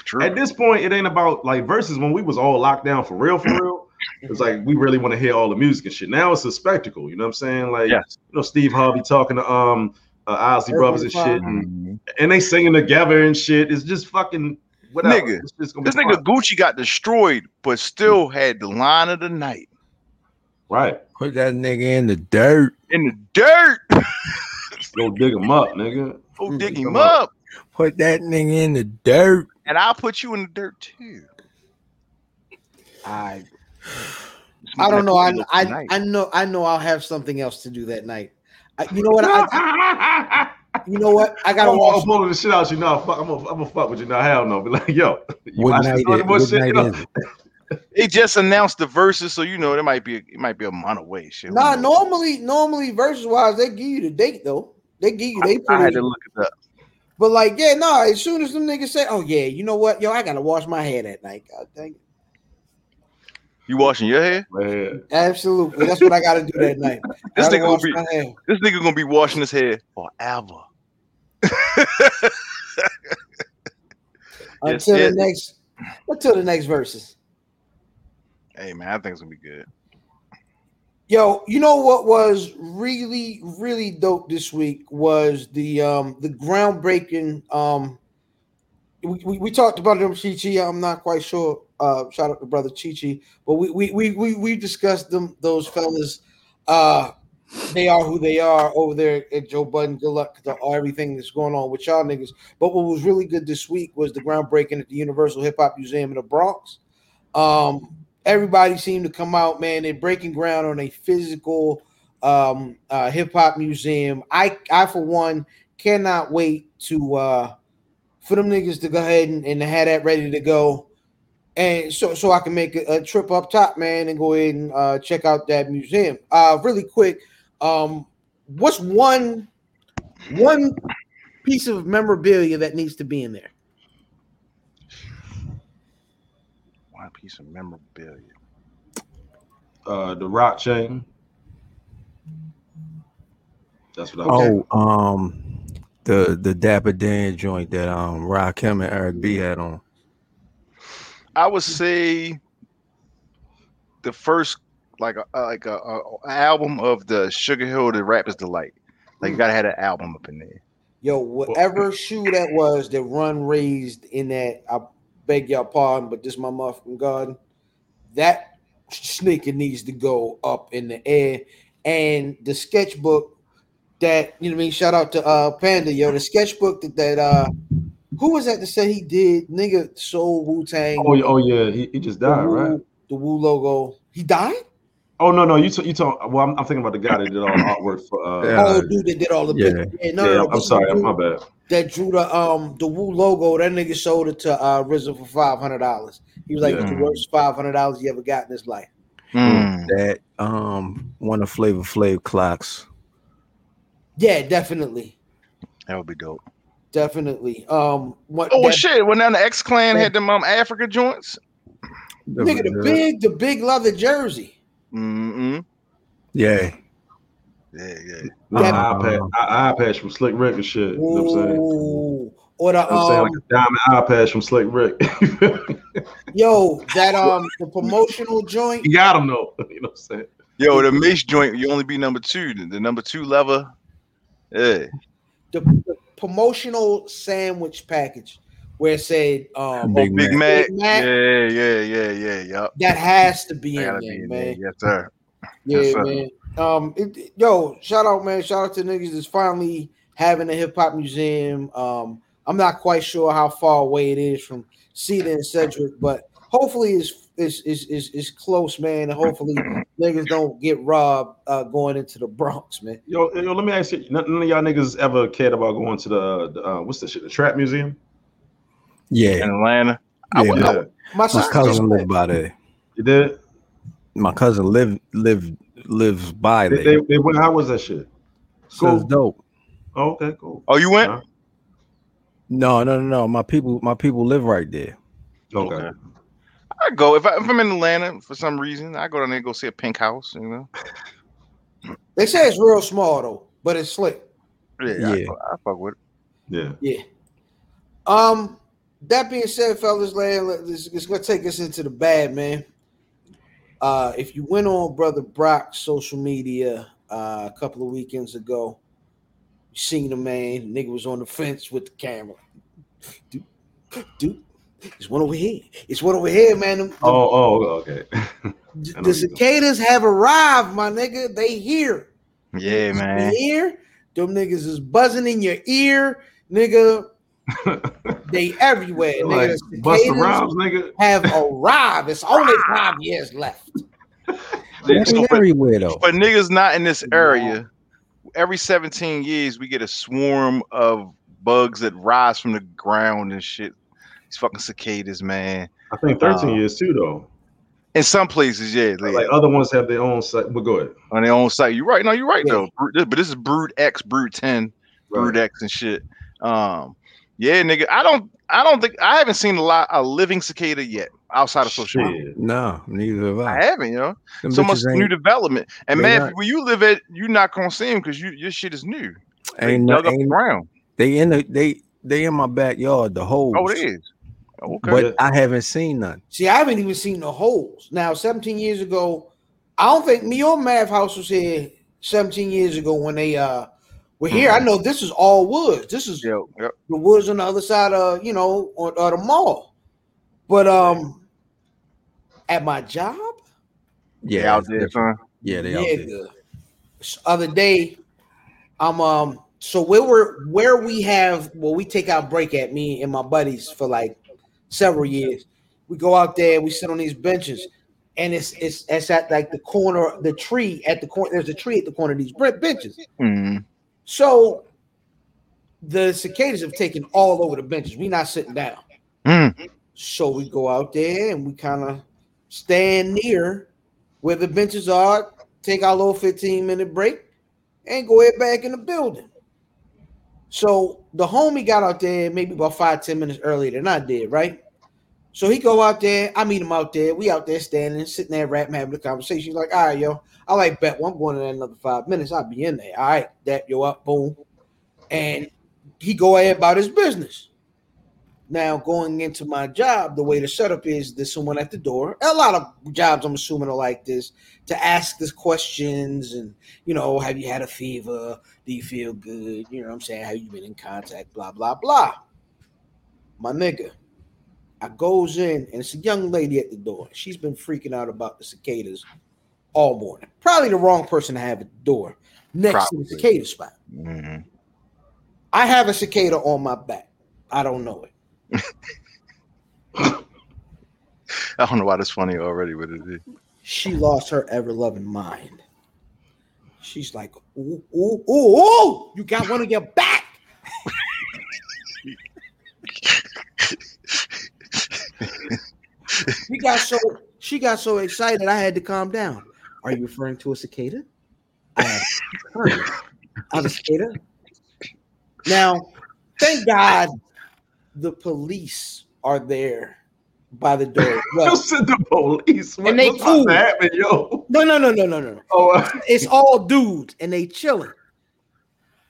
[SPEAKER 4] True.
[SPEAKER 3] At this point, it ain't about like verses when we was all locked down for real, for real. It's like we really want to hear all the music and shit. Now it's a spectacle. You know what I'm saying? Like,
[SPEAKER 4] Yes.
[SPEAKER 3] you know, Steve Harvey talking to um uh, Ozzy
[SPEAKER 1] Earth,
[SPEAKER 3] Brothers
[SPEAKER 1] Wind,
[SPEAKER 3] and
[SPEAKER 1] Fire.
[SPEAKER 3] shit, and, and they singing together and shit. It's just fucking whatever.
[SPEAKER 4] Nigga,
[SPEAKER 3] It's just gonna
[SPEAKER 4] This
[SPEAKER 3] be
[SPEAKER 4] nigga
[SPEAKER 3] fun.
[SPEAKER 4] Gucci got destroyed, but still had the line of the night
[SPEAKER 3] right?
[SPEAKER 2] Put that nigga in the dirt.
[SPEAKER 4] in the dirt.
[SPEAKER 3] Go dig him up, nigga.
[SPEAKER 4] Go
[SPEAKER 3] Mm,
[SPEAKER 4] dig him
[SPEAKER 3] come on.
[SPEAKER 4] up,
[SPEAKER 2] Put that nigga in the dirt.
[SPEAKER 4] and I'll put you in the dirt too.
[SPEAKER 1] I I don't know. I I, I know I know I'll have something else to do that night. I, you know what? I, you know what? I gotta
[SPEAKER 3] I'm all
[SPEAKER 1] watch.
[SPEAKER 3] pulling the shit out you now. Fuck, I'm gonna I'm gonna fuck with you now. Hell no. Be like, yo, you
[SPEAKER 2] What
[SPEAKER 3] watch this
[SPEAKER 2] night,
[SPEAKER 3] other
[SPEAKER 2] is,
[SPEAKER 3] boy
[SPEAKER 2] what
[SPEAKER 3] shit, you know?
[SPEAKER 2] night is it?
[SPEAKER 4] They just announced the verses, so you know there might be a, it might be a month away. Shit. who
[SPEAKER 1] Nah,
[SPEAKER 4] knows?
[SPEAKER 1] normally normally versus wise they give you the date though. They give you they
[SPEAKER 4] I
[SPEAKER 1] put
[SPEAKER 4] had
[SPEAKER 1] it.
[SPEAKER 4] to look it up.
[SPEAKER 1] But like, yeah, no. As soon as them niggas say, "Oh yeah, you know what, yo, I gotta wash my hair that night." God dang it.
[SPEAKER 4] You washing your hair?
[SPEAKER 3] Man,
[SPEAKER 1] Absolutely, that's what I gotta do that night.
[SPEAKER 4] This
[SPEAKER 1] Gotta
[SPEAKER 4] nigga gonna
[SPEAKER 1] wash
[SPEAKER 4] be-
[SPEAKER 1] my hair.
[SPEAKER 4] This nigga gonna be washing his hair forever. Yes,
[SPEAKER 1] until
[SPEAKER 4] yes.
[SPEAKER 1] the next until the next verses.
[SPEAKER 4] Hey man, I think it's gonna be good.
[SPEAKER 1] Yo, you know what was really really dope this week was the um the groundbreaking um we, we, we talked about them Chi Chi. I'm not quite sure. Uh, shout out to brother Chi Chi, but we we, we we we discussed them those fellas. Uh, they are who they are over there at Joe Budden. Good luck to all- everything that's going on with y'all niggas. But what was really good this week was the groundbreaking at the Universal Hip Hop Museum in the Bronx. Um, everybody seemed to come out, man. They're breaking ground on a physical um, uh, hip hop museum. I, I for one, cannot wait to uh, for them niggas to go ahead and, and have that ready to go, and so so I can make a, a trip up top, man, and go ahead and uh, check out that museum. Uh, really quick, um, what's one one piece of memorabilia that needs to be in there?
[SPEAKER 4] One piece of memorabilia.
[SPEAKER 3] uh, the rock chain. That's what I was.
[SPEAKER 2] Oh, um,
[SPEAKER 7] The the Dapper Dan joint that um Rakim and Eric B had on.
[SPEAKER 4] I would say the first like a, like a, a, a album of the Sugar Hill to Rappers Delight. Like you gotta have an album up in there.
[SPEAKER 1] Yo, whatever shoe that was that Run raised in that, I beg your pardon, but this my motherfucking garden. That sneaker needs to go up in the air. And the sketchbook that you know, what I mean, shout out to uh Panda, yo, the sketchbook that that uh, who was that that said he did nigga Soul Wu Tang?
[SPEAKER 3] Oh, yeah, oh yeah, he, he just died,
[SPEAKER 1] the Wu,
[SPEAKER 3] right?
[SPEAKER 1] The Wu logo. He died?
[SPEAKER 3] Oh no, no, you t- you talk. Well, I'm, I'm thinking about the guy that did all the artwork for. Uh, yeah,
[SPEAKER 7] Yeah.
[SPEAKER 1] oh, dude, that did all the
[SPEAKER 7] yeah.
[SPEAKER 1] big- no, no, no,
[SPEAKER 3] I'm
[SPEAKER 1] but
[SPEAKER 3] sorry,
[SPEAKER 1] the
[SPEAKER 3] I'm
[SPEAKER 1] dude
[SPEAKER 3] my bad.
[SPEAKER 1] That drew the um the Wu logo. That nigga sold it to uh RZA for five hundred dollars. He was like,
[SPEAKER 4] Yeah.
[SPEAKER 1] "It's the worst five hundred dollars he ever got in his life."
[SPEAKER 4] Mm.
[SPEAKER 7] That um one of Flavor Flav clocks.
[SPEAKER 1] Yeah, definitely,
[SPEAKER 4] That would be dope.
[SPEAKER 1] definitely. Um, what?
[SPEAKER 4] Oh
[SPEAKER 1] that-
[SPEAKER 4] shit! When down the X Clan had them um Africa joints.
[SPEAKER 1] Nigga, the big, the big leather jersey.
[SPEAKER 4] Mm-mm.
[SPEAKER 7] Yeah. Um,
[SPEAKER 4] Yeah, yeah.
[SPEAKER 3] Like
[SPEAKER 1] That-
[SPEAKER 3] an iPad, i- iPads from Slick Rick and shit. You know what I'm saying?
[SPEAKER 1] Ooh. Or the
[SPEAKER 3] You know what I'm saying
[SPEAKER 1] um,
[SPEAKER 3] like a diamond iPads from Slick Rick.
[SPEAKER 1] yo, that um, the promotional joint.
[SPEAKER 3] you got him though. You know what I'm saying?
[SPEAKER 4] Yo, the Mace joint, you only be number two. The, the number two lever. Yeah.
[SPEAKER 1] the, the promotional sandwich package where it said um,
[SPEAKER 7] Big
[SPEAKER 4] Big
[SPEAKER 7] Mac.
[SPEAKER 4] Mac.
[SPEAKER 1] Big Mac.
[SPEAKER 4] Yeah, yeah, yeah, yeah, yup.
[SPEAKER 1] that has to be
[SPEAKER 4] I
[SPEAKER 1] in
[SPEAKER 4] gotta
[SPEAKER 1] there,
[SPEAKER 4] be in there.
[SPEAKER 1] man.
[SPEAKER 4] Yes, sir.
[SPEAKER 1] Yeah,
[SPEAKER 4] Yes, sir.
[SPEAKER 1] man. Um, it- it- yo, shout out, man. Shout out to niggas that's finally having a hip hop museum. Um, I'm not quite sure how far away it is from Cedar and Cedric, but hopefully it's it's it's, it's, it's close, man. And hopefully niggas don't get robbed uh, going into the Bronx, man.
[SPEAKER 3] Yo, yo, let me ask you. None, none of y'all niggas ever cared about going to the, the uh, what's the shit? The Trap Museum.
[SPEAKER 7] Yeah.
[SPEAKER 4] In Atlanta. I
[SPEAKER 7] Yeah,
[SPEAKER 4] would, I
[SPEAKER 7] my-
[SPEAKER 4] would-
[SPEAKER 1] My
[SPEAKER 7] My
[SPEAKER 1] sister,
[SPEAKER 7] cousin lived by there.
[SPEAKER 3] You did.
[SPEAKER 7] My cousin lived lived lives by
[SPEAKER 3] They,
[SPEAKER 7] there.
[SPEAKER 3] they, they went. How was that shit?
[SPEAKER 7] So it's dope.
[SPEAKER 3] Oh, okay, cool.
[SPEAKER 4] oh, you went?
[SPEAKER 3] Huh?
[SPEAKER 7] No, no, no, no. My people, my people live right there.
[SPEAKER 3] Okay.
[SPEAKER 4] Okay. I go if, I, if I'm in Atlanta for some reason. I go down there and go see a pink house. You know.
[SPEAKER 1] they say it's real small though, but it's slick.
[SPEAKER 4] Yeah.
[SPEAKER 7] Yeah.
[SPEAKER 4] I, fuck- I fuck with it.
[SPEAKER 3] Yeah.
[SPEAKER 1] Um, that being said, fellas, lad, let- this it's gonna take us into the bad man. Uh, if you went on Brother Brock's social media uh, a couple of weekends ago, you seen the man. Nigga was on the fence with the camera. Dude, dude, it's one over here. It's one over here, man. Them- them-
[SPEAKER 3] Oh, oh, okay.
[SPEAKER 1] the,
[SPEAKER 3] I know you don't.
[SPEAKER 1] cicadas have arrived, my nigga. They here.
[SPEAKER 4] Yeah, man.
[SPEAKER 1] Here, them niggas is buzzing in your ear, nigga. They everywhere. nigga.
[SPEAKER 3] like
[SPEAKER 1] The
[SPEAKER 3] Busta
[SPEAKER 1] cicadas
[SPEAKER 3] Rhymes, nigga.
[SPEAKER 1] have arrived. It's only five years left.
[SPEAKER 7] They
[SPEAKER 4] so, but,
[SPEAKER 7] everywhere though.
[SPEAKER 4] but niggas not in this area. Every 17 years, we get a swarm of bugs that rise from the ground and shit. These fucking cicadas, man.
[SPEAKER 3] I think 13
[SPEAKER 4] Uh,
[SPEAKER 3] years too, though.
[SPEAKER 4] In some places, yeah, they,
[SPEAKER 3] Like other ones have their own site, but go ahead.
[SPEAKER 4] on their own site. You're right. No, you're right
[SPEAKER 1] Yeah.
[SPEAKER 4] though. Brood- this- But this is Brood X, Brood Ten, Brood X, and shit. Um, yeah, nigga. I don't. I don't think I haven't seen a lot a living cicada yet outside of social. media.
[SPEAKER 3] Shit.
[SPEAKER 7] no, neither have
[SPEAKER 4] I
[SPEAKER 7] I.
[SPEAKER 4] haven't, you know.
[SPEAKER 7] Them
[SPEAKER 4] so much
[SPEAKER 7] bitches
[SPEAKER 4] new
[SPEAKER 7] ain't,
[SPEAKER 4] development. And
[SPEAKER 7] they
[SPEAKER 4] man,
[SPEAKER 7] not-
[SPEAKER 4] where you live at, you're not gonna see them because you your shit is new. They
[SPEAKER 7] ain't, no-
[SPEAKER 4] dug up
[SPEAKER 7] ain't-
[SPEAKER 4] ground.
[SPEAKER 7] they in the they they in my backyard. The holes,
[SPEAKER 4] Oh, it is. Oh, Okay.
[SPEAKER 7] but I haven't seen none.
[SPEAKER 1] See, I haven't even seen the holes. Now, 17 years ago, I don't think me or Mav House was here 17 years ago when they uh were here.
[SPEAKER 4] Mm-hmm.
[SPEAKER 1] I know this is all woods. This is
[SPEAKER 4] Yo, yo.
[SPEAKER 1] the woods on the other side of you know on uh, the mall. But um at my job,
[SPEAKER 4] Yeah,
[SPEAKER 7] Yeah,
[SPEAKER 4] out
[SPEAKER 7] it's
[SPEAKER 4] there,
[SPEAKER 7] different.
[SPEAKER 4] son.
[SPEAKER 7] yeah, they out there.
[SPEAKER 1] nigga. S- Other day, I'm um. So where we're where we have well, we take our break at me and my buddies for like several years. We go out there, we sit on these benches, and it's it's it's at like the corner, the tree at the corner. There's a tree at the corner of these bre- benches.
[SPEAKER 4] Mm.
[SPEAKER 1] So the cicadas have taken all over the benches. We're not sitting down.
[SPEAKER 4] Mm.
[SPEAKER 1] So we go out there and we kind of stand near where the benches are, take our little 15 minute break, and go head back in the building. So the homie got out there maybe about five, 10 minutes earlier than I did, right? So he go out there, I meet him out there, we out there standing, sitting there rapping, having a conversation. He's like, all right, yo, I like bet well, I'm going in there another five minutes. I'll be in there. All right, that yo up, boom. And he go ahead about his business. Now going into my job, the way the setup is there's someone at the door. A lot of jobs I'm assuming are like this to ask this questions and you know, have you had a fever? Do you feel good? You know what I'm saying? Have you been in contact? Blah blah blah. My nigga. I goes in and it's a young lady at the door. She's been freaking out about the cicadas all morning. Probably the wrong person to have at the door next to the
[SPEAKER 4] Probably.
[SPEAKER 1] cicada spot.
[SPEAKER 4] Mhm.
[SPEAKER 1] I have a cicada on my back. I don't know it.
[SPEAKER 4] I don't know why that's funny already, but it is.
[SPEAKER 1] She lost her ever loving mind. She's like, ooh, ooh, ooh, ooh, you got one on your back. she got so she got so excited I had to calm down. Are you referring to a cicada? I have heard it. of a cicada. Now, thank God the police are there by the door. as
[SPEAKER 3] You
[SPEAKER 1] well.
[SPEAKER 3] said the police. What,
[SPEAKER 1] And they
[SPEAKER 3] what's
[SPEAKER 1] cool.
[SPEAKER 3] happening, yo?
[SPEAKER 1] No, no, no, no, no, no. no.
[SPEAKER 3] Oh, uh,
[SPEAKER 1] it's all dudes and they chilling.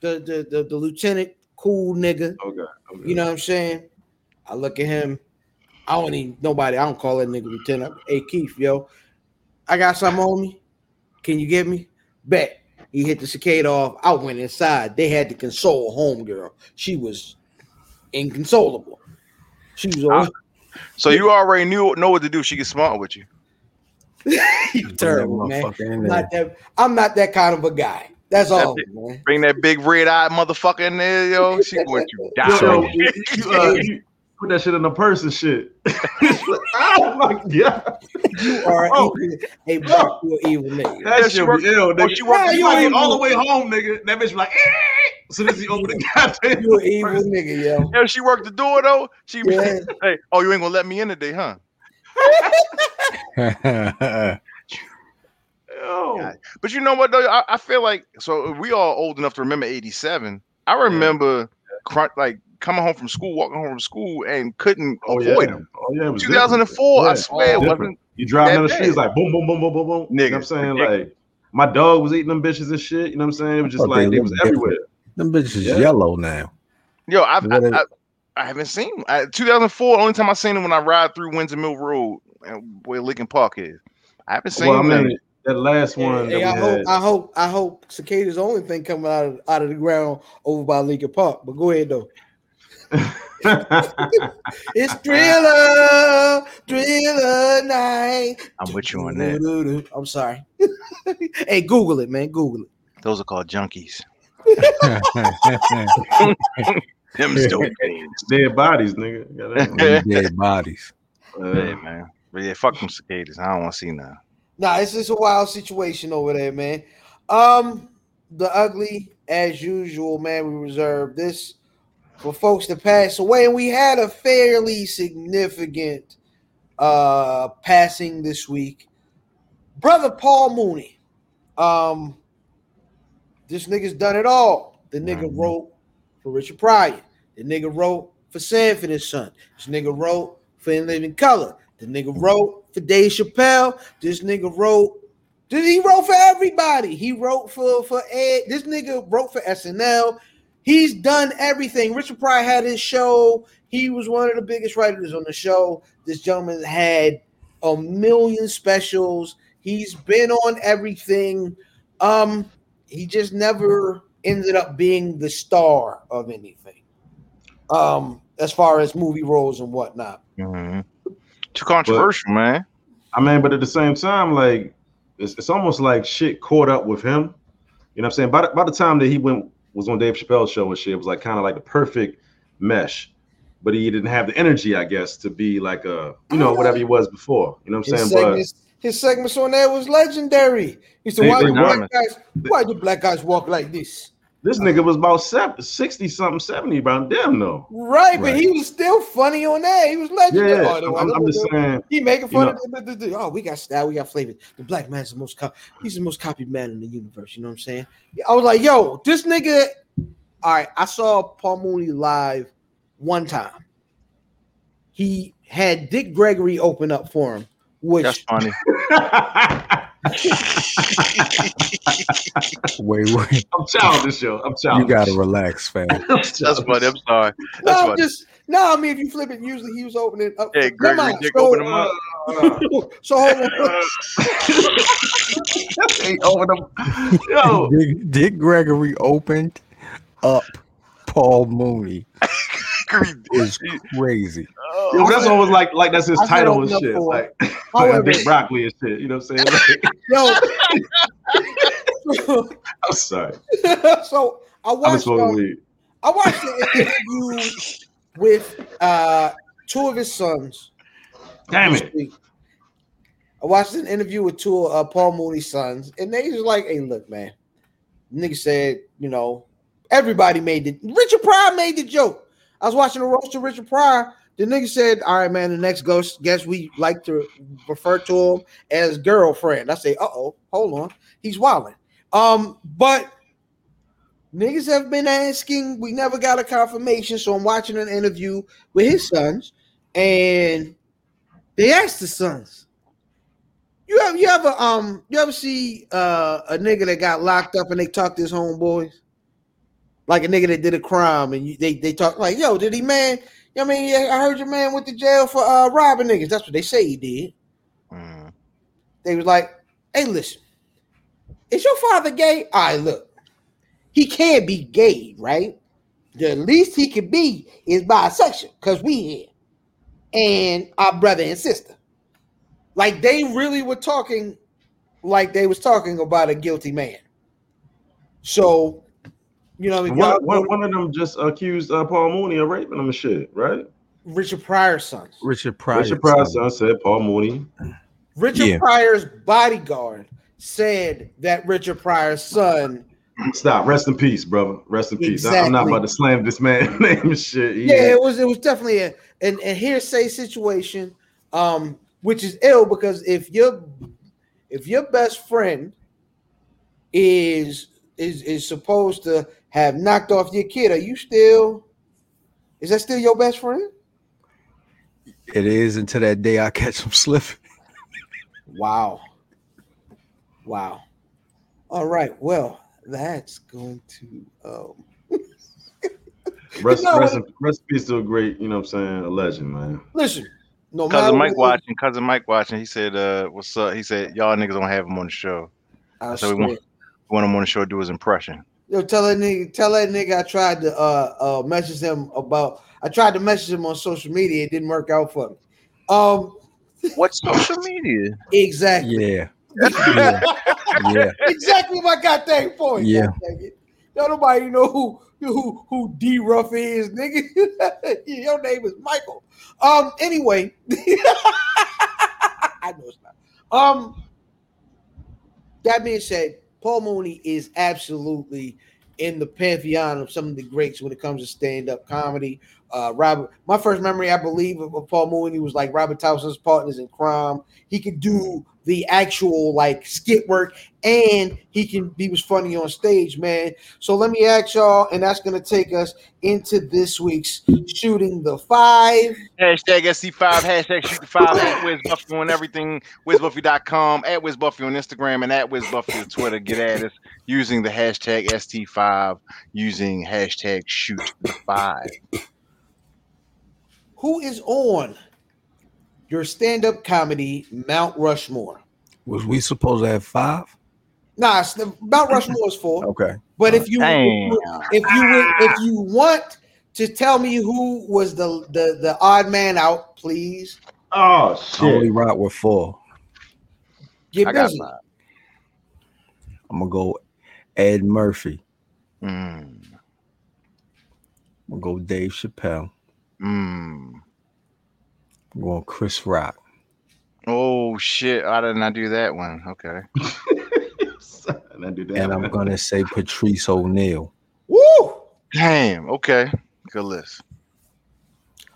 [SPEAKER 1] The the the, the lieutenant, cool nigga.
[SPEAKER 3] oh god. Oh, God.
[SPEAKER 1] You know what I'm saying? I look at him. I don't even nobody. I don't call that nigga lieutenant. Hey Keith, yo, I got something on me. Can you get me? Bet. He hit the cicada off. I went inside. They had to console homegirl. She was inconsolable. She was
[SPEAKER 2] Ah.
[SPEAKER 1] all
[SPEAKER 4] So you already knew know what to do. She get smart with you.
[SPEAKER 1] you terrible,
[SPEAKER 2] Bring that
[SPEAKER 1] man.
[SPEAKER 2] motherfucker in there.
[SPEAKER 1] Not that, I'm not that kind of a guy. That's all,
[SPEAKER 4] That's
[SPEAKER 1] man.
[SPEAKER 4] Bring that big red eyed motherfucker in there, yo. She going to
[SPEAKER 3] Yo,
[SPEAKER 4] die.
[SPEAKER 3] yo, you, you, uh, you put that shit in a person shit. oh my god.
[SPEAKER 1] You are
[SPEAKER 3] Oh.
[SPEAKER 1] evil, a black you are evil nigga.
[SPEAKER 3] That
[SPEAKER 4] Yeah,
[SPEAKER 3] shit
[SPEAKER 4] she
[SPEAKER 3] be ill,
[SPEAKER 4] oh,
[SPEAKER 3] nigga.
[SPEAKER 4] she
[SPEAKER 3] You
[SPEAKER 4] work-
[SPEAKER 3] might
[SPEAKER 1] you
[SPEAKER 3] be
[SPEAKER 1] evil.
[SPEAKER 3] all the way home, nigga. That bitch be like, eh! So this is over the goddamn.
[SPEAKER 1] You an evil
[SPEAKER 3] person.
[SPEAKER 1] nigga, yo.
[SPEAKER 4] Yo, she worked the door though. She be
[SPEAKER 1] Yeah.
[SPEAKER 4] hey, oh, you ain't gonna let me in today, huh?
[SPEAKER 3] Yo.
[SPEAKER 4] God. But you know what though? I, I feel like so we all old enough to remember '87. I remember crunch like coming home from school, walking home from school, and couldn't
[SPEAKER 3] Oh yeah.
[SPEAKER 4] avoid them.
[SPEAKER 3] Oh yeah. It was different.
[SPEAKER 4] 2004, I
[SPEAKER 3] Yeah.
[SPEAKER 4] swear, it
[SPEAKER 3] Different.
[SPEAKER 4] wasn't.
[SPEAKER 3] You driving
[SPEAKER 4] That
[SPEAKER 3] down the
[SPEAKER 4] bad.
[SPEAKER 3] streets like boom, boom, boom, boom, boom, boom. You know what I'm
[SPEAKER 4] Nigga,
[SPEAKER 3] saying?
[SPEAKER 4] ridiculous.
[SPEAKER 3] Like my dog was eating them bitches and shit. You know what I'm saying? It was just
[SPEAKER 2] Oh,
[SPEAKER 3] like
[SPEAKER 2] they
[SPEAKER 3] they was
[SPEAKER 2] look different.
[SPEAKER 3] everywhere.
[SPEAKER 2] Them bitches
[SPEAKER 3] Yeah.
[SPEAKER 2] yellow now.
[SPEAKER 4] Yo, I've, I,
[SPEAKER 2] What
[SPEAKER 4] I, I haven't seen I, 2004. Only time I seen them when I ride through Windsor Mill Road and where Lincoln Park is. I haven't seen
[SPEAKER 3] Well, I
[SPEAKER 4] them.
[SPEAKER 3] mean that last one
[SPEAKER 1] Hey,
[SPEAKER 3] that
[SPEAKER 1] I
[SPEAKER 3] we
[SPEAKER 1] hope,
[SPEAKER 3] had.
[SPEAKER 1] I hope, I hope cicadas only thing coming out of, out of the ground over by Lincoln Park. But go ahead though. It's thriller, thriller night.
[SPEAKER 4] I'm with you on that.
[SPEAKER 1] Doo-doo-doo-doo. I'm sorry. hey, Google it, man. Google it.
[SPEAKER 4] Those are called junkies.
[SPEAKER 2] Them
[SPEAKER 4] Them's dope things.
[SPEAKER 3] Dead bodies, nigga. Goddamn.
[SPEAKER 2] Dead bodies.
[SPEAKER 4] Yeah,
[SPEAKER 3] Uh,
[SPEAKER 4] man. But yeah, fuck them cicadas. I don't want to see none.
[SPEAKER 1] Nah, it's just a wild situation over there, man. Um, the ugly, as usual, man. We reserve this for folks to pass away, and we had a fairly significant uh passing this week. Brother Paul Mooney. Um, this nigga's done it all. The nigga
[SPEAKER 2] Mhm.
[SPEAKER 1] wrote for Richard Pryor. The nigga wrote for Sanford and Son. This nigga wrote for In Living Color. The nigga wrote for Dave Chappelle. This nigga wrote. Dude, he wrote for everybody. He wrote for for Ed. This nigga wrote for SNL. He's done everything. Richard Pryor had his show. He was one of the biggest writers on the show. This gentleman had a million specials. He's been on everything. Um, he just never ended up being the star of anything. Um, as far as movie roles and whatnot.
[SPEAKER 4] Too controversial, man.
[SPEAKER 3] I mean, but at the same time, like it's, it's almost like shit caught up with him. You know what I'm saying? By the, by the time that he went was on Dave Chappelle's show and shit, it was like kind of like the perfect mesh. But he didn't have the energy, I guess, to be like a you know whatever he was before. You know what I'm
[SPEAKER 1] His
[SPEAKER 3] saying? But
[SPEAKER 1] segments, his segments on there was legendary. He said,
[SPEAKER 3] They-
[SPEAKER 1] "Why
[SPEAKER 3] they
[SPEAKER 1] do black
[SPEAKER 4] honest.
[SPEAKER 1] guys? Why do black guys walk like this?"
[SPEAKER 3] This nigga was about 70, 60 something, 70, about damn though.
[SPEAKER 1] Right, but
[SPEAKER 2] Right.
[SPEAKER 1] he was still funny on that. He was
[SPEAKER 3] Yeah,
[SPEAKER 1] legendary. Oh,
[SPEAKER 3] yeah.
[SPEAKER 1] they
[SPEAKER 3] I'm,
[SPEAKER 1] want-
[SPEAKER 3] I'm- I'm just saying.
[SPEAKER 1] He making
[SPEAKER 3] You
[SPEAKER 1] fun of the, the, the- oh, we got style, we got flavor. The black man's the most co- he's the most copied man in the universe. You know what I'm saying? I was like, yo, this nigga. All right, I saw Paul Mooney live one time. He had Dick Gregory open up for him
[SPEAKER 4] That's
[SPEAKER 1] which
[SPEAKER 4] funny.
[SPEAKER 7] Wait, wait.
[SPEAKER 3] I'm childish, yo. I'm
[SPEAKER 7] You
[SPEAKER 3] childish.
[SPEAKER 7] gotta relax, fam.
[SPEAKER 4] That's funny. I'm sorry. That's
[SPEAKER 1] no,
[SPEAKER 4] funny.
[SPEAKER 1] just no. I mean, if you flip it, usually he was opening up.
[SPEAKER 4] Yeah,
[SPEAKER 1] Never
[SPEAKER 4] Gregory
[SPEAKER 1] mind.
[SPEAKER 4] Dick
[SPEAKER 1] so, um,
[SPEAKER 4] opened him up.
[SPEAKER 1] so hold on.
[SPEAKER 3] Hey, over them. Yo,
[SPEAKER 7] Dick, Dick Gregory opened up Paul Mooney. Is crazy.
[SPEAKER 4] uh,
[SPEAKER 3] yo, that's always like like that's his
[SPEAKER 1] I said
[SPEAKER 3] title
[SPEAKER 1] open
[SPEAKER 3] and
[SPEAKER 1] up
[SPEAKER 3] shit.
[SPEAKER 1] for-
[SPEAKER 3] Like, like
[SPEAKER 1] However,
[SPEAKER 3] Big Broccoli and shit. You know what I'm saying? Like,
[SPEAKER 1] yo.
[SPEAKER 3] I'm sorry.
[SPEAKER 1] so I
[SPEAKER 3] I've been
[SPEAKER 1] watched.
[SPEAKER 3] smoking
[SPEAKER 1] um,
[SPEAKER 3] weed.
[SPEAKER 1] I watched the interview with uh, two of his sons.
[SPEAKER 3] Damn
[SPEAKER 1] this
[SPEAKER 3] it.
[SPEAKER 1] week. I watched an interview with two of uh, Paul Mooney's sons, and they was like, "Hey, look, man." Nigga said, you know, everybody made the Richard Pryor made the joke. I was watching a roast of Richard Pryor. The nigga said, "All right, man, the next ghost guess we like to refer to him as girlfriend." I say, "Uh oh, hold on, he's wilding." Um, but niggas have been asking. We never got a confirmation, so I'm watching an interview with his sons, and they asked the sons, "You ever, you ever, um, you ever see uh, a nigga that got locked up and they talked to his homeboys, like a nigga that did a crime and you, they they talk like, yo, did he man? You know what I mean, yeah, I heard your man went to jail for uh, robbing niggas. That's what they say he did.
[SPEAKER 4] Mm.
[SPEAKER 1] They was like, hey, listen, is your father gay? All right, look, he can be gay, right? The least he could be is bisexual because we here and our brother and sister. Like they really were talking, like they was talking about a guilty man. So, you know, if y'all
[SPEAKER 3] One, one,
[SPEAKER 1] know
[SPEAKER 3] one of them just accused uh, Paul Mooney of raping him and shit, right?
[SPEAKER 1] Richard Pryor's sons.
[SPEAKER 7] Richard Pryor.
[SPEAKER 3] Richard Pryor's son said Paul Mooney.
[SPEAKER 1] Richard
[SPEAKER 7] Yeah.
[SPEAKER 1] Pryor's bodyguard said that Richard Pryor's son
[SPEAKER 3] Stop. Rest in peace, brother. Rest in peace. I- I'm not
[SPEAKER 1] Exactly.
[SPEAKER 3] about to slam this man's name and shit. He-
[SPEAKER 1] yeah, it was it was definitely a an, a hearsay situation, um, which is ill because if your if your best friend is is is supposed to have knocked off your kid, are you still is that still your best friend?
[SPEAKER 7] It is until that day I catch him slipping.
[SPEAKER 1] Wow. Wow. All right. Well, that's going to um
[SPEAKER 3] Rest,
[SPEAKER 1] You know
[SPEAKER 3] rest, in, rest in peace to a great, you know what I'm saying, a legend, man.
[SPEAKER 1] listen. No matter
[SPEAKER 4] Cousin Mike
[SPEAKER 1] what-
[SPEAKER 4] watching. Cousin Mike watching. He said, uh, "What's up?" He said, "Y'all niggas don't have him on the show.
[SPEAKER 1] I
[SPEAKER 4] So we
[SPEAKER 1] swear.
[SPEAKER 4] want- Want him on the show? to Do his impression."
[SPEAKER 1] Yo, tell that nigga, tell that nigga I tried to uh uh message him about I tried to message him on social media, it didn't work out for me. Um
[SPEAKER 4] What social media?
[SPEAKER 1] exactly
[SPEAKER 7] Yeah. Yeah. yeah.
[SPEAKER 1] exactly my goddamn point.
[SPEAKER 7] Yeah.
[SPEAKER 1] God dang it. Don't nobody know who who who D Ruff is, nigga. Your name is Michael. Um anyway. I know it's not. Um that being said, Paul Mooney is absolutely in the pantheon of some of the greats when it comes to stand-up comedy. Uh Robert, my first memory, I believe, of, of Paul Mooney was like Robert Towson's partners in crime. He could do the actual like skit work and he can he was funny on stage, man. So let me ask y'all, and that's gonna take us into this week's shooting the five.
[SPEAKER 4] Hashtag SC5, hashtag shoot the five, at WizBuffy on everything, WizBuffy.com, at WizBuffy on Instagram, and at WizBuffy on Twitter. Get at us using the hashtag ST5, using hashtag shoot the five.
[SPEAKER 1] Who is on your stand-up comedy Mount Rushmore?
[SPEAKER 7] Was we supposed to have five?
[SPEAKER 1] Nah, it's the- Mount Rushmore is four.
[SPEAKER 7] Okay.
[SPEAKER 1] But if you if you
[SPEAKER 4] Damn.
[SPEAKER 1] if you, would- if you want to tell me who was the the the odd man out, please
[SPEAKER 3] Oh
[SPEAKER 7] I only
[SPEAKER 3] shit.
[SPEAKER 7] rock with four.
[SPEAKER 1] get
[SPEAKER 4] I got
[SPEAKER 1] busy.
[SPEAKER 7] I'm gonna go Ed Murphy.
[SPEAKER 4] Mm,
[SPEAKER 7] I'm gonna go Dave Chappelle.
[SPEAKER 4] mm.
[SPEAKER 7] I'm going Chris Rock.
[SPEAKER 4] Oh, shit. I did not do that one. Okay.
[SPEAKER 3] And I do that.
[SPEAKER 7] And I'm gonna say Patrice O'Neill.
[SPEAKER 1] Woo!
[SPEAKER 4] Damn. Okay. Good list.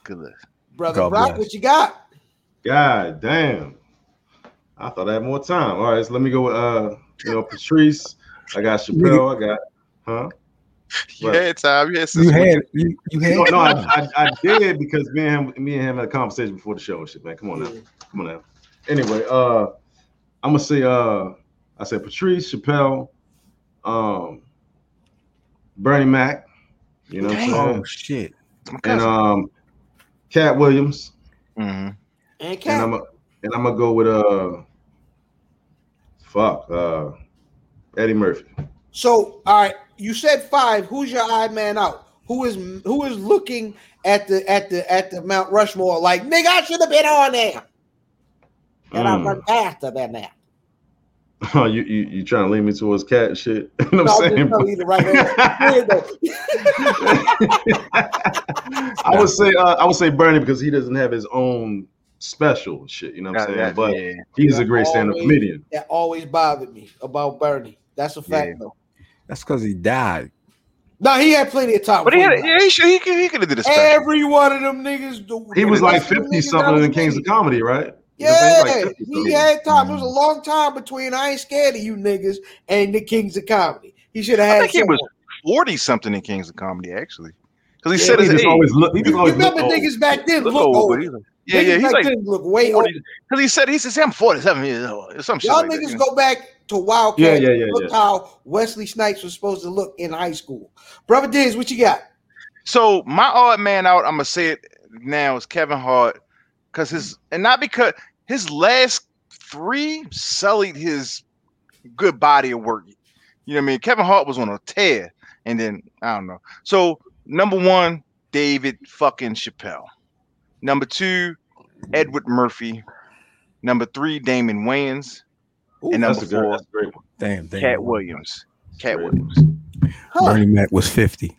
[SPEAKER 4] Good list.
[SPEAKER 1] Brother
[SPEAKER 7] God
[SPEAKER 1] Brock,
[SPEAKER 7] bless.
[SPEAKER 1] what you got?
[SPEAKER 3] God damn. I thought I had more time. All right, so let me go with uh, you know, Patrice. I got Chappelle. I got, huh?
[SPEAKER 4] You
[SPEAKER 3] Right.
[SPEAKER 4] had time. Yes,
[SPEAKER 7] You had you, you had
[SPEAKER 3] No, no, I,
[SPEAKER 7] five.
[SPEAKER 3] I, I did because me and him, me and him had a conversation before the show and shit, man. Come on now, come on now. Anyway, uh, I'm gonna say uh, I said Patrice Chappelle, um, Bernie Mac. You know, what I'm
[SPEAKER 4] Dang.
[SPEAKER 7] Oh
[SPEAKER 3] saying?
[SPEAKER 7] shit.
[SPEAKER 4] It's my
[SPEAKER 3] and
[SPEAKER 4] cousin.
[SPEAKER 3] um, Cat Williams.
[SPEAKER 4] Mhm.
[SPEAKER 1] And Cat.
[SPEAKER 3] And I'm a, and I'm gonna go with uh, fuck uh, Eddie Murphy.
[SPEAKER 1] So, all right, you said five. Who's your eye man out? Who is who is looking at the at the at the Mount Rushmore like nigga? I should have been on there, and I
[SPEAKER 3] Mm.
[SPEAKER 1] went after that now.
[SPEAKER 3] Oh, you you you trying to lead me towards cat and shit? You know
[SPEAKER 1] No,
[SPEAKER 3] what
[SPEAKER 1] I'm just
[SPEAKER 3] I'm
[SPEAKER 1] telling you the right
[SPEAKER 3] saying?
[SPEAKER 1] way.
[SPEAKER 3] I would say uh, I would say Bernie because he doesn't have his own special and shit. You know what I'm
[SPEAKER 4] Got
[SPEAKER 3] saying?
[SPEAKER 4] that,
[SPEAKER 3] But
[SPEAKER 4] yeah.
[SPEAKER 3] he's a great stand-up
[SPEAKER 1] Always.
[SPEAKER 3] comedian.
[SPEAKER 1] that always bothered me about Bernie. That's a fact,
[SPEAKER 4] Yeah.
[SPEAKER 1] though.
[SPEAKER 7] That's because he died.
[SPEAKER 1] No, he had plenty of time.
[SPEAKER 4] But he,
[SPEAKER 1] before
[SPEAKER 4] had,
[SPEAKER 1] he
[SPEAKER 4] yeah,
[SPEAKER 1] died.
[SPEAKER 4] he, should, he, could, he could have did a special.
[SPEAKER 1] Every one of them niggas. do-
[SPEAKER 3] He was like
[SPEAKER 1] That's the
[SPEAKER 3] 50
[SPEAKER 1] niggas that
[SPEAKER 3] something
[SPEAKER 1] was
[SPEAKER 3] in Kings of
[SPEAKER 1] cheating.
[SPEAKER 3] Comedy, right? You know what
[SPEAKER 1] Yeah,
[SPEAKER 3] I'm saying? Like 50
[SPEAKER 1] he
[SPEAKER 3] something. Mm.
[SPEAKER 1] had time. It was a long time between I ain't scared of you niggas and the Kings of Comedy. He should have
[SPEAKER 4] I
[SPEAKER 1] had.
[SPEAKER 4] think he was
[SPEAKER 1] someone.
[SPEAKER 4] 40 something in Kings of Comedy, actually. Because he
[SPEAKER 3] He
[SPEAKER 4] said his
[SPEAKER 3] just
[SPEAKER 4] age.
[SPEAKER 3] always look. He just
[SPEAKER 1] You
[SPEAKER 3] always
[SPEAKER 1] remember
[SPEAKER 3] looked old.
[SPEAKER 1] niggas back then
[SPEAKER 4] Oh, Look
[SPEAKER 1] look
[SPEAKER 4] old,
[SPEAKER 1] old.
[SPEAKER 4] but he's like- yeah, yeah,
[SPEAKER 1] Niggas
[SPEAKER 4] he's
[SPEAKER 1] back
[SPEAKER 4] like
[SPEAKER 1] then look way old.
[SPEAKER 4] 40. Because he said, he said, I'm 47 years old. Or some shit
[SPEAKER 1] Y'all
[SPEAKER 4] like that,
[SPEAKER 1] niggas
[SPEAKER 4] you know?
[SPEAKER 1] go back to Wildcat.
[SPEAKER 3] Yeah, yeah, yeah,
[SPEAKER 1] and Look
[SPEAKER 3] yeah.
[SPEAKER 1] how Wesley Snipes was supposed to look in high school. Brother Diz, what you got?
[SPEAKER 4] So my odd man out, I'm gonna say it now is Kevin Hart, because his and not because his last three sullied his good body of work. You know what I mean? Kevin Hart was on a tear, and then I don't know. So number one, David fucking Chappelle. Number two, Edward Murphy. Number three, Damon Wayans.
[SPEAKER 1] Ooh,
[SPEAKER 4] and
[SPEAKER 3] That's
[SPEAKER 4] number
[SPEAKER 3] a good.
[SPEAKER 4] four,
[SPEAKER 3] That's a great one.
[SPEAKER 7] Damn, damn.
[SPEAKER 4] Cat Williams. Cat
[SPEAKER 3] Right.
[SPEAKER 4] Williams.
[SPEAKER 1] Huh.
[SPEAKER 7] Bernie Mac was 50.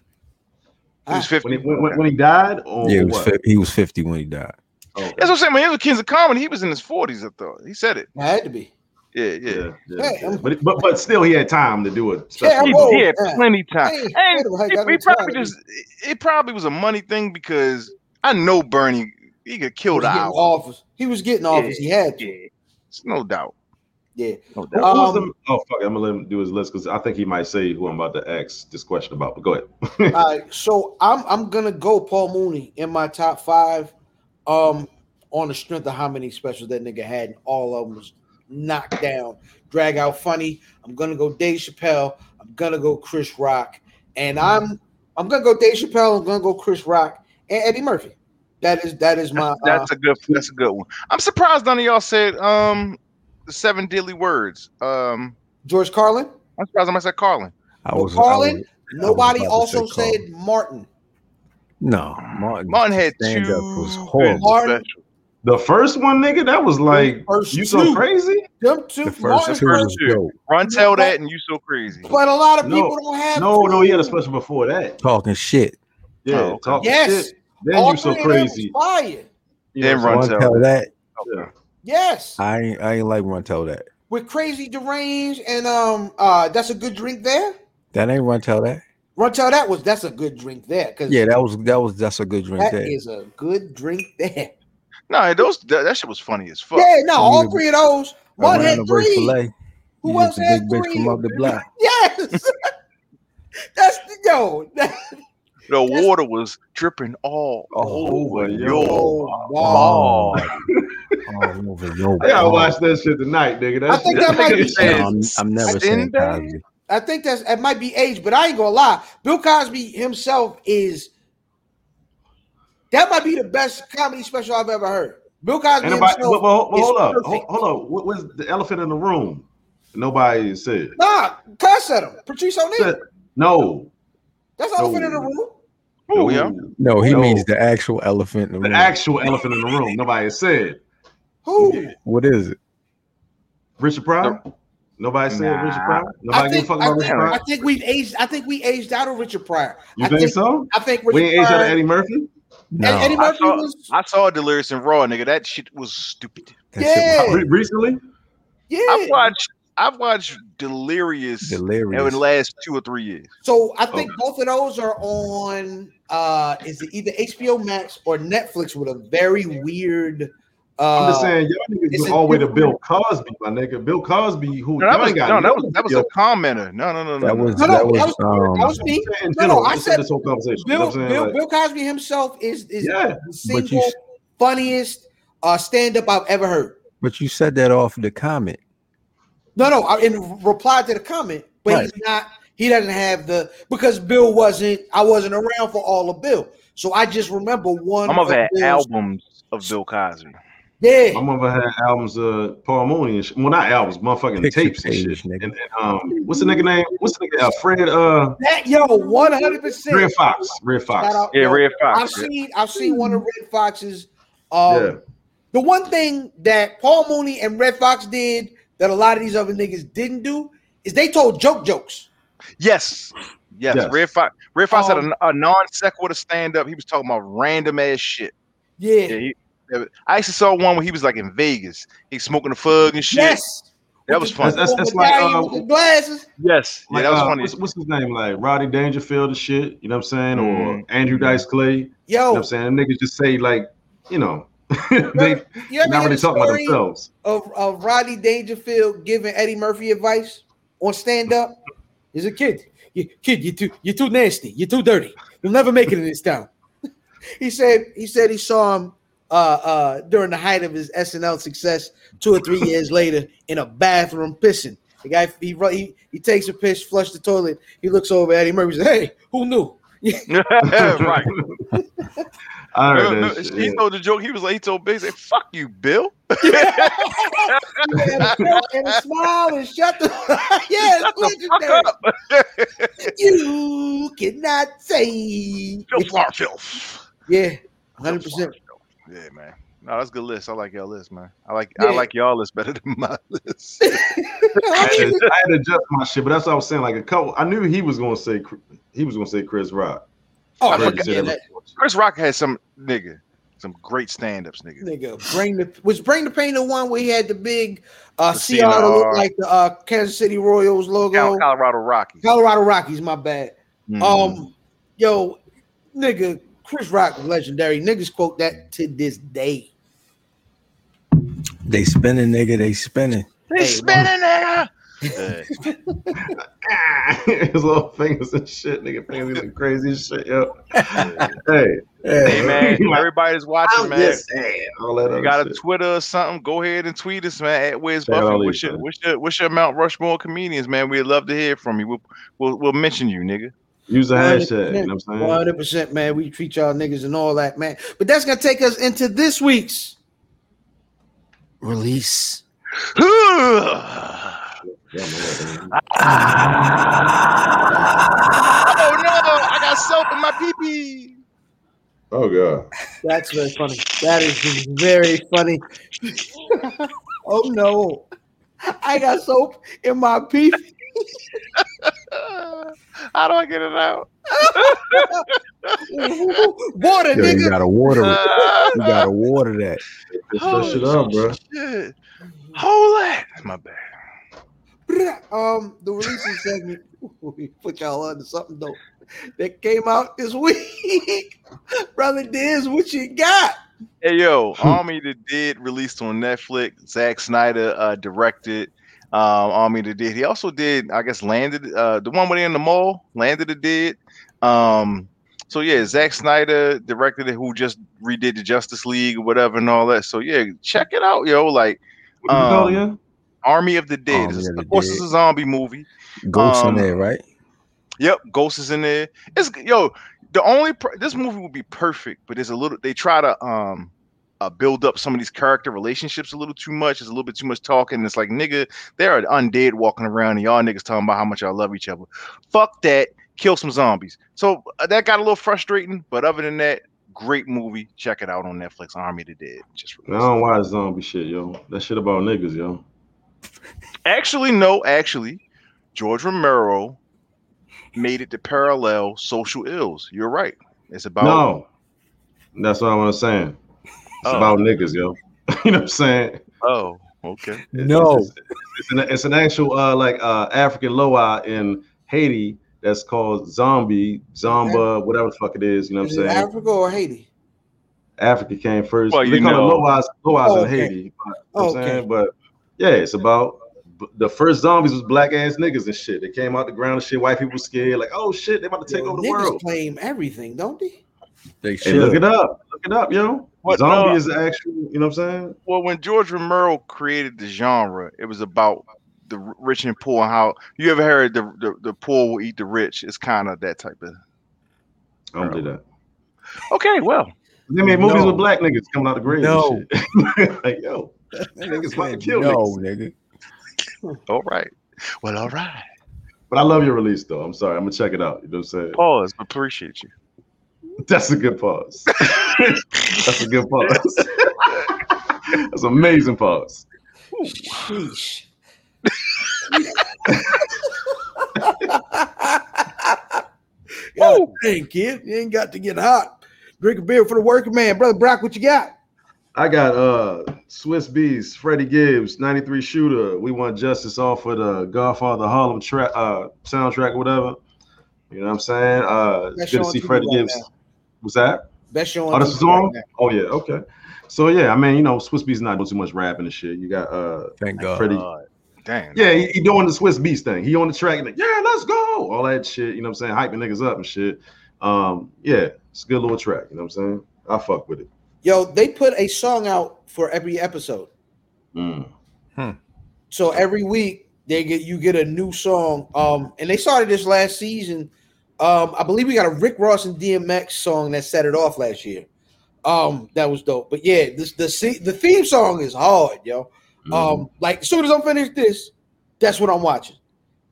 [SPEAKER 4] He was 50.
[SPEAKER 3] Ah, When he, when, when- when he died, or
[SPEAKER 7] yeah, he was,
[SPEAKER 3] what?
[SPEAKER 7] fif- he was 50 when he died.
[SPEAKER 3] Oh, okay.
[SPEAKER 4] That's what I'm saying. When he was Kings of Comedy, he was in his 40s, I thought. He said it.
[SPEAKER 1] I had to be.
[SPEAKER 4] Yeah, yeah.
[SPEAKER 3] yeah, yeah,
[SPEAKER 1] Hey,
[SPEAKER 3] yeah.
[SPEAKER 1] I'm-
[SPEAKER 3] But, but but still, he had time to do it.
[SPEAKER 1] Yeah,
[SPEAKER 4] He,
[SPEAKER 1] I'm old.
[SPEAKER 4] he had
[SPEAKER 1] Yeah.
[SPEAKER 4] plenty of time.
[SPEAKER 1] Hey,
[SPEAKER 4] And
[SPEAKER 1] wait a minute, I
[SPEAKER 4] he,
[SPEAKER 1] got
[SPEAKER 4] he
[SPEAKER 1] no
[SPEAKER 4] probably
[SPEAKER 1] time.
[SPEAKER 4] just it, it probably was a money thing because I know Bernie he could
[SPEAKER 1] He
[SPEAKER 4] kill
[SPEAKER 1] was
[SPEAKER 4] the
[SPEAKER 1] getting
[SPEAKER 4] hour.
[SPEAKER 1] office. He was getting office. He had to.
[SPEAKER 4] Yeah. It's no doubt.
[SPEAKER 1] Yeah.
[SPEAKER 4] No doubt.
[SPEAKER 3] Who was
[SPEAKER 1] Um,
[SPEAKER 3] the- oh fuck! I'm gonna let him do his list because I think he might say who I'm about to ask this question about. But go ahead.
[SPEAKER 1] All right, so I'm I'm gonna go Paul Mooney in my top five, um, on the strength of how many specials that nigga had, and all of them was knocked down, drag out funny. I'm gonna go Dave Chappelle. I'm gonna go Chris Rock, and I'm I'm gonna go Dave Chappelle. I'm gonna go Chris Rock and Eddie Murphy. That is that is
[SPEAKER 7] Uh-huh.
[SPEAKER 1] my uh,
[SPEAKER 4] that's a good that's a good one. I'm surprised none of y'all said um the seven deadly words. Um
[SPEAKER 1] uh, George Carlin.
[SPEAKER 4] I'm surprised I said Carlin.
[SPEAKER 7] I
[SPEAKER 1] Well,
[SPEAKER 7] was, I
[SPEAKER 1] Carlin,
[SPEAKER 7] was-
[SPEAKER 1] Nobody
[SPEAKER 7] about to say
[SPEAKER 1] also
[SPEAKER 7] Carlin.
[SPEAKER 1] said Martin.
[SPEAKER 7] no Martin.
[SPEAKER 4] Martin had
[SPEAKER 7] stand
[SPEAKER 4] two
[SPEAKER 7] up was horrible.
[SPEAKER 1] Martin,
[SPEAKER 3] The first one, nigga, that was like
[SPEAKER 1] First
[SPEAKER 3] you so
[SPEAKER 1] two.
[SPEAKER 3] crazy.
[SPEAKER 1] them two,
[SPEAKER 7] The first
[SPEAKER 1] Martin
[SPEAKER 7] two
[SPEAKER 1] first,
[SPEAKER 7] was dope.
[SPEAKER 4] Run tell that and you so crazy.
[SPEAKER 1] but a lot of
[SPEAKER 3] No,
[SPEAKER 1] people don't have.
[SPEAKER 3] No,
[SPEAKER 1] two.
[SPEAKER 3] no, he had a special before that.
[SPEAKER 7] Talking shit.
[SPEAKER 3] Yeah,
[SPEAKER 4] Oh, okay.
[SPEAKER 3] talk
[SPEAKER 1] Yes.
[SPEAKER 3] shit. Then
[SPEAKER 1] All
[SPEAKER 3] you so
[SPEAKER 1] three of them was
[SPEAKER 3] crazy.
[SPEAKER 1] Fire.
[SPEAKER 3] You know
[SPEAKER 4] Then
[SPEAKER 3] what I'm
[SPEAKER 4] Run
[SPEAKER 7] Run
[SPEAKER 4] Tell.
[SPEAKER 7] tell that.
[SPEAKER 3] saying? Yeah.
[SPEAKER 1] Yes,
[SPEAKER 7] I ain't I ain't like run tell that.
[SPEAKER 1] with crazy deranged and um uh that's a good drink there.
[SPEAKER 7] That ain't run tell that.
[SPEAKER 1] Runtel, that was that's a good drink there because
[SPEAKER 7] Yeah, that was that was that's a good drink
[SPEAKER 1] that
[SPEAKER 7] there.
[SPEAKER 1] is a good drink there.
[SPEAKER 4] No, those that, that shit was funny as fuck.
[SPEAKER 1] Yeah, no, all
[SPEAKER 7] nigga-
[SPEAKER 1] three of those. One had three.
[SPEAKER 7] Filet,
[SPEAKER 1] Who
[SPEAKER 7] you hit
[SPEAKER 1] else
[SPEAKER 7] the
[SPEAKER 1] had
[SPEAKER 7] big bitch
[SPEAKER 1] three?
[SPEAKER 7] from up the block.
[SPEAKER 1] Yes, that's the yo.
[SPEAKER 4] The water was dripping all
[SPEAKER 7] Oh,
[SPEAKER 4] over
[SPEAKER 3] yo.
[SPEAKER 4] your
[SPEAKER 7] Oh,
[SPEAKER 1] wow.
[SPEAKER 7] all over your
[SPEAKER 3] I gotta
[SPEAKER 7] body.
[SPEAKER 3] watch that shit tonight, nigga. That
[SPEAKER 1] I think
[SPEAKER 3] shit-
[SPEAKER 1] that might be-
[SPEAKER 4] nigga said,
[SPEAKER 7] No, I'm, I'm never saying
[SPEAKER 4] Sinbad?
[SPEAKER 7] Cosby.
[SPEAKER 1] I think that's it might be age, but I ain't gonna lie. Bill Cosby himself is that might be the best comedy special I've ever heard. Bill Cosby
[SPEAKER 3] And nobody,
[SPEAKER 1] himself
[SPEAKER 3] but, but hold, but
[SPEAKER 1] is
[SPEAKER 3] hold up,
[SPEAKER 1] perfect.
[SPEAKER 3] hold, hold up. What was the elephant in the room? Nobody said.
[SPEAKER 1] Nah, cuss at him. Patrice O'Neal.
[SPEAKER 3] Said- No,
[SPEAKER 1] That's elephant in the
[SPEAKER 3] No.
[SPEAKER 1] room.
[SPEAKER 4] Oh,
[SPEAKER 3] no.
[SPEAKER 4] yeah.
[SPEAKER 7] No, he
[SPEAKER 3] No.
[SPEAKER 7] means the actual elephant in the
[SPEAKER 3] The
[SPEAKER 7] room.
[SPEAKER 3] actual elephant in the room. Nobody said.
[SPEAKER 1] Who?
[SPEAKER 7] what is it?
[SPEAKER 3] Richard Pryor. Nobody said
[SPEAKER 4] Nah.
[SPEAKER 3] Richard Pryor.
[SPEAKER 1] I
[SPEAKER 3] Nobody give a
[SPEAKER 1] think,
[SPEAKER 3] fuck
[SPEAKER 1] I,
[SPEAKER 3] about
[SPEAKER 1] think,
[SPEAKER 3] Richard
[SPEAKER 1] I
[SPEAKER 3] Pryor.
[SPEAKER 1] think we've aged. I think we aged out of Richard Pryor.
[SPEAKER 3] You
[SPEAKER 1] I
[SPEAKER 3] think,
[SPEAKER 1] think-
[SPEAKER 3] so?
[SPEAKER 1] I think
[SPEAKER 3] We
[SPEAKER 1] Richard
[SPEAKER 3] ain't age out
[SPEAKER 1] Pryor.
[SPEAKER 3] of Eddie Murphy.
[SPEAKER 7] No,
[SPEAKER 1] Eddie
[SPEAKER 4] I
[SPEAKER 1] Murphy
[SPEAKER 4] saw,
[SPEAKER 1] was.
[SPEAKER 4] I saw Delirious and Raw, nigga. That shit was stupid.
[SPEAKER 7] that shit
[SPEAKER 1] Yeah.
[SPEAKER 7] was
[SPEAKER 3] Re- recently,
[SPEAKER 1] yeah.
[SPEAKER 4] I've watched I've watched Delirious in
[SPEAKER 7] delirious.
[SPEAKER 4] the last two or three years.
[SPEAKER 1] So I think both of those are on. uh Is it either HBO Max or Netflix with a very weird? uh
[SPEAKER 3] I'm just saying, y'all niggas
[SPEAKER 1] it's
[SPEAKER 3] go
[SPEAKER 1] a
[SPEAKER 3] all the way to Bill
[SPEAKER 1] different-
[SPEAKER 3] Cosby, my nigga. Bill Cosby, who
[SPEAKER 4] No, that
[SPEAKER 3] y'all
[SPEAKER 4] was
[SPEAKER 3] ain't got
[SPEAKER 4] no, that
[SPEAKER 3] no-
[SPEAKER 4] was that was
[SPEAKER 3] yo,
[SPEAKER 4] a commenter. No, no, no, no.
[SPEAKER 7] That
[SPEAKER 4] no.
[SPEAKER 7] was
[SPEAKER 1] No, no,
[SPEAKER 7] that was,
[SPEAKER 1] that That was
[SPEAKER 7] um,
[SPEAKER 1] me.
[SPEAKER 3] in
[SPEAKER 1] No, no,
[SPEAKER 3] general,
[SPEAKER 1] I
[SPEAKER 3] just in
[SPEAKER 1] said
[SPEAKER 3] this whole conversation. you know
[SPEAKER 1] Bill,
[SPEAKER 3] what I'm
[SPEAKER 1] Bill,
[SPEAKER 3] saying? Like,
[SPEAKER 1] Bill Cosby himself is is
[SPEAKER 3] yeah,
[SPEAKER 1] the
[SPEAKER 7] But you
[SPEAKER 1] single
[SPEAKER 7] s-
[SPEAKER 1] funniest stand up I've ever heard.
[SPEAKER 7] But you said that off the comment.
[SPEAKER 1] No, no, I- in reply to the comment, but he's not. He doesn't have the because Bill wasn't. I wasn't around for all of Bill, so I just remember one.
[SPEAKER 4] I'm of had
[SPEAKER 1] Bill's-
[SPEAKER 4] albums of Bill Cosby.
[SPEAKER 3] My
[SPEAKER 1] Yeah,
[SPEAKER 3] mother had albums, uh, Paul Mooney and shit. Well, not albums, motherfucking
[SPEAKER 7] Picture
[SPEAKER 3] tapes and
[SPEAKER 7] pages,
[SPEAKER 3] shit.
[SPEAKER 7] nigga.
[SPEAKER 3] And, and um, what's the nigga name? What's the nigga? Uh, Fred, uh,
[SPEAKER 1] that yo, one hundred percent.
[SPEAKER 3] Red Fox. Red Fox.
[SPEAKER 4] Yeah, Red Fox.
[SPEAKER 1] I've
[SPEAKER 4] yeah.
[SPEAKER 1] seen. I've seen one of Red Fox's. Um,
[SPEAKER 3] Yeah.
[SPEAKER 1] The one thing that Paul Mooney and Red Fox did that a lot of these other niggas didn't do is they told joke jokes.
[SPEAKER 4] Yes. Yes.
[SPEAKER 3] Yes.
[SPEAKER 4] Red Fox. Red Fox
[SPEAKER 1] Um,
[SPEAKER 4] had a, a non sequitur stand up. He was talking about random ass shit.
[SPEAKER 1] Yeah.
[SPEAKER 4] Yeah, he- yeah, I actually saw one where he was like in Vegas. He's smoking a fug and shit.
[SPEAKER 1] Yes.
[SPEAKER 4] That was
[SPEAKER 1] With
[SPEAKER 4] funny.
[SPEAKER 1] the-
[SPEAKER 3] That's- that's
[SPEAKER 1] with
[SPEAKER 3] like,
[SPEAKER 1] Darius
[SPEAKER 3] uh,
[SPEAKER 1] with the glasses.
[SPEAKER 4] Yes. Yeah,
[SPEAKER 3] Like,
[SPEAKER 4] that was
[SPEAKER 3] uh,
[SPEAKER 4] funny.
[SPEAKER 3] What's, what's his name? Like Roddy Dangerfield and shit. You know what I'm saying? Or
[SPEAKER 4] Mm.
[SPEAKER 3] Andrew Dice Clay. You know what
[SPEAKER 1] Yo,
[SPEAKER 3] I'm saying? Them niggas just say like, you know, they
[SPEAKER 1] you ever hear
[SPEAKER 3] not really
[SPEAKER 1] the
[SPEAKER 3] talking about
[SPEAKER 1] story
[SPEAKER 3] themselves.
[SPEAKER 1] of, of Rodney Dangerfield giving Eddie Murphy advice on stand up? He's a kid. You, kid, you're too, you're too nasty. You're too dirty. You'll never make it in this town. he said he said he saw him uh, uh, during the height of his SNL success two or three years later in a bathroom pissing. The guy he, ru- he he takes a piss, flushes the toilet. He looks over at Eddie Murphy. He says, "Hey, who knew?"
[SPEAKER 4] uh, right.
[SPEAKER 3] I
[SPEAKER 4] No,
[SPEAKER 3] heard
[SPEAKER 4] no,
[SPEAKER 3] that
[SPEAKER 4] He
[SPEAKER 3] shit.
[SPEAKER 4] told the joke. He was like, he told Big, say, "Fuck you, Bill."
[SPEAKER 1] and a, and a smile and shut the yeah,
[SPEAKER 4] Shut
[SPEAKER 1] it's
[SPEAKER 4] the fuck
[SPEAKER 1] legendary.
[SPEAKER 4] up.
[SPEAKER 1] You cannot say
[SPEAKER 4] Bill Farfield.
[SPEAKER 1] yeah, hundred percent.
[SPEAKER 4] Yeah, man. No, that's a good list. I like y'all list, man. I like
[SPEAKER 1] Yeah.
[SPEAKER 4] I like y'all list better than my list.
[SPEAKER 3] I had, to, I had to adjust my shit, but that's what I was saying. Like a couple, I knew he was gonna say he was gonna say Chris Rock.
[SPEAKER 1] Oh,
[SPEAKER 3] I
[SPEAKER 1] I
[SPEAKER 3] heard you
[SPEAKER 4] forgot-
[SPEAKER 1] forgot
[SPEAKER 3] say
[SPEAKER 1] yeah,
[SPEAKER 3] that
[SPEAKER 1] that
[SPEAKER 3] before.
[SPEAKER 4] Chris Rock had some nigga, some great stand-ups, nigga.
[SPEAKER 1] nigga. Bring the was bring the pain the one where he had the big uh
[SPEAKER 4] The
[SPEAKER 1] CR that
[SPEAKER 4] CR.
[SPEAKER 1] looked like the uh, Kansas City Royals
[SPEAKER 4] Col-
[SPEAKER 1] logo.
[SPEAKER 4] Colorado Rockies.
[SPEAKER 1] Colorado Rockies, my bad.
[SPEAKER 4] Mhm.
[SPEAKER 1] Um, yo, nigga, Chris Rock legendary. Niggas quote that to this day.
[SPEAKER 7] They spinning, nigga. They spinning.
[SPEAKER 4] they spinning, nigga. Yeah.
[SPEAKER 3] Ah, his little fingers and shit, nigga, fingers like crazy as shit, yo. hey,
[SPEAKER 4] Hey man, everybody's watching,
[SPEAKER 3] I'm
[SPEAKER 4] man.
[SPEAKER 3] just saying all that
[SPEAKER 4] you
[SPEAKER 3] other
[SPEAKER 4] got a
[SPEAKER 3] shit.
[SPEAKER 4] Twitter or something? Go ahead and tweet us, man. At Wiz
[SPEAKER 3] Shout out
[SPEAKER 4] Buffy.
[SPEAKER 3] all
[SPEAKER 4] What's
[SPEAKER 3] these,
[SPEAKER 4] your,
[SPEAKER 3] man.
[SPEAKER 4] what's your what's your Mount Rushmore comedians, man? We'd love to hear from you. We'll we'll, we'll mention you, nigga.
[SPEAKER 3] Use the hashtag. You know what I'm saying?
[SPEAKER 1] One hundred percent, man. We treat y'all niggas and all that, man. But that's gonna take us into this week's
[SPEAKER 7] Release.
[SPEAKER 4] oh no, I got soap in my pee pee.
[SPEAKER 3] Oh god.
[SPEAKER 1] That's very funny. That is very funny. oh no. I got soap in my pee.
[SPEAKER 4] How do I get it out?
[SPEAKER 1] Water,
[SPEAKER 7] Yeah, you
[SPEAKER 1] nigga.
[SPEAKER 7] gotta water it. You gotta water that.
[SPEAKER 3] Push that Oh, shit up, bro.
[SPEAKER 4] Shit. Hold that. My bad.
[SPEAKER 1] Um, the releasing segment. We put y'all on to something dope that came out this week. Brother Diz, what you got?
[SPEAKER 4] Hey yo,
[SPEAKER 7] Hmm.
[SPEAKER 4] Army that did released on Netflix. Zack Snyder uh, directed um, Army the Dead. He also did, I guess, landed uh, the one where they in the mall. Landed the Dead. Um, so yeah, Zack Snyder directed it. Who just redid the Justice League or whatever and all that. So yeah, check it out, yo. Like
[SPEAKER 3] What you call it,
[SPEAKER 4] Um,
[SPEAKER 3] yeah?
[SPEAKER 4] Army of the Dead.
[SPEAKER 7] Army
[SPEAKER 4] It's-
[SPEAKER 7] of the
[SPEAKER 4] of course,
[SPEAKER 7] Dead.
[SPEAKER 4] it's a zombie movie.
[SPEAKER 7] Ghost
[SPEAKER 4] Um,
[SPEAKER 7] in there, right?
[SPEAKER 4] Yep, Ghost is in there. It's yo. The only per- this movie would be perfect, but there's a little. They try to um uh, build up some of these character relationships a little too much. There's a little bit too much talking. It's like nigga, there are undead walking around, and y'all niggas talking about how much y'all love each other. Fuck that. Kill some zombies. So uh, that got a little frustrating, but other than that, great movie. Check it out on Netflix. Army of the Dead. Just
[SPEAKER 3] I don't watch zombie shit, yo. That shit about niggas, yo.
[SPEAKER 4] Actually, no, actually, George Romero made it to parallel social ills. You're right. It's about
[SPEAKER 3] No. That's what I was saying. It's
[SPEAKER 4] Oh.
[SPEAKER 3] about niggas, yo. you know what I'm saying?
[SPEAKER 4] Oh, okay.
[SPEAKER 3] It's-
[SPEAKER 7] No.
[SPEAKER 3] It's, it's an, it's an actual uh like uh African loa in Haiti that's called zombie, zomba, whatever the fuck it is, you know what I'm
[SPEAKER 1] Is it
[SPEAKER 3] saying?
[SPEAKER 1] Africa or Haiti?
[SPEAKER 3] Africa came first.
[SPEAKER 4] Well,
[SPEAKER 3] they
[SPEAKER 4] you
[SPEAKER 3] call
[SPEAKER 4] know.
[SPEAKER 3] it loas, loas
[SPEAKER 1] Oh,
[SPEAKER 3] in
[SPEAKER 1] okay.
[SPEAKER 3] Haiti. But, you know what I'm
[SPEAKER 1] Okay.
[SPEAKER 3] saying? But yeah, it's about b- the first zombies was black ass niggas and shit. They came out the ground and shit. White people scared, like, oh shit, they about to take
[SPEAKER 1] Yo,
[SPEAKER 3] over the
[SPEAKER 1] niggas
[SPEAKER 3] world.
[SPEAKER 1] claim everything, don't they?
[SPEAKER 7] They
[SPEAKER 3] Hey, look
[SPEAKER 7] should.
[SPEAKER 3] it up. Look it up, yo.
[SPEAKER 4] But
[SPEAKER 3] Zombie
[SPEAKER 1] uh,
[SPEAKER 4] no,
[SPEAKER 3] is the actual, you know what I'm saying?
[SPEAKER 4] well, when George Romero created the genre, it was about the r- rich and poor. and How you ever heard the the, the poor will eat the rich? It's kind of that type of.
[SPEAKER 3] I don't do that.
[SPEAKER 4] Okay, well,
[SPEAKER 3] They made movies
[SPEAKER 2] No.
[SPEAKER 3] with black niggas coming out the grave.
[SPEAKER 2] No.
[SPEAKER 3] and shit. like yo, that niggas about to kill
[SPEAKER 2] no,
[SPEAKER 3] niggas.
[SPEAKER 2] nigga.
[SPEAKER 4] all right, well, all right.
[SPEAKER 3] But I love your release though. I'm sorry. I'm gonna check it out. You know what I'm saying?
[SPEAKER 4] Pause. Appreciate you.
[SPEAKER 1] Oh.
[SPEAKER 3] That's a good pause. That's a good pause. That's amazing pause.
[SPEAKER 1] Sheesh. God dang, kid. You ain't got to get hot. Drink a beer for the working man. Brother Brock, what you got?
[SPEAKER 3] I got uh Swiss Beats, Freddie Gibbs, 93 Shooter. We want justice off of the Godfather Harlem track uh soundtrack, whatever. You know what I'm saying? Uh
[SPEAKER 1] That's
[SPEAKER 3] good to
[SPEAKER 1] showing
[SPEAKER 3] see
[SPEAKER 1] TV
[SPEAKER 3] Freddie
[SPEAKER 1] right
[SPEAKER 3] Gibbs.
[SPEAKER 1] now.
[SPEAKER 3] What's that?
[SPEAKER 1] Best show
[SPEAKER 3] Oh,
[SPEAKER 1] on
[SPEAKER 3] this is
[SPEAKER 1] TV right
[SPEAKER 3] on?
[SPEAKER 1] now.
[SPEAKER 3] Oh yeah, okay. So yeah, I mean, you know, Swiss Beats not doing too much rapping and shit. You got uh
[SPEAKER 2] Thank God.
[SPEAKER 3] Freddie.
[SPEAKER 4] Damn.
[SPEAKER 3] Yeah, he, he doing the Swiss Beats thing. He on the track, like, yeah, let's go. All that shit, you know what I'm saying? Hyping niggas up and shit. Um, yeah, it's a good little track, you know what I'm saying? I fuck with it.
[SPEAKER 1] Yo, they put a song out for every episode.
[SPEAKER 3] Mm.
[SPEAKER 1] So every week they get you get a new song. Um, and they started this last season. Um, I believe we got a Rick Ross and DMX song that set it off last year. Um, that was dope. But yeah, this the se- the theme song is hard, yo.
[SPEAKER 3] mm.
[SPEAKER 7] Mm-hmm.
[SPEAKER 1] Um, like as soon as I'm finished this, that's what I'm watching.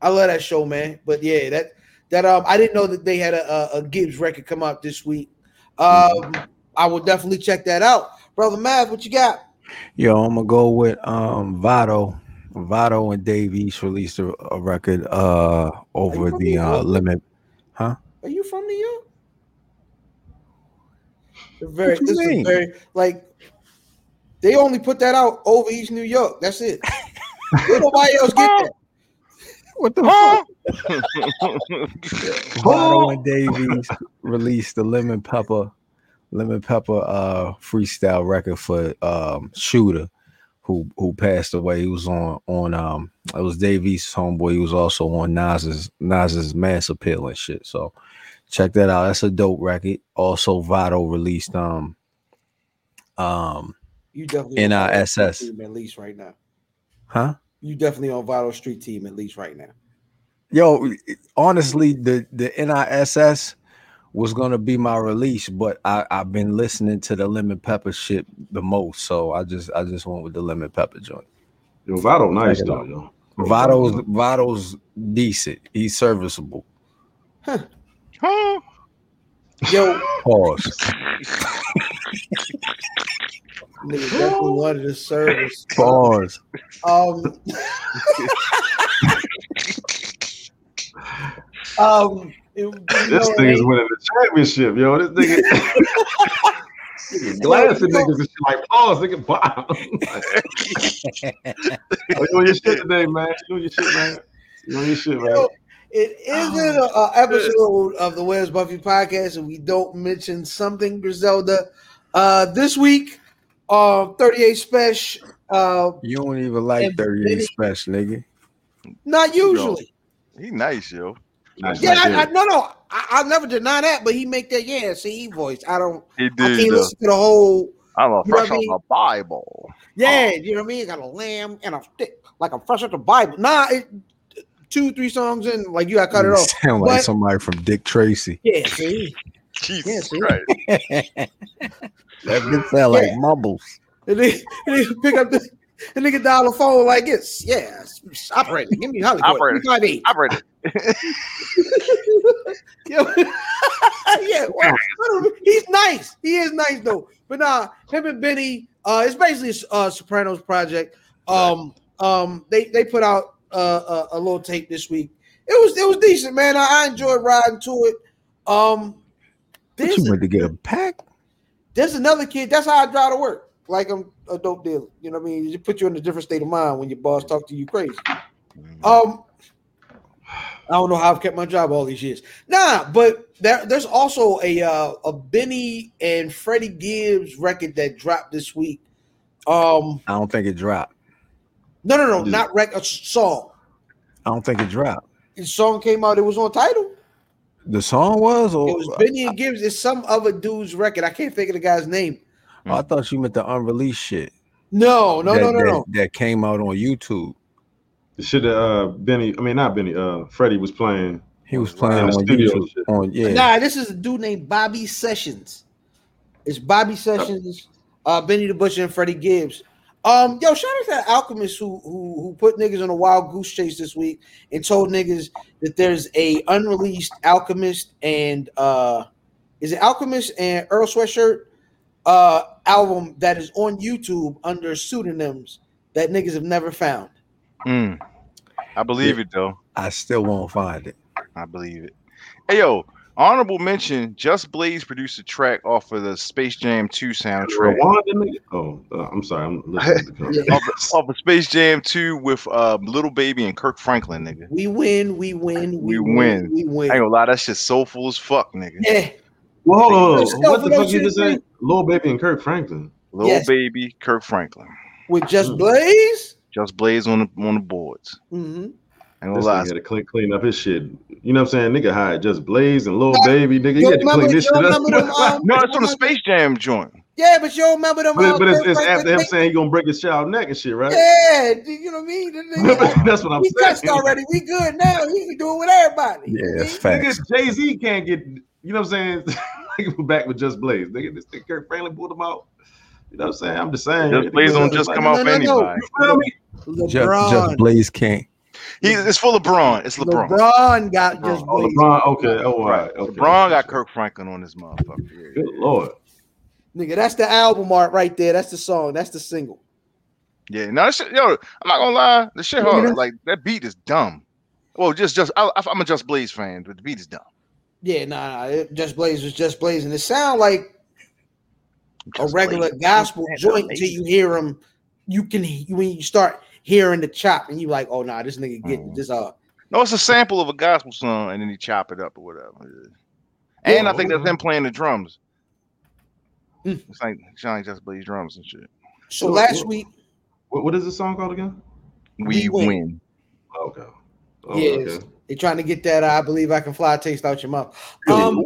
[SPEAKER 1] I love that show, man. But yeah, that that um, I didn't know that they had a, a, a Gibbs record come out this week. Um,
[SPEAKER 7] Mm-hmm.
[SPEAKER 1] I will definitely check that out, brother Math. What you got?
[SPEAKER 7] Yo, I'm gonna go with um Vado. Vado and Dave each released a, a record uh over
[SPEAKER 1] from
[SPEAKER 7] the
[SPEAKER 1] New
[SPEAKER 7] uh
[SPEAKER 1] York?
[SPEAKER 7] limit.
[SPEAKER 1] Are you from New York? They're Very,
[SPEAKER 7] What you
[SPEAKER 1] this is
[SPEAKER 7] mean?
[SPEAKER 1] very like they only put that out over East New York. That's it. Ain't nobody else get that.
[SPEAKER 7] What the
[SPEAKER 4] Huh?
[SPEAKER 7] fuck? Vado and Davies released the Lemon Pepper Lemon Pepper uh freestyle record for um Shooter who who passed away. He was on on um it was Davies' homeboy. He was also on Nas's Nas's Mass Appeal and shit. So check that out. That's a dope record. Also Vado released um um
[SPEAKER 1] You definitely on Vital
[SPEAKER 7] NISS.
[SPEAKER 1] Street team at least right now.
[SPEAKER 7] Huh?
[SPEAKER 1] You definitely on Vital Street team at least right now.
[SPEAKER 7] Yo, honestly, the the NISS was gonna be my release, but I I've been listening to the Lemon Pepper shit the most, so I just I just went with the Lemon Pepper joint.
[SPEAKER 3] Yo, Vado nice
[SPEAKER 7] Check it
[SPEAKER 3] though,
[SPEAKER 7] out.
[SPEAKER 3] yo.
[SPEAKER 7] Vito's Vito's decent. He's serviceable.
[SPEAKER 4] Huh?
[SPEAKER 1] Yo,
[SPEAKER 7] Pause.
[SPEAKER 1] nigga definitely wanted the service.
[SPEAKER 7] Pause.
[SPEAKER 1] Um, um, it- you know,
[SPEAKER 3] This nigga's winning the championship, yo. This nigga Nigga glassing
[SPEAKER 1] Yo, yo.
[SPEAKER 3] niggas and shit like pause, nigga. Wow. you on your shit today, man. You on your shit, man. You on your shit, man. Oh,
[SPEAKER 1] Yo, It isn't a, a episode of the Where's Buffy podcast, and we don't mention something Griselda. Uh, this week, uh, 38 special. Uh,
[SPEAKER 7] You don't even like
[SPEAKER 1] And
[SPEAKER 7] 38
[SPEAKER 1] Vinny-
[SPEAKER 7] special, nigga.
[SPEAKER 1] not usually.
[SPEAKER 4] He nice, yo.
[SPEAKER 3] Nice,
[SPEAKER 1] Yeah,
[SPEAKER 3] nice,
[SPEAKER 1] I, I, no, no, I, I'll never deny that. But he make that yeah, see voice. I don't.
[SPEAKER 4] He
[SPEAKER 1] I
[SPEAKER 4] did.
[SPEAKER 1] can't
[SPEAKER 4] though.
[SPEAKER 1] listen to the whole.
[SPEAKER 4] I'm a
[SPEAKER 1] You know
[SPEAKER 4] fresh
[SPEAKER 1] what I
[SPEAKER 4] off
[SPEAKER 1] mean?
[SPEAKER 4] my Bible.
[SPEAKER 1] Yeah, you know what I mean. Got a lamb and a stick, like I'm fresh out the Bible. Nah, it, two, three songs in, like you got cut it
[SPEAKER 7] You
[SPEAKER 1] off.
[SPEAKER 7] Sound like
[SPEAKER 1] But-
[SPEAKER 7] somebody from Dick Tracy.
[SPEAKER 1] Mm. Yeah, see,
[SPEAKER 4] Jesus
[SPEAKER 1] see?
[SPEAKER 4] Christ.
[SPEAKER 7] That bitch sound like
[SPEAKER 1] Yeah.
[SPEAKER 7] mumbles.
[SPEAKER 1] And then, and then pick up the and nigga dial the phone like this. Yeah, s- operator, give me Hollywood.
[SPEAKER 4] Operator.
[SPEAKER 1] Give me
[SPEAKER 4] I read it.
[SPEAKER 1] 5-8. yeah, well, I don't- he's nice. He is nice though. But nah, him and Benny, uh, it's basically uh Sopranos project. Um, um, they they put out uh, a, a little tape this week. It was it was decent, man. I, I enjoyed riding to it. Um,
[SPEAKER 7] What
[SPEAKER 1] there's,
[SPEAKER 7] you went to get a pack?
[SPEAKER 1] there's another kid. That's how I drive to work. Like I'm a dope dealer. You know what I mean? It put you in a different state of mind when your boss talk to you crazy.
[SPEAKER 4] Oh.
[SPEAKER 1] Um, I don't know how I've kept my job all these years. Nah, but there, there's also a uh, a Benny and Freddie Gibbs record that dropped this week. Um,
[SPEAKER 7] I don't think it dropped.
[SPEAKER 1] no, no, no,
[SPEAKER 3] Dude.
[SPEAKER 1] not rec a song.
[SPEAKER 7] I don't think it dropped.
[SPEAKER 1] His song came out. It was on title.
[SPEAKER 7] The song was or Oh,
[SPEAKER 1] It was Benny and Gibbs. It's some other dude's record. I can't think of the guy's name.
[SPEAKER 7] Oh, I thought you meant the unreleased shit.
[SPEAKER 1] No, no,
[SPEAKER 7] that,
[SPEAKER 1] no, no,
[SPEAKER 7] that,
[SPEAKER 1] no.
[SPEAKER 7] That came out on YouTube.
[SPEAKER 3] The shit that uh Benny, I mean not Benny, uh Freddie was playing.
[SPEAKER 7] He was
[SPEAKER 3] In
[SPEAKER 7] playing
[SPEAKER 3] the
[SPEAKER 7] on
[SPEAKER 3] studio
[SPEAKER 7] YouTube.
[SPEAKER 3] shit.
[SPEAKER 7] On yeah,
[SPEAKER 1] Nah, this is a dude named Bobby Sessions. It's Bobby Sessions, uh, Benny the Butcher, and Freddie Gibbs. Um, yo, shout out to that Alchemist who, who who put niggas on a wild goose chase this week and told niggas that there's a unreleased Alchemist and uh, is it Alchemist and Earl Sweatshirt uh album that is on YouTube under pseudonyms that niggas have never found.
[SPEAKER 4] Mm. I believe it though.
[SPEAKER 7] I still won't find it.
[SPEAKER 4] I believe it. Hey yo, honorable mention. Just Blaze produced a track off of the Space Jam 2 soundtrack.
[SPEAKER 3] Rwanda nigga? Oh, uh, I'm sorry. I'm listening to the
[SPEAKER 1] Yeah.
[SPEAKER 3] conversation.
[SPEAKER 4] off, of- off of Space Jam 2 with uh, Little Baby and Kirk Franklin, nigga.
[SPEAKER 1] We win, we win,
[SPEAKER 4] We
[SPEAKER 1] we,
[SPEAKER 4] win.
[SPEAKER 1] we
[SPEAKER 4] I
[SPEAKER 1] win.
[SPEAKER 4] ain't gonna lie, that shit's soulful as fuck, nigga.
[SPEAKER 1] Yeah.
[SPEAKER 3] Well, hold on. hold on.
[SPEAKER 1] Yourself
[SPEAKER 3] What
[SPEAKER 1] with
[SPEAKER 3] the fuck
[SPEAKER 1] those
[SPEAKER 3] you just
[SPEAKER 1] shit,
[SPEAKER 3] said? Lil Baby and Kirk Franklin.
[SPEAKER 4] Little
[SPEAKER 1] Yes.
[SPEAKER 4] Baby, Kirk Franklin.
[SPEAKER 1] With just
[SPEAKER 3] Mm.
[SPEAKER 1] Blaze.
[SPEAKER 4] Just Blaze on the, on the boards.
[SPEAKER 1] hmm
[SPEAKER 4] I ain't
[SPEAKER 3] This
[SPEAKER 4] gonna lie.
[SPEAKER 3] nigga had to clean, clean up his shit. You know what I'm saying? Nigga hired just Blaze and Lil Baby. Nigga, he
[SPEAKER 1] You
[SPEAKER 3] had to
[SPEAKER 1] remember-
[SPEAKER 3] clean this
[SPEAKER 1] you
[SPEAKER 3] shit up.
[SPEAKER 1] remember them, um,
[SPEAKER 4] No, it's on the Space Jam joint.
[SPEAKER 1] Yeah, but you don't remember them.
[SPEAKER 3] But it's, but
[SPEAKER 1] uh,
[SPEAKER 3] it's, it's
[SPEAKER 1] Kirk
[SPEAKER 3] after him
[SPEAKER 1] Franklin
[SPEAKER 3] saying he gonna break his child neck and shit, right?
[SPEAKER 1] things? Yeah, do you know what I mean? The nigga, like,
[SPEAKER 3] That's what I'm
[SPEAKER 1] we touched
[SPEAKER 3] saying.
[SPEAKER 1] already. We good now. He can do it with everybody.
[SPEAKER 7] Yeah,
[SPEAKER 1] You
[SPEAKER 7] that's
[SPEAKER 1] know what
[SPEAKER 7] facts.
[SPEAKER 3] Jay Z can't get. You know what I'm saying? Nigga was back with just Blaze. Nigga, this nigga Kirk Franklin pulled him out. You know what I'm saying? I'm just saying.
[SPEAKER 4] Just Blaze don't just come off
[SPEAKER 1] No, no, no.
[SPEAKER 4] anybody.
[SPEAKER 3] You feel me?
[SPEAKER 1] I mean?
[SPEAKER 7] Ju-
[SPEAKER 1] LeBron.
[SPEAKER 7] Just, Blaze can't.
[SPEAKER 4] He, it's full of LeBron. It's LeBron. LeBron,
[SPEAKER 1] LeBron got
[SPEAKER 4] LeBron.
[SPEAKER 1] just
[SPEAKER 3] Oh,
[SPEAKER 1] Blaze.
[SPEAKER 3] LeBron. Okay. Oh, all right. Okay.
[SPEAKER 4] got Kirk Franklin on this motherfucker.
[SPEAKER 3] Good lord.
[SPEAKER 1] Nigga, that's the album art right there. That's the song. That's the single.
[SPEAKER 4] Yeah, no, that shit, yo, I'm not gonna lie. The shit
[SPEAKER 1] Look at
[SPEAKER 4] hard.
[SPEAKER 1] that.
[SPEAKER 4] Like that beat is dumb. Well, just just I, I'm a Just Blaze fan, but the beat is dumb.
[SPEAKER 1] Yeah, nah, nah it, just Blaze was just Blaze, and it sound like a
[SPEAKER 4] Just
[SPEAKER 1] regular
[SPEAKER 4] Blaze.
[SPEAKER 1] gospel
[SPEAKER 4] Just
[SPEAKER 1] joint
[SPEAKER 4] Blaze.
[SPEAKER 1] till you hear him. You can when you start hearing the chop, and you like, oh nah, this nigga getting
[SPEAKER 4] Mhm.
[SPEAKER 1] this uh
[SPEAKER 4] No, it's a sample of a gospel song, and then he chop it up or whatever. And I think that's him playing the drums.
[SPEAKER 1] Mm.
[SPEAKER 4] It's like Johnny Just Blaze drums and shit.
[SPEAKER 1] So
[SPEAKER 3] Sure,
[SPEAKER 1] last
[SPEAKER 3] sure.
[SPEAKER 1] week,
[SPEAKER 3] What, what is this song called again?
[SPEAKER 1] We
[SPEAKER 4] We, win.
[SPEAKER 1] win.
[SPEAKER 3] Oh, okay. Oh,
[SPEAKER 1] Yes.
[SPEAKER 3] okay.
[SPEAKER 1] they trying to get that uh, I believe I can fly taste out your mouth. Um,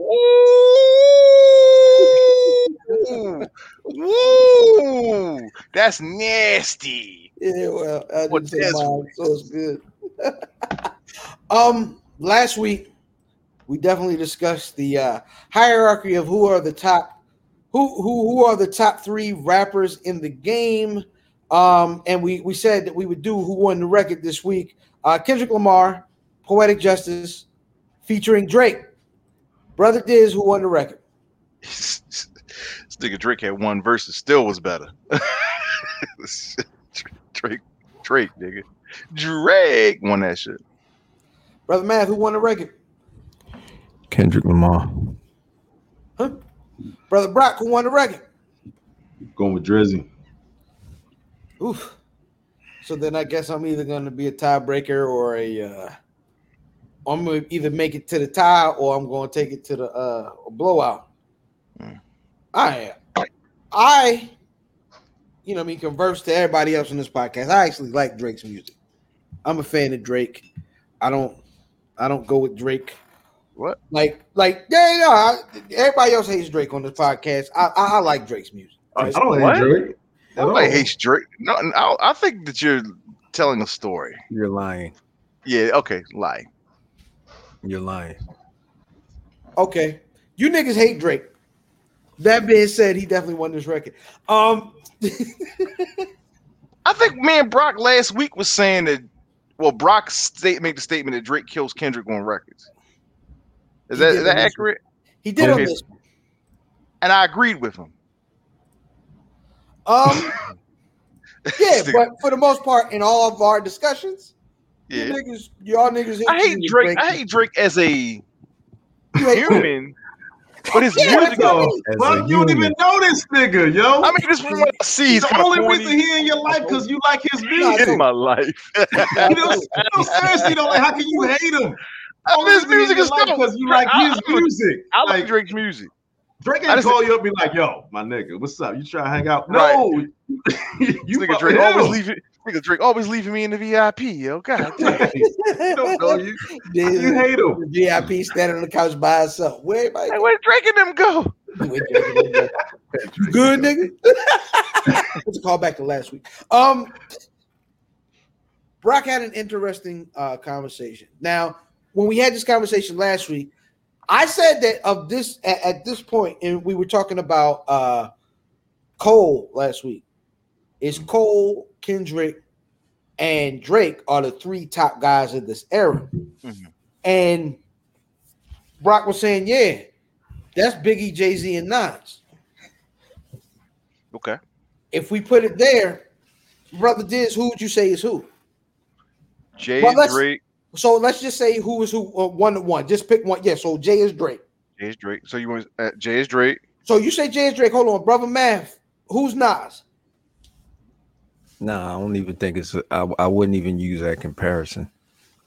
[SPEAKER 4] Ooh, Ooh, that's nasty.
[SPEAKER 1] yeah, well, I
[SPEAKER 4] What
[SPEAKER 1] didn't say
[SPEAKER 4] is-
[SPEAKER 1] mine, so it's good. um, last week we definitely discussed the uh, hierarchy of who are the top, who who who are the top three rappers in the game. Um, and we we said that we would do who won the record this week. Uh, Kendrick Lamar, Poetic Justice, featuring Drake, Brother Diz, who won the record.
[SPEAKER 4] this nigga Drake had one verse and still was better. Drake, Drake, nigga. Drake won that shit.
[SPEAKER 1] Brother Mav, who won the record?
[SPEAKER 7] Kendrick Lamar.
[SPEAKER 1] Huh? Brother Brock, who won the record?
[SPEAKER 3] Going with Drizzy.
[SPEAKER 1] Oof. So then I guess I'm either going to be a tiebreaker or a. Uh, I'm going to either make it to the tie or I'm going to take it to the uh, blowout.
[SPEAKER 4] Mm.
[SPEAKER 1] I, I, you know, what I mean, converse to everybody else on this podcast. I actually like Drake's music. I'm a fan of Drake. I don't, I don't go with Drake.
[SPEAKER 4] What?
[SPEAKER 1] Like, like, yeah, no. I, everybody else hates Drake on this podcast. I, I, I like Drake's music.
[SPEAKER 3] I don't
[SPEAKER 4] What?
[SPEAKER 3] hate Drake. at all.
[SPEAKER 4] Nobody
[SPEAKER 1] Oh.
[SPEAKER 4] hates Drake. No, no, I think that you're telling a story.
[SPEAKER 7] You're lying.
[SPEAKER 4] Yeah, okay, lie.
[SPEAKER 7] You're lying.
[SPEAKER 1] Okay. You niggas hate Drake. That being said, he definitely won this record. Um,
[SPEAKER 4] I think me and Brock last week was saying that. Well, Brock state made the statement that Drake kills Kendrick on records. Is
[SPEAKER 1] He
[SPEAKER 4] that,
[SPEAKER 1] did
[SPEAKER 4] is that
[SPEAKER 1] on this
[SPEAKER 4] accurate?
[SPEAKER 1] he did on
[SPEAKER 4] Okay.
[SPEAKER 1] this. one.
[SPEAKER 4] And I agreed with him.
[SPEAKER 1] Um, yeah,
[SPEAKER 4] This nigga-
[SPEAKER 1] but for the most part, in all of our discussions,
[SPEAKER 4] yeah.
[SPEAKER 1] you niggas, y'all niggas. hate
[SPEAKER 4] I hate
[SPEAKER 1] you,
[SPEAKER 4] Drake. I hate Drake as a
[SPEAKER 1] You hate Drake.
[SPEAKER 4] human, but his
[SPEAKER 1] Yeah, that's
[SPEAKER 4] music.
[SPEAKER 1] what I mean.
[SPEAKER 7] As
[SPEAKER 3] Why
[SPEAKER 7] a
[SPEAKER 3] you don't even
[SPEAKER 7] human.
[SPEAKER 3] know this nigga, yo?
[SPEAKER 4] I mean, this from what I see. He's
[SPEAKER 3] He's the
[SPEAKER 4] kind of
[SPEAKER 3] only
[SPEAKER 4] corny.
[SPEAKER 3] reason he in your life because you like his music.
[SPEAKER 1] Nah,
[SPEAKER 4] in my life.
[SPEAKER 3] You know, you know, seriously though, like how can you hate him? Only
[SPEAKER 4] his
[SPEAKER 3] reason he in
[SPEAKER 4] music
[SPEAKER 3] your
[SPEAKER 4] is
[SPEAKER 3] life
[SPEAKER 4] dope.
[SPEAKER 3] because you like
[SPEAKER 4] I-
[SPEAKER 3] his
[SPEAKER 4] I-
[SPEAKER 3] music.
[SPEAKER 4] I like
[SPEAKER 3] Like,
[SPEAKER 4] Drake's music.
[SPEAKER 3] Drake
[SPEAKER 4] I
[SPEAKER 3] ain't
[SPEAKER 4] just-
[SPEAKER 3] call you up and be like, yo, my nigga, what's up? You trying to hang out?
[SPEAKER 4] Right.
[SPEAKER 3] No. you
[SPEAKER 4] nigga
[SPEAKER 3] fuck
[SPEAKER 4] Drake
[SPEAKER 3] with
[SPEAKER 4] always
[SPEAKER 3] him.
[SPEAKER 4] leaving. Nigga Drake always leaving me in the VIP. Yo, god damn.
[SPEAKER 3] Right. You don't know you.
[SPEAKER 1] Dude,
[SPEAKER 3] You hate him.
[SPEAKER 1] the VIP standing on the couch by himself. Where everybody?
[SPEAKER 4] Like, where Drake and them go?
[SPEAKER 1] Where Drake You good, nigga? Let's call back to last week. Um, Brock had an interesting uh, conversation. Now, when we had this conversation last week, I said that of this at, at this point, and we were talking about uh, Cole last week. Is Cole, Kendrick, and Drake are the three top guys in this era,
[SPEAKER 4] Mhm.
[SPEAKER 1] and Brock was saying, "Yeah, that's Biggie, Jay Z, and Nas."
[SPEAKER 4] Okay.
[SPEAKER 1] if we put it there, brother Diz, who would you say is who?
[SPEAKER 4] Jay
[SPEAKER 1] Well,
[SPEAKER 4] is
[SPEAKER 1] let's-
[SPEAKER 4] Drake.
[SPEAKER 1] So let's just say who is who uh, one to one. Just pick one. Yeah, so Jay is Drake.
[SPEAKER 4] Jay is Drake. So you want uh, Jay is Drake.
[SPEAKER 1] So you say Jay is Drake. Hold on, brother Math. Who's Nas?
[SPEAKER 7] Nah, I don't even think it's. I, I wouldn't even use that comparison.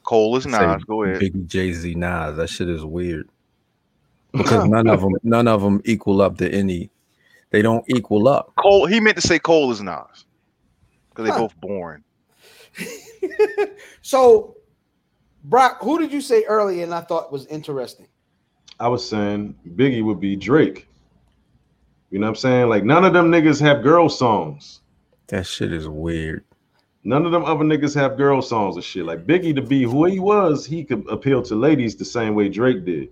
[SPEAKER 4] Cole is
[SPEAKER 7] Say
[SPEAKER 4] Nas. Go ahead.
[SPEAKER 7] Biggie, Jay Z, Nas. That shit is weird because none of them, none of them equal up to any. They don't equal up.
[SPEAKER 4] Cole. He meant to say Cole is Nas because they
[SPEAKER 1] Huh.
[SPEAKER 4] both born.
[SPEAKER 1] So Brock, who did you say earlier and I thought was interesting?
[SPEAKER 3] I was saying Biggie would be Drake. You know what I'm saying? Like none of them niggas have girl songs.
[SPEAKER 7] That shit is weird.
[SPEAKER 3] None of them other niggas have girl songs and shit. Like Biggie to be who he was, he could appeal to ladies the same way Drake did.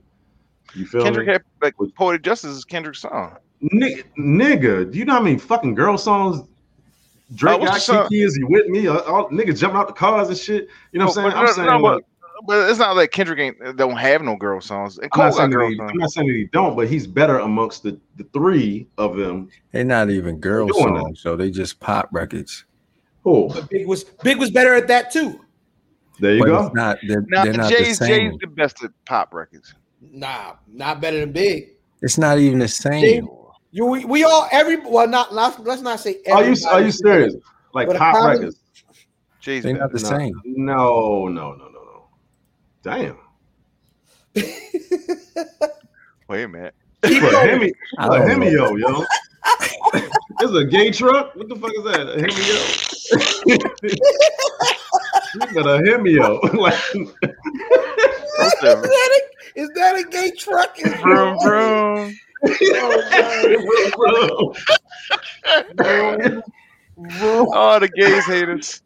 [SPEAKER 3] You feel
[SPEAKER 4] Kendrick
[SPEAKER 3] me?
[SPEAKER 4] had like Poetic Justice is Kendrick's song.
[SPEAKER 3] Ni- nigga, do you know how many fucking girl songs
[SPEAKER 4] Uh,
[SPEAKER 3] Drake
[SPEAKER 4] what's
[SPEAKER 3] got?
[SPEAKER 4] the song?
[SPEAKER 3] Kiki, is he with me? Uh, all niggas jumping out the cars and shit. You know what I'm saying?
[SPEAKER 4] Oh, But,
[SPEAKER 3] I'm
[SPEAKER 4] no,
[SPEAKER 3] saying
[SPEAKER 4] no,
[SPEAKER 3] like,
[SPEAKER 4] but, but it's not like Kendrick ain't don't have no girl songs. And
[SPEAKER 3] I'm
[SPEAKER 4] Cole
[SPEAKER 3] not,
[SPEAKER 4] got
[SPEAKER 3] saying that
[SPEAKER 4] girl
[SPEAKER 3] he, I'm
[SPEAKER 4] songs.
[SPEAKER 3] not saying that he don't, but he's better amongst the, the three of them.
[SPEAKER 7] They're not even girl
[SPEAKER 3] doing that.
[SPEAKER 7] songs, so they just pop records.
[SPEAKER 3] Oh,
[SPEAKER 1] Big was Big was better at that too.
[SPEAKER 3] there you
[SPEAKER 7] but
[SPEAKER 3] go.
[SPEAKER 7] it's not. They're,
[SPEAKER 4] Now
[SPEAKER 7] they're not
[SPEAKER 4] Jay's
[SPEAKER 7] the same.
[SPEAKER 4] Jay's the best at pop records.
[SPEAKER 1] Nah, not better than Big.
[SPEAKER 7] It's not even the same.
[SPEAKER 1] Jay- You we, we all every well not not- let's not say
[SPEAKER 3] Are you are you
[SPEAKER 1] everybody.
[SPEAKER 3] serious? Like
[SPEAKER 1] But a
[SPEAKER 3] pop
[SPEAKER 1] comedy-
[SPEAKER 3] records?
[SPEAKER 4] Jay's
[SPEAKER 7] They're not
[SPEAKER 4] better.
[SPEAKER 7] the
[SPEAKER 3] no,
[SPEAKER 7] same.
[SPEAKER 3] No, no, no, no, no. Damn.
[SPEAKER 4] Wait a minute.
[SPEAKER 3] Look, Hemi,
[SPEAKER 7] I
[SPEAKER 3] look,
[SPEAKER 7] don't know.
[SPEAKER 3] Hemio, yo. this is a gay truck. What the fuck is that? A Hemio. you got a Hemio. like,
[SPEAKER 1] is, that a, is that a gay truck? Is-
[SPEAKER 4] Vroom, vroom.
[SPEAKER 3] bro,
[SPEAKER 4] Oh, the gays hate us.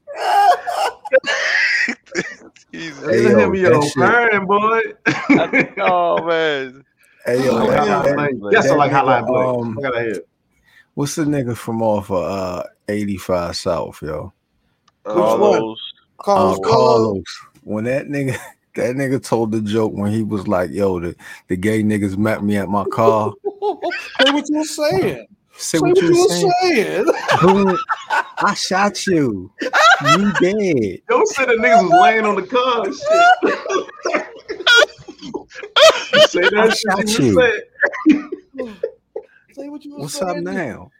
[SPEAKER 4] Jesus.
[SPEAKER 7] Hey,
[SPEAKER 3] it's a
[SPEAKER 7] yo, that
[SPEAKER 3] Hemio
[SPEAKER 7] shit-
[SPEAKER 3] burn, boy.
[SPEAKER 4] Oh man.
[SPEAKER 7] Hey, yo,
[SPEAKER 3] Hotline
[SPEAKER 7] that- that-
[SPEAKER 3] Bling. Yes, I
[SPEAKER 7] that
[SPEAKER 3] Oh, like Hotline
[SPEAKER 7] nigga,
[SPEAKER 3] Bling.
[SPEAKER 7] um,
[SPEAKER 3] I gotta hear. it.
[SPEAKER 7] What's the nigga from off of uh, 85 South, yo?
[SPEAKER 4] All
[SPEAKER 1] one?
[SPEAKER 4] those.
[SPEAKER 7] Uh,
[SPEAKER 1] Carlos, Carlos.
[SPEAKER 7] Carlos. When that nigga that nigga told the joke when he was like, yo, the, the gay niggas met me at my car.
[SPEAKER 1] Say what you were saying. Say
[SPEAKER 7] Say what you was saying.
[SPEAKER 1] saying.
[SPEAKER 7] Boom. I shot you. You dead.
[SPEAKER 3] Don't say the niggas was laying on the car and shit. You say
[SPEAKER 7] I
[SPEAKER 3] that
[SPEAKER 7] shot
[SPEAKER 3] shit.
[SPEAKER 7] you.
[SPEAKER 3] You said,
[SPEAKER 1] Say what you were
[SPEAKER 7] What's
[SPEAKER 1] saying.
[SPEAKER 7] up now?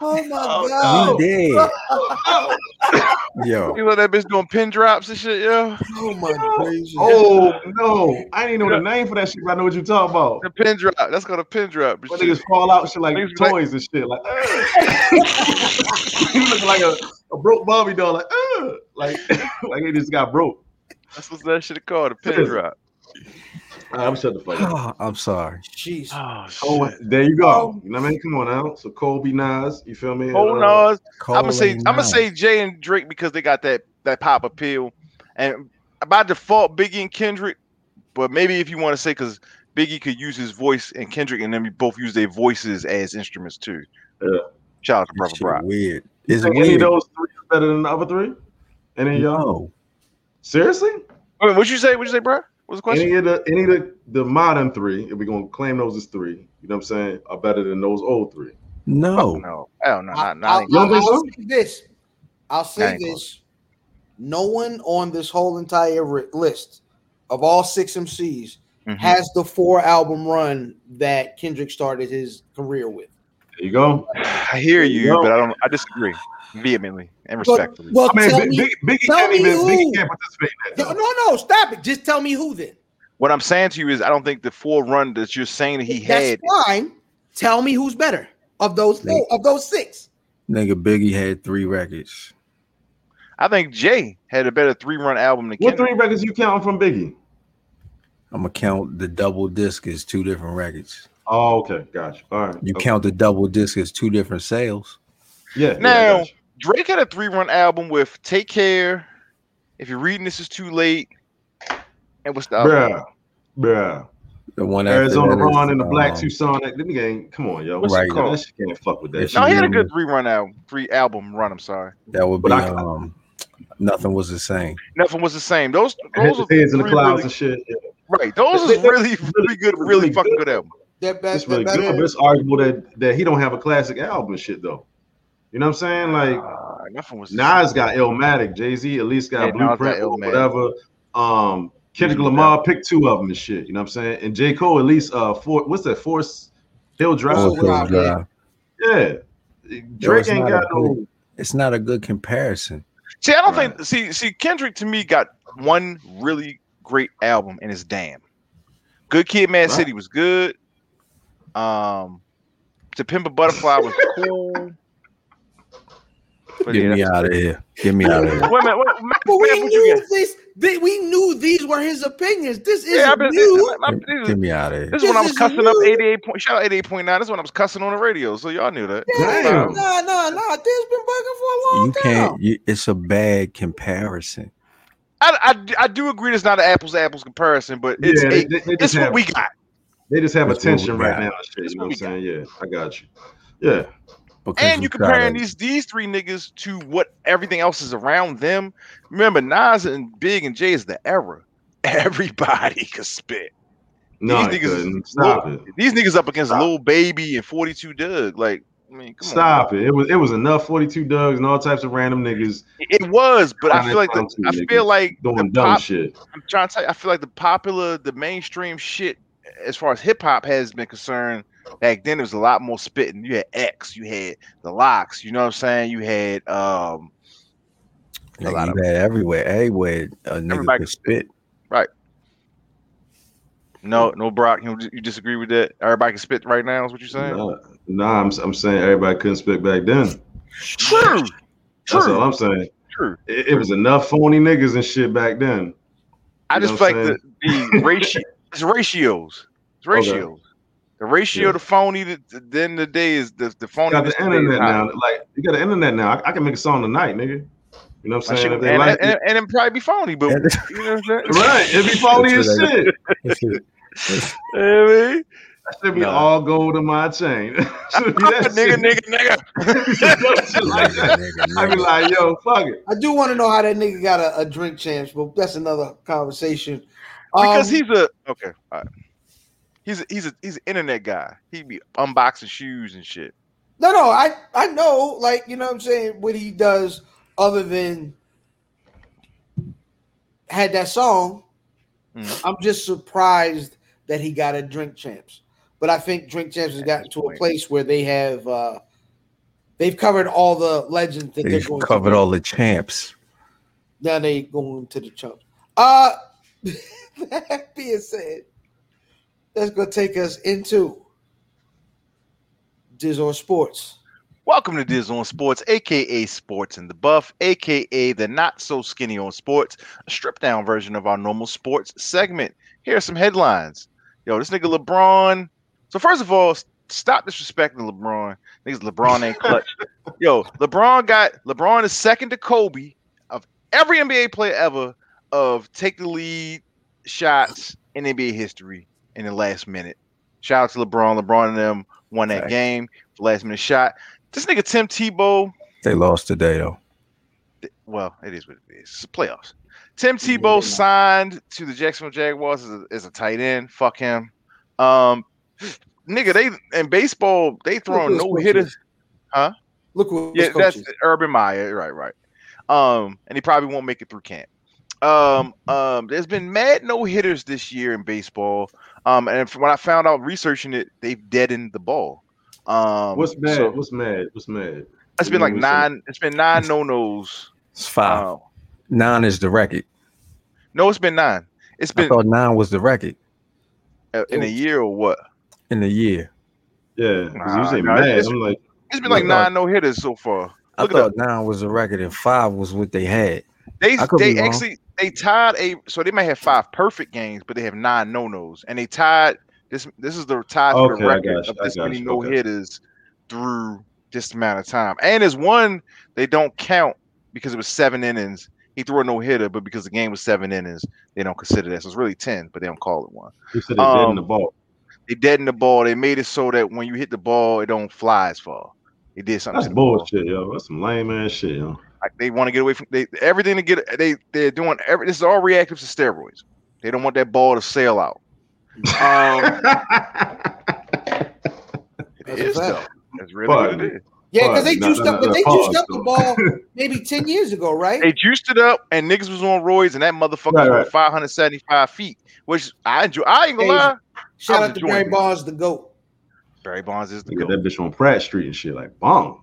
[SPEAKER 1] Oh my
[SPEAKER 7] You
[SPEAKER 1] god.
[SPEAKER 7] dead. Yo.
[SPEAKER 4] You know that bitch doing pin drops and shit, yo.
[SPEAKER 1] Oh my gracious.
[SPEAKER 3] Oh no, I didn't even know the name for that shit, but I know what you're talking about.
[SPEAKER 4] The pin drop. That's called a pin drop.
[SPEAKER 3] When niggas fall out, shit like
[SPEAKER 4] Niggas be like-
[SPEAKER 3] toys and shit, like you look like a, a broke Bobby doll, like "Ugh," like like they just got broke.
[SPEAKER 4] That's what that shit called, a pin drop.
[SPEAKER 3] All right, I'm shut the fuck up.
[SPEAKER 7] I'm sorry.
[SPEAKER 1] jeez.
[SPEAKER 4] Oh,
[SPEAKER 3] Oh, there you go. You know what I mean? Come on now. So Cole be Nas, you feel me?
[SPEAKER 4] Cole
[SPEAKER 3] Uh,
[SPEAKER 4] Oh, Nas. I'm
[SPEAKER 7] Cole
[SPEAKER 4] gonna say I'm
[SPEAKER 7] ain't
[SPEAKER 4] gonna
[SPEAKER 7] nice.
[SPEAKER 4] say Jay and Drake because they got that that pop appeal, and by default Biggie and Kendrick. But maybe if you want to say because Biggie could use his voice and Kendrick and them both use their voices as instruments too.
[SPEAKER 3] Yeah.
[SPEAKER 4] Shout out to
[SPEAKER 7] That
[SPEAKER 4] brother
[SPEAKER 7] shit
[SPEAKER 4] Brock.
[SPEAKER 7] weird. It's
[SPEAKER 3] think any of
[SPEAKER 7] weird.
[SPEAKER 3] those three is better than the other three? Any of y'all?
[SPEAKER 7] No.
[SPEAKER 3] Seriously?
[SPEAKER 4] Wait, what'd you say? What'd you say, bro? What's the question?
[SPEAKER 3] Any of the any of the, the modern three, if we're gonna claim those as three, you know what I'm saying, are better than those old three.
[SPEAKER 7] No.
[SPEAKER 4] No, I don't know.
[SPEAKER 1] I,
[SPEAKER 4] Not, not
[SPEAKER 1] will
[SPEAKER 3] Young Big
[SPEAKER 1] say this. I'll
[SPEAKER 4] Not
[SPEAKER 1] say
[SPEAKER 4] even
[SPEAKER 1] this. No one on this whole entire ri- list of all six MCs
[SPEAKER 4] Mhm.
[SPEAKER 1] has the four album run that Kendrick started his career with.
[SPEAKER 3] There you go.
[SPEAKER 4] I hear you,
[SPEAKER 3] No.
[SPEAKER 4] but I don't. I disagree vehemently and
[SPEAKER 1] But-
[SPEAKER 4] respectfully.
[SPEAKER 1] well,
[SPEAKER 3] I mean,
[SPEAKER 1] tell
[SPEAKER 3] Big,
[SPEAKER 1] me-
[SPEAKER 3] Big, Biggie,
[SPEAKER 1] tell
[SPEAKER 3] can't
[SPEAKER 1] me
[SPEAKER 3] even,
[SPEAKER 1] who.
[SPEAKER 3] Biggie can't participate in that.
[SPEAKER 1] no, no, no, stop it. Just tell me who then.
[SPEAKER 4] what I'm saying to you is, I don't think the full run that you're saying that he had.
[SPEAKER 1] That's fine. Tell me who's better of those four, of those six.
[SPEAKER 7] Nigga Biggie had three records.
[SPEAKER 4] I think Jay had a better three run album than
[SPEAKER 3] What
[SPEAKER 4] Kendrick.
[SPEAKER 3] three records you counting from Biggie?
[SPEAKER 7] I'm gonna count the double disc as two different records.
[SPEAKER 3] Oh, okay, gotcha. All right,
[SPEAKER 7] You
[SPEAKER 3] okay.
[SPEAKER 7] count the double disc as two different sales.
[SPEAKER 3] Yeah. yeah,
[SPEAKER 4] Now-
[SPEAKER 3] gotcha.
[SPEAKER 4] Drake had a three run album with Take Care, If You're Reading This Is Too Late, and what's the other one?
[SPEAKER 3] bruh, bruh.
[SPEAKER 7] The one after
[SPEAKER 3] Arizona
[SPEAKER 7] that is,
[SPEAKER 3] Ron and the Black
[SPEAKER 7] um,
[SPEAKER 3] Tucson. That, that nigga ain't. Come on, yo.
[SPEAKER 4] What's it
[SPEAKER 3] Right.
[SPEAKER 4] called?
[SPEAKER 3] That shit can't fuck with that.
[SPEAKER 7] It's
[SPEAKER 3] shit.
[SPEAKER 4] No, he had a
[SPEAKER 7] Remember-
[SPEAKER 4] good three run album, three album run. I'm sorry,
[SPEAKER 7] That would be
[SPEAKER 3] But I-
[SPEAKER 7] um, nothing was the same.
[SPEAKER 4] nothing was the same. Those,
[SPEAKER 3] His
[SPEAKER 4] those are
[SPEAKER 3] heads in the
[SPEAKER 4] three
[SPEAKER 3] clouds
[SPEAKER 4] really-
[SPEAKER 3] and shit. Yeah.
[SPEAKER 4] right? Those is
[SPEAKER 3] They- they-
[SPEAKER 4] really, really good,
[SPEAKER 3] really
[SPEAKER 4] really
[SPEAKER 3] good.
[SPEAKER 4] fucking good album.
[SPEAKER 1] That best,
[SPEAKER 3] It's really
[SPEAKER 1] that better.
[SPEAKER 3] good, but it's arguable that that he don't have a classic album and shit though. You know what I'm saying? Like
[SPEAKER 4] Uh, nothing was the
[SPEAKER 3] Nas got Illmatic, Jay Z at least got
[SPEAKER 4] Yeah, Nas got
[SPEAKER 3] Blueprint or
[SPEAKER 4] Illmatic.
[SPEAKER 3] whatever. Um, Kendrick
[SPEAKER 4] Yeah.
[SPEAKER 3] Lamar picked two of them and shit. You know what I'm saying? And J Cole at least uh four. What's that? Force Hill Drive.
[SPEAKER 7] Four
[SPEAKER 1] Force Hill.
[SPEAKER 7] Hill Drive.
[SPEAKER 3] Yeah. Drake
[SPEAKER 7] it's
[SPEAKER 3] ain't
[SPEAKER 7] not
[SPEAKER 3] got
[SPEAKER 7] a
[SPEAKER 3] no.
[SPEAKER 7] good- It's not a good comparison.
[SPEAKER 4] See, I don't
[SPEAKER 3] Right.
[SPEAKER 4] think. See, see, Kendrick to me got one really great album, and it's Damn. Good Kid, Mad
[SPEAKER 3] Right.
[SPEAKER 4] City was good. Um, To Pimp a Butterfly was cool. But
[SPEAKER 7] Get
[SPEAKER 4] yeah,
[SPEAKER 7] me
[SPEAKER 4] that's-
[SPEAKER 7] out of here. Get me out of here.
[SPEAKER 4] Wait a minute, wait, Matt, Matt,
[SPEAKER 1] But we
[SPEAKER 4] what you
[SPEAKER 1] knew
[SPEAKER 4] get?
[SPEAKER 1] this. thi- we knew these were his opinions. This is
[SPEAKER 4] Yeah, I've been.
[SPEAKER 1] new.
[SPEAKER 4] I- I-
[SPEAKER 7] Get-
[SPEAKER 4] I-
[SPEAKER 7] Get me out of here.
[SPEAKER 4] This is when I was
[SPEAKER 1] This is
[SPEAKER 4] cussing up
[SPEAKER 1] new.
[SPEAKER 4] 88 point. Shout out 88.9. This is when I was cussing on the radio. So y'all knew that.
[SPEAKER 1] Damn.
[SPEAKER 3] Damn.
[SPEAKER 1] Nah, nah, nah. This has been bugging for a long
[SPEAKER 7] You
[SPEAKER 1] time.
[SPEAKER 7] can't. You, it's a bad comparison.
[SPEAKER 4] I, I, I do agree it's not an apples to apples comparison, but it's
[SPEAKER 3] yeah,
[SPEAKER 4] a,
[SPEAKER 3] they, they, they
[SPEAKER 4] it's
[SPEAKER 3] just
[SPEAKER 4] what
[SPEAKER 3] have
[SPEAKER 4] we got.
[SPEAKER 3] they just have
[SPEAKER 7] That's what we
[SPEAKER 3] attention right
[SPEAKER 7] got.
[SPEAKER 3] now. and Shit,
[SPEAKER 4] That's
[SPEAKER 3] you know
[SPEAKER 4] what
[SPEAKER 3] what
[SPEAKER 4] we
[SPEAKER 3] I'm saying? Yeah, I got you. Yeah,
[SPEAKER 7] Because
[SPEAKER 4] And
[SPEAKER 7] we
[SPEAKER 4] you
[SPEAKER 7] try to-
[SPEAKER 4] comparing these these three niggas to what everything else is around them. Remember, Nas and Big and Jay is the era. Everybody could spit.
[SPEAKER 3] no,
[SPEAKER 4] These
[SPEAKER 3] it
[SPEAKER 4] niggas is
[SPEAKER 3] couldn't. stop it.
[SPEAKER 4] These niggas up against
[SPEAKER 3] Stop.
[SPEAKER 4] Lil Baby and 42 Doug. Like, I mean, come on.
[SPEAKER 3] Stop it. It was it was enough 42 Dugs and all types of random niggas
[SPEAKER 4] It was, but I feel like the, I
[SPEAKER 3] 42
[SPEAKER 4] feel
[SPEAKER 3] niggas
[SPEAKER 4] like the
[SPEAKER 3] doing dumb
[SPEAKER 4] pop,
[SPEAKER 3] shit.
[SPEAKER 4] I'm trying to tell you, I feel like the popular, the mainstream shit, as far as hip hop has been concerned, back then it was a lot more spitting. You had X, you had the Locks, you know what I'm saying? You had um
[SPEAKER 7] Nigga,
[SPEAKER 4] lot
[SPEAKER 7] you
[SPEAKER 4] of-
[SPEAKER 7] had everywhere. Everywhere a nigga
[SPEAKER 4] Everybody
[SPEAKER 7] could spit.
[SPEAKER 4] no, no Brock. You, you disagree with that? Everybody can spit right now, is what you're saying?
[SPEAKER 3] Nah, nah, I'm I'm saying everybody couldn't spit back then.
[SPEAKER 4] True,
[SPEAKER 3] That's all
[SPEAKER 4] true,
[SPEAKER 3] I'm saying.
[SPEAKER 4] true.
[SPEAKER 3] It, it was enough phony niggas and shit back then.
[SPEAKER 4] I
[SPEAKER 3] You
[SPEAKER 4] just
[SPEAKER 3] know
[SPEAKER 4] feel
[SPEAKER 3] what
[SPEAKER 4] like
[SPEAKER 3] I'm
[SPEAKER 4] the, the ratio, it's ratios, it's
[SPEAKER 3] Okay.
[SPEAKER 4] ratios. The ratio
[SPEAKER 3] Yeah.
[SPEAKER 4] to phony, the, the, the end of the day is the, the phony.
[SPEAKER 3] You got the internet now. Like you got the internet now. I, I can make a song tonight, nigga. You know what I'm saying? If
[SPEAKER 4] And,
[SPEAKER 3] they
[SPEAKER 4] and,
[SPEAKER 3] like it-
[SPEAKER 4] and, it'd probably be phony, but you know what I'm saying?
[SPEAKER 3] right, it'd be phony as
[SPEAKER 7] That's what
[SPEAKER 3] shit.
[SPEAKER 4] You know what I mean?
[SPEAKER 3] That should be
[SPEAKER 4] Nah.
[SPEAKER 3] all gold in my chain. should be that
[SPEAKER 4] nigga,
[SPEAKER 3] shit.
[SPEAKER 4] nigga, nigga.
[SPEAKER 3] Shit like that. I be like, yo, fuck it.
[SPEAKER 1] I do want to know how that nigga got a, a drink chance, but that's another conversation.
[SPEAKER 4] Because
[SPEAKER 1] Um,
[SPEAKER 4] he's a okay. All right. He's a, he's a he's an internet guy. He be unboxing shoes and shit.
[SPEAKER 1] no, no, I I know, like you know, what I'm saying what he does other than had that song.
[SPEAKER 7] Mm-hmm.
[SPEAKER 4] Mhm.
[SPEAKER 1] I'm just surprised that he got a drink champs, but I think drink champs has gotten
[SPEAKER 4] this
[SPEAKER 1] to a
[SPEAKER 4] point.
[SPEAKER 1] place where they have uh they've covered all the legends that they're
[SPEAKER 7] They've
[SPEAKER 1] going
[SPEAKER 7] covered
[SPEAKER 1] to.
[SPEAKER 7] all the champs.
[SPEAKER 1] Now they going to the chump. Uh that being said, that's gonna take us into Diz on Sports.
[SPEAKER 4] Welcome to Diz on Sports, aka Sports in the Buff, aka the Not So Skinny on Sports, a stripped down version of our normal sports segment. Here are some headlines. Yo, this nigga LeBron. So first of all, s- stop disrespecting LeBron. Niggas, LeBron ain't clutch. Yo, LeBron got LeBron is second to Kobe of every NBA player ever of take the lead shots in NBA history in the last minute. Shout out to LeBron. LeBron and them won that
[SPEAKER 7] Facts.
[SPEAKER 4] game for last minute shot. This nigga Tim Tebow,
[SPEAKER 7] They lost today though.
[SPEAKER 4] th- well, it is what it is. It's the playoffs. Tim Tebow signed to the Jacksonville Jaguars as a, as a tight end. Fuck him. Um, nigga, they in baseball they throwing
[SPEAKER 1] Look who
[SPEAKER 4] no
[SPEAKER 1] his coach
[SPEAKER 4] hitters.
[SPEAKER 1] is.
[SPEAKER 4] Huh?
[SPEAKER 1] Look who his
[SPEAKER 4] Yeah,
[SPEAKER 1] coach
[SPEAKER 4] that's
[SPEAKER 1] is.
[SPEAKER 4] Urban Meyer. Right, right. Um, and he probably won't make it through camp. Um, um, there's been mad no hitters this year in baseball. Um, and from when I found out researching it, they've deadened the ball. Um,
[SPEAKER 3] What's mad?
[SPEAKER 4] so
[SPEAKER 3] What's mad? What's mad?
[SPEAKER 4] it's been like
[SPEAKER 3] What's mad?
[SPEAKER 4] nine. It's been nine Um, no nos.
[SPEAKER 7] It's five. nine is the record.
[SPEAKER 4] no, it's been nine. It's
[SPEAKER 7] I
[SPEAKER 4] been
[SPEAKER 7] thought nine was the record
[SPEAKER 4] uh, in a year or what?
[SPEAKER 7] in the year.
[SPEAKER 3] Yeah, 'cause
[SPEAKER 4] Nah,
[SPEAKER 3] you say
[SPEAKER 4] nah,
[SPEAKER 3] mad.
[SPEAKER 4] it's-
[SPEAKER 3] I'm like,
[SPEAKER 4] It's been like
[SPEAKER 7] Look, uh,
[SPEAKER 4] nine no hitters so far.
[SPEAKER 7] I
[SPEAKER 4] Look it
[SPEAKER 7] thought nine was the record and five was what they had.
[SPEAKER 4] They
[SPEAKER 7] I could be
[SPEAKER 4] they
[SPEAKER 7] wrong.
[SPEAKER 4] actually they tied a so they might have five perfect games, but they have nine no nos, and they tied This this is the tie for
[SPEAKER 3] Okay,
[SPEAKER 4] the
[SPEAKER 3] I
[SPEAKER 4] record
[SPEAKER 3] got you,
[SPEAKER 4] of
[SPEAKER 3] I
[SPEAKER 4] this
[SPEAKER 3] got
[SPEAKER 4] many
[SPEAKER 3] you,
[SPEAKER 4] no
[SPEAKER 3] okay.
[SPEAKER 4] hitters through this amount of time. And there's one they don't count because it was seven innings. He threw a no hitter, but because the game was seven innings, they don't consider that. So it's really ten, but they don't call it one.
[SPEAKER 3] You said they dead
[SPEAKER 4] Um,
[SPEAKER 3] in the ball.
[SPEAKER 4] They deadened the ball. They made it so that when you hit the ball, it don't fly as far. They did something.
[SPEAKER 3] That's
[SPEAKER 4] to the ball.
[SPEAKER 3] bullshit, yo. That's some lame ass shit, yo.
[SPEAKER 4] Like, they want to get away from they everything to get they they're doing every this is all reactive to steroids. They don't want that ball to sail out. Um, it
[SPEAKER 1] That's a
[SPEAKER 4] is though.
[SPEAKER 1] fact.
[SPEAKER 4] That's really what
[SPEAKER 3] Pardon
[SPEAKER 4] it is.
[SPEAKER 1] Yeah, because they
[SPEAKER 3] Nah,
[SPEAKER 1] juiced
[SPEAKER 3] nah,
[SPEAKER 1] up, but
[SPEAKER 3] nah,
[SPEAKER 1] they
[SPEAKER 3] pause,
[SPEAKER 1] juiced up the
[SPEAKER 3] though.
[SPEAKER 1] ball maybe ten years ago,
[SPEAKER 4] They
[SPEAKER 1] right?
[SPEAKER 4] juiced it up, and niggas was on roids, and that motherfucker
[SPEAKER 3] Right,
[SPEAKER 4] was
[SPEAKER 3] right.
[SPEAKER 4] 575 feet, which I enjoy. I ain't gonna lie.
[SPEAKER 1] Shout
[SPEAKER 4] I
[SPEAKER 1] out
[SPEAKER 4] was
[SPEAKER 1] to Barry
[SPEAKER 4] enjoying it.
[SPEAKER 1] Bonds, the goat.
[SPEAKER 4] Barry Bonds is the
[SPEAKER 3] They got
[SPEAKER 4] goat.
[SPEAKER 3] that bitch on Pratt Street and shit, like bomb.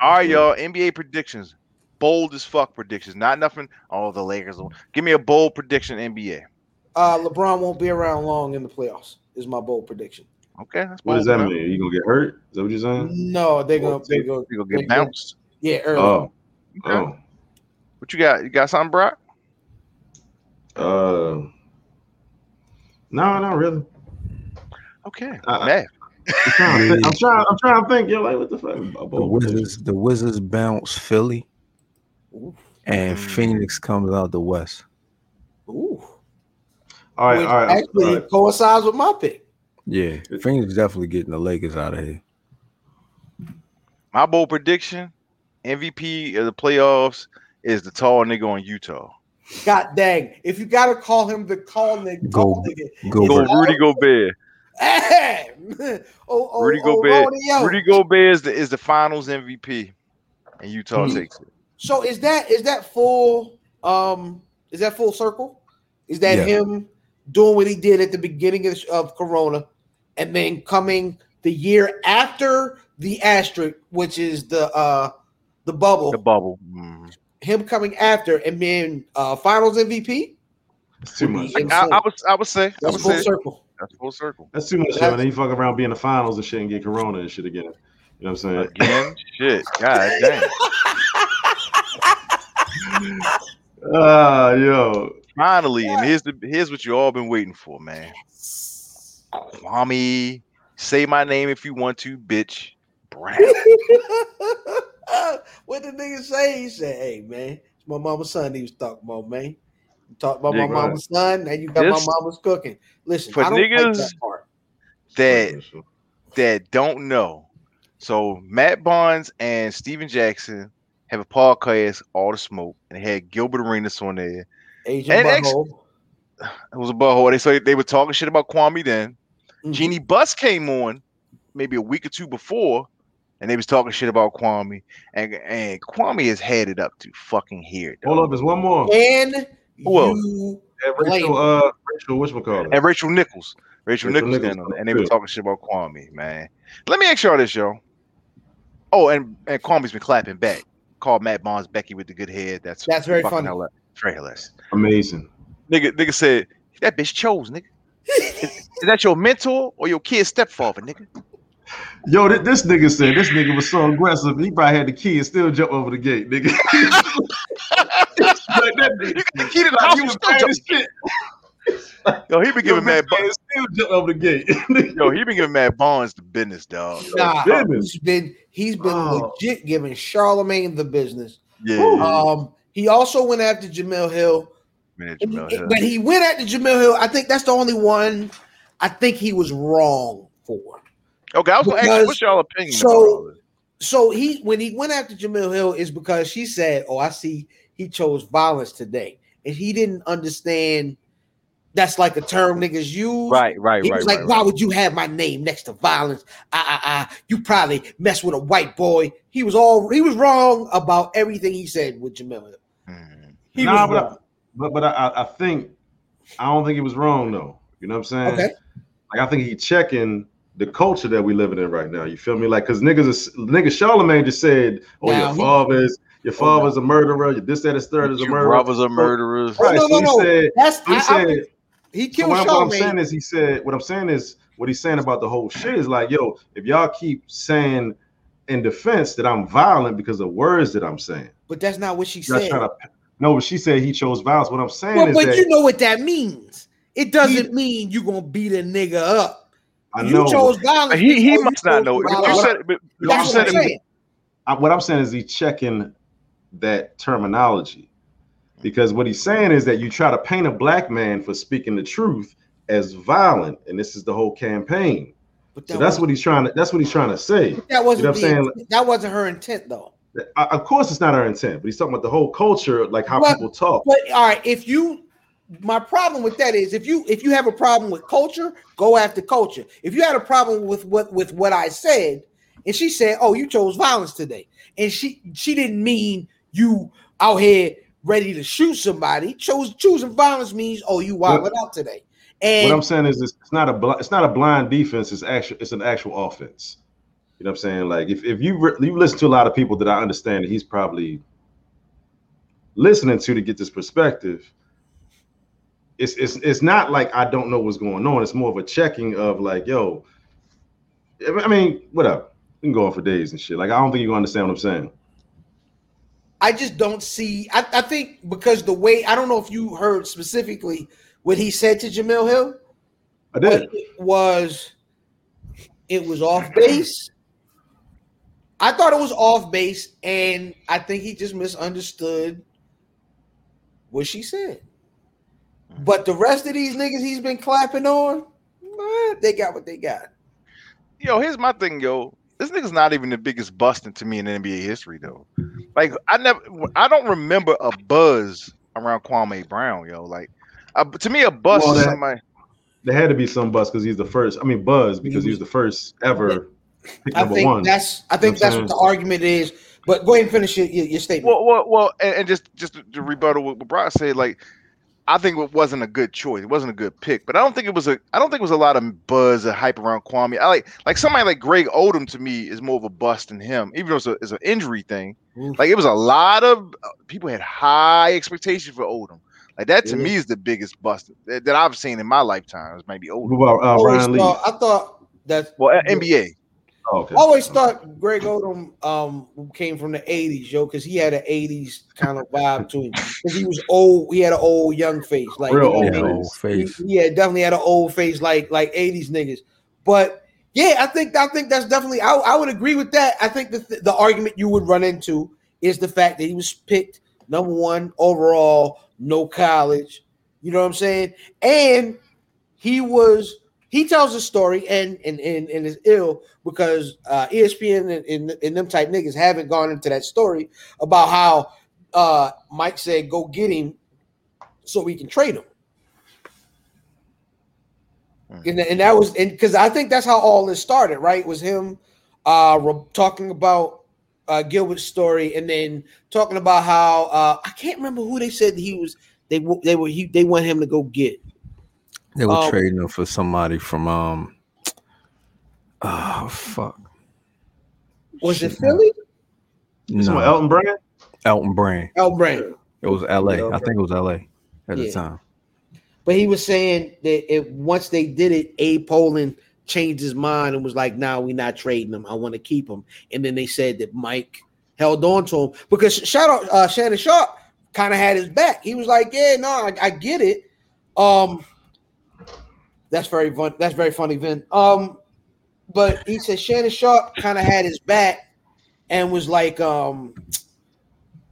[SPEAKER 4] All right, y'all. NBA predictions, bold as fuck predictions. Not nothing. Oh, the Lakers. will- Give me a bold prediction NBA.
[SPEAKER 1] Uh, LeBron won't be around long in the playoffs. Is my bold prediction.
[SPEAKER 4] Okay, that's
[SPEAKER 3] What does
[SPEAKER 4] bold,
[SPEAKER 3] that
[SPEAKER 4] bro.
[SPEAKER 3] mean? You gonna get hurt? Is that what you're saying?
[SPEAKER 1] No, they're gonna
[SPEAKER 3] Mm-hmm. Well,
[SPEAKER 1] they go
[SPEAKER 4] You gonna
[SPEAKER 1] they
[SPEAKER 4] get
[SPEAKER 1] go-
[SPEAKER 4] bounced?
[SPEAKER 1] yeah early.
[SPEAKER 3] Oh,
[SPEAKER 4] Okay.
[SPEAKER 3] oh.
[SPEAKER 4] What you got? You got something, Brock?
[SPEAKER 3] Uh, no, not really.
[SPEAKER 4] Okay,
[SPEAKER 3] Uh,
[SPEAKER 4] Matt.
[SPEAKER 3] I'm trying, to think. I'm trying. I'm trying to think. Yo, like, what the fuck?
[SPEAKER 7] The Wizards, the Wizards bounce Philly,
[SPEAKER 1] Ooh.
[SPEAKER 7] and
[SPEAKER 4] Mm.
[SPEAKER 7] Phoenix comes out the West.
[SPEAKER 1] Ooh.
[SPEAKER 3] All right,
[SPEAKER 1] Which
[SPEAKER 3] all right.
[SPEAKER 1] actually
[SPEAKER 3] all right.
[SPEAKER 1] coincides with my pick.
[SPEAKER 7] Yeah, Phoenix definitely getting the Lakers out of here.
[SPEAKER 4] My bold prediction: MVP of the playoffs is the tall nigga on Utah.
[SPEAKER 1] God dang! If you gotta call him the call nigga,
[SPEAKER 7] Go-
[SPEAKER 1] call nigga.
[SPEAKER 4] Go
[SPEAKER 7] Gobert,
[SPEAKER 4] Rudy Gobert.
[SPEAKER 1] Eh, oh, oh,
[SPEAKER 4] Rudy
[SPEAKER 1] oh,
[SPEAKER 4] Gobert.
[SPEAKER 1] rodeo.
[SPEAKER 4] Rudy Gobert is the is the Finals MVP, and Utah
[SPEAKER 3] Hmm.
[SPEAKER 4] takes it.
[SPEAKER 1] So is that is that full um is that full circle? Is that
[SPEAKER 7] Yeah.
[SPEAKER 1] him doing what he did at the beginning of, of Corona and then coming the year after the asterisk, which is the uh the bubble,
[SPEAKER 4] The bubble. Mm.
[SPEAKER 1] him coming after and being uh finals MVP?
[SPEAKER 3] That's too much.
[SPEAKER 1] Like,
[SPEAKER 3] yo.
[SPEAKER 4] I, I would I would say I
[SPEAKER 1] That's
[SPEAKER 4] would
[SPEAKER 1] full
[SPEAKER 4] say
[SPEAKER 1] circle.
[SPEAKER 4] that's full circle
[SPEAKER 3] That's too much. yo, And then you fuck around, be in the finals and shit, and get corona and shit again. You know what I'm saying?
[SPEAKER 4] again. shit, god damn.
[SPEAKER 3] Ah, yo.
[SPEAKER 4] Finally, and here's the here's what you all been waiting for, man. Kwame, say my name if you want to, bitch. Brown.
[SPEAKER 1] what the nigga say? He said, Hey man, it's my mama's son he was talking about, man. You talked about
[SPEAKER 4] Yeah,
[SPEAKER 1] my
[SPEAKER 3] go ahead.
[SPEAKER 1] mama's son, and you got my
[SPEAKER 4] This-
[SPEAKER 1] mama's cooking. Listen,
[SPEAKER 4] For
[SPEAKER 1] I don't like that
[SPEAKER 4] niggas-
[SPEAKER 1] part.
[SPEAKER 4] That that don't know. So Matt Barnes and Steven Jackson have a podcast, All the Smoke, and they had Gilbert Arenas on there.
[SPEAKER 1] Agent
[SPEAKER 4] And ex-
[SPEAKER 1] Butthole.
[SPEAKER 4] It was a butthole. They so they were talking shit about Kwame then.
[SPEAKER 1] Mhm.
[SPEAKER 4] Jeannie Buss came on maybe a week or two before, and they was talking shit about Kwame. And and Kwame is headed up to fucking here. dog.
[SPEAKER 3] Hold up, there's one more.
[SPEAKER 1] And
[SPEAKER 4] Whoa.
[SPEAKER 1] you
[SPEAKER 3] That Rachel, uh, Rachel, which call
[SPEAKER 4] And Rachel Nichols. Rachel,
[SPEAKER 3] Rachel
[SPEAKER 4] Nichols,
[SPEAKER 3] Nichols
[SPEAKER 4] down
[SPEAKER 3] come
[SPEAKER 4] there, and they were
[SPEAKER 3] too.
[SPEAKER 4] talking shit about Kwame, man. Let me ask y'all this, yo. Oh, and, and Kwame's been clapping back. Called Matt Bonds Becky with the good head. That's
[SPEAKER 1] That's very
[SPEAKER 4] fucking
[SPEAKER 1] funny.
[SPEAKER 4] hila- it's very hilarious.
[SPEAKER 3] Amazing.
[SPEAKER 4] Nigga, nigga said, that bitch chose, nigga. is, is that your mentor or your kid's stepfather, nigga?
[SPEAKER 3] Yo, thi- this nigga said this nigga was so aggressive. He probably had the key and still jump over the gate, nigga. like that
[SPEAKER 4] You
[SPEAKER 3] nigga.
[SPEAKER 4] got the key to the
[SPEAKER 3] Like,
[SPEAKER 4] house,
[SPEAKER 3] he
[SPEAKER 4] you
[SPEAKER 3] was
[SPEAKER 4] still
[SPEAKER 3] mad
[SPEAKER 4] jump-
[SPEAKER 3] as shit.
[SPEAKER 4] Yo, he been
[SPEAKER 3] Yo,
[SPEAKER 4] giving Matt
[SPEAKER 3] Matt
[SPEAKER 4] Bonds.
[SPEAKER 3] still jump over the gate. Nigga,
[SPEAKER 4] Yo, he been giving Matt Bonds the business, dog.
[SPEAKER 1] nah,
[SPEAKER 3] business.
[SPEAKER 1] he's been he's been
[SPEAKER 3] Oh.
[SPEAKER 1] legit giving Charlemagne the business.
[SPEAKER 4] Yeah,
[SPEAKER 1] Um, he also went after Jamel Hill.
[SPEAKER 4] man,
[SPEAKER 1] And he-
[SPEAKER 4] Jamel Hill.
[SPEAKER 1] But he went at the Jamil Hill. I think that's the only one I think he was wrong for.
[SPEAKER 4] Okay, I was gonna ask you,
[SPEAKER 1] because-
[SPEAKER 4] what's y'all opinion
[SPEAKER 1] so-
[SPEAKER 4] about all this?
[SPEAKER 1] So he when he went after Jamil Hill is because she said, "Oh, I see he chose violence today," and he didn't understand that's like a term niggas use.
[SPEAKER 4] Right, right,
[SPEAKER 1] He
[SPEAKER 4] right,
[SPEAKER 1] was like,
[SPEAKER 4] right,
[SPEAKER 1] "Why
[SPEAKER 4] right.
[SPEAKER 1] would you have my name next to violence? Ah, ah, ah! You probably mess with a white boy." He was all he was wrong about everything he said with Jamil Hill.
[SPEAKER 4] Mm.
[SPEAKER 1] He
[SPEAKER 3] Nah,
[SPEAKER 1] was
[SPEAKER 3] but I-
[SPEAKER 1] wrong.
[SPEAKER 3] But but I- I, I think I don't think it was wrong though. You know what I'm saying?
[SPEAKER 1] Okay.
[SPEAKER 3] Like I think he checking the culture that we living in right now. You feel me? Like because niggas is, nigga Charlemagne just said, Oh,
[SPEAKER 1] Nah, Oh,
[SPEAKER 3] your
[SPEAKER 1] he-
[SPEAKER 3] father's your father's a murderer, your this, that, and third is a
[SPEAKER 4] Your
[SPEAKER 3] murderer.
[SPEAKER 4] brothers are murderers.
[SPEAKER 1] Oh,
[SPEAKER 3] Right.
[SPEAKER 1] no,
[SPEAKER 3] so
[SPEAKER 1] no,
[SPEAKER 3] he
[SPEAKER 1] no.
[SPEAKER 3] said
[SPEAKER 1] That's
[SPEAKER 3] he
[SPEAKER 1] I- I
[SPEAKER 3] said
[SPEAKER 1] was- he
[SPEAKER 3] So
[SPEAKER 1] killed
[SPEAKER 3] what I'm, what I'm
[SPEAKER 1] Charlemagne.
[SPEAKER 3] saying is, he said, what I'm saying is, what he's saying about the whole shit is like, yo, if y'all keep saying in defense that I'm violent because of words that I'm saying,
[SPEAKER 1] But that's not what she
[SPEAKER 3] y'all
[SPEAKER 1] said.
[SPEAKER 3] trying to, no, but she said he chose violence. What I'm saying
[SPEAKER 1] Well,
[SPEAKER 3] is
[SPEAKER 1] but
[SPEAKER 3] that
[SPEAKER 1] you know what that means. It doesn't mean you're gonna beat a nigga up.
[SPEAKER 3] I
[SPEAKER 1] you
[SPEAKER 3] know.
[SPEAKER 1] chose violence.
[SPEAKER 4] He he
[SPEAKER 1] before you
[SPEAKER 4] must
[SPEAKER 1] chose
[SPEAKER 4] not know. it. If you
[SPEAKER 1] violence.
[SPEAKER 4] said it, but if you
[SPEAKER 1] That's what
[SPEAKER 4] said
[SPEAKER 1] I'm
[SPEAKER 4] it,
[SPEAKER 1] saying.
[SPEAKER 3] I, what I'm saying is he's checking that terminology because what he's saying is that you try to paint a black man for speaking the truth as violent, and this is the whole campaign.
[SPEAKER 1] But
[SPEAKER 3] So that's what he's trying to. That's what he's trying to say.
[SPEAKER 1] that wasn't.
[SPEAKER 3] you know what I'm
[SPEAKER 1] the
[SPEAKER 3] saying?
[SPEAKER 1] intent- That wasn't her intent, though.
[SPEAKER 3] I, of course, it's not our intent, but he's talking about the whole culture, like how
[SPEAKER 1] But-
[SPEAKER 3] people talk.
[SPEAKER 1] But all right, if you my problem with that is if you if you have a problem with culture, go after culture. If you had a problem with what with what I said, and she said, "Oh, you chose violence today," and she she didn't mean you out here ready to shoot somebody. Chose choosing violence means oh you wild out today. And
[SPEAKER 3] what I'm saying is, it's, it's not a bl- it's not a blind defense. It's actual it's an actual offense. You know what I'm saying? Like if, if you re- you listen to a lot of people that I understand that he's probably listening to to get this perspective. It's it's it's not like I don't know what's going on. It's more of a checking of like, yo. I I mean, whatever. We can go on for days and shit. Like I don't think you gonna understand what I'm saying.
[SPEAKER 1] I just don't see. I, I think because the way I don't know if you heard specifically what he said to Jamil Hill.
[SPEAKER 3] I
[SPEAKER 1] but
[SPEAKER 3] did.
[SPEAKER 1] it was it was off base. I thought it was off base, and I think he just misunderstood what she said.
[SPEAKER 3] Hmm.
[SPEAKER 1] But the rest of these niggas he's been clapping on, eh, they got what they got.
[SPEAKER 4] yo, here's my thing, yo. This nigga's not even the biggest busting to me in NBA history, though. Like I never, I don't remember a buzz around Kwame Brown, yo. Like uh, to me, a bust
[SPEAKER 3] Well,
[SPEAKER 4] is
[SPEAKER 3] that-
[SPEAKER 4] somebody.
[SPEAKER 3] There had to be some buzz because he's the first. I mean, buzz because he was the first ever pick
[SPEAKER 1] Mm-hmm. I
[SPEAKER 3] number
[SPEAKER 1] think
[SPEAKER 3] one.
[SPEAKER 1] that's I think
[SPEAKER 3] That's
[SPEAKER 1] that's
[SPEAKER 3] what
[SPEAKER 1] what
[SPEAKER 3] I'm
[SPEAKER 1] the argument is. But go ahead and finish your, your, your statement.
[SPEAKER 4] Well, well, well, and, and just just to rebuttal what Brock said, like I think it wasn't a good choice. It wasn't a good pick, but I don't think it was a. I don't think it was a lot of buzz and hype around Kwame. I like like somebody like Greg Odom to me is more of a bust than him, even though it's, a, it's an injury thing.
[SPEAKER 1] Oof.
[SPEAKER 4] Like it was a lot of uh, people had high expectations for Odom. Like that to me is the biggest bust that, that I've seen in my lifetime. Is maybe Odom.
[SPEAKER 3] What about uh,
[SPEAKER 1] always
[SPEAKER 3] Ryan Lee?
[SPEAKER 1] thought, Oh, I thought that
[SPEAKER 4] Well, a- NBA.
[SPEAKER 3] Oh, okay.
[SPEAKER 1] always thought Greg Odom um came from the '80s, yo, because he had an '80s kind of vibe to him. Because he was old, he had an old young face, like
[SPEAKER 3] Real
[SPEAKER 1] you know what I mean?
[SPEAKER 7] Yeah,
[SPEAKER 3] old face.
[SPEAKER 7] old
[SPEAKER 1] He-
[SPEAKER 7] face.
[SPEAKER 1] Yeah, definitely had an old face like like '80s niggas. But yeah, I think I think that's definitely I, I would agree with that. I think the th- the argument you would run into is the fact that he was picked number one overall, no college. You know what I'm saying? And he was he tells a story and and and, and is ill because uh, ESPN and, and and them type niggas haven't gone into that story about how uh, Mike said go get him so we can trade him. And, and that was and because I think that's how all this started, right? Was him uh re- talking about uh Gilbert's story and then talking about how uh I can't remember who they said he was they w- they were he they want him to go get.
[SPEAKER 7] They were
[SPEAKER 1] Um,
[SPEAKER 7] trading him for somebody from um. Oh fuck!
[SPEAKER 1] Was it
[SPEAKER 7] Shit,
[SPEAKER 1] Philly?
[SPEAKER 3] This one,
[SPEAKER 7] No,
[SPEAKER 3] Elton Brand.
[SPEAKER 7] Elton Brand.
[SPEAKER 1] El Brand.
[SPEAKER 7] It was L.A.
[SPEAKER 3] Yeah.
[SPEAKER 7] I think it was L.A. at
[SPEAKER 1] Yeah.
[SPEAKER 7] the time.
[SPEAKER 1] But he was saying that it, once they did it, Abe Poland changed his mind and was like, "Nah, we not trading him. I want to keep him." And then they said that Mike held on to him because shout out uh, Shannon Sharp kind of had his back. He was like, "Yeah, no, I, I get it." Um, that's very fun. That's very funny, Vin. Um, but he said Shannon Sharp kind of had his back and was like, um,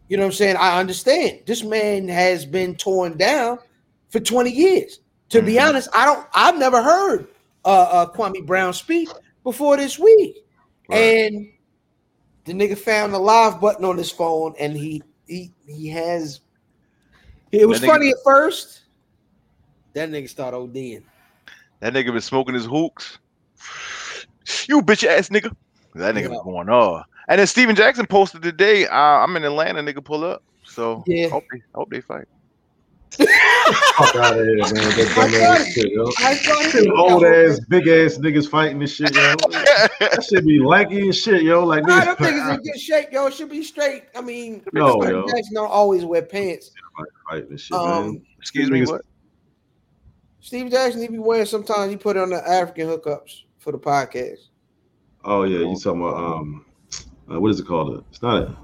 [SPEAKER 1] you know what I'm saying? I understand. This man has been torn down for 20 years. To be
[SPEAKER 4] Mhm.
[SPEAKER 1] honest, I don't I've never heard uh, uh Kwame Brown speak before this week. And the nigga found the live button on his phone and he he he has it was
[SPEAKER 4] That nigga-
[SPEAKER 1] funny at first. That nigga started ODing.
[SPEAKER 4] That nigga been smoking his hooks. You bitch ass nigga. That nigga
[SPEAKER 1] Yeah.
[SPEAKER 4] been going on. And then Steven Jackson posted today. Uh, I'm in Atlanta. Nigga, pull up. So
[SPEAKER 1] Yeah.
[SPEAKER 4] I hope they, I hope they fight.
[SPEAKER 3] Fuck out of here, man. That dumb ass shit, yo.
[SPEAKER 1] I thought he-
[SPEAKER 3] Two old ass, big ass niggas fighting this shit, yo. That should be lanky and shit, yo. Like
[SPEAKER 1] Nah, them
[SPEAKER 3] niggas,
[SPEAKER 1] niggas in good shape, yo. Should be straight. I mean,
[SPEAKER 3] No,
[SPEAKER 1] Steve
[SPEAKER 3] yo.
[SPEAKER 1] Jackson don't always wear pants.
[SPEAKER 3] fighting this shit, man.
[SPEAKER 1] Um,
[SPEAKER 4] Excuse me.
[SPEAKER 3] Niggas-
[SPEAKER 4] What?
[SPEAKER 1] Steve Jackson, he be wearing sometimes. He put on the African hookups for the podcast.
[SPEAKER 3] Oh yeah, you talking about um, uh, what is it called? It's not a.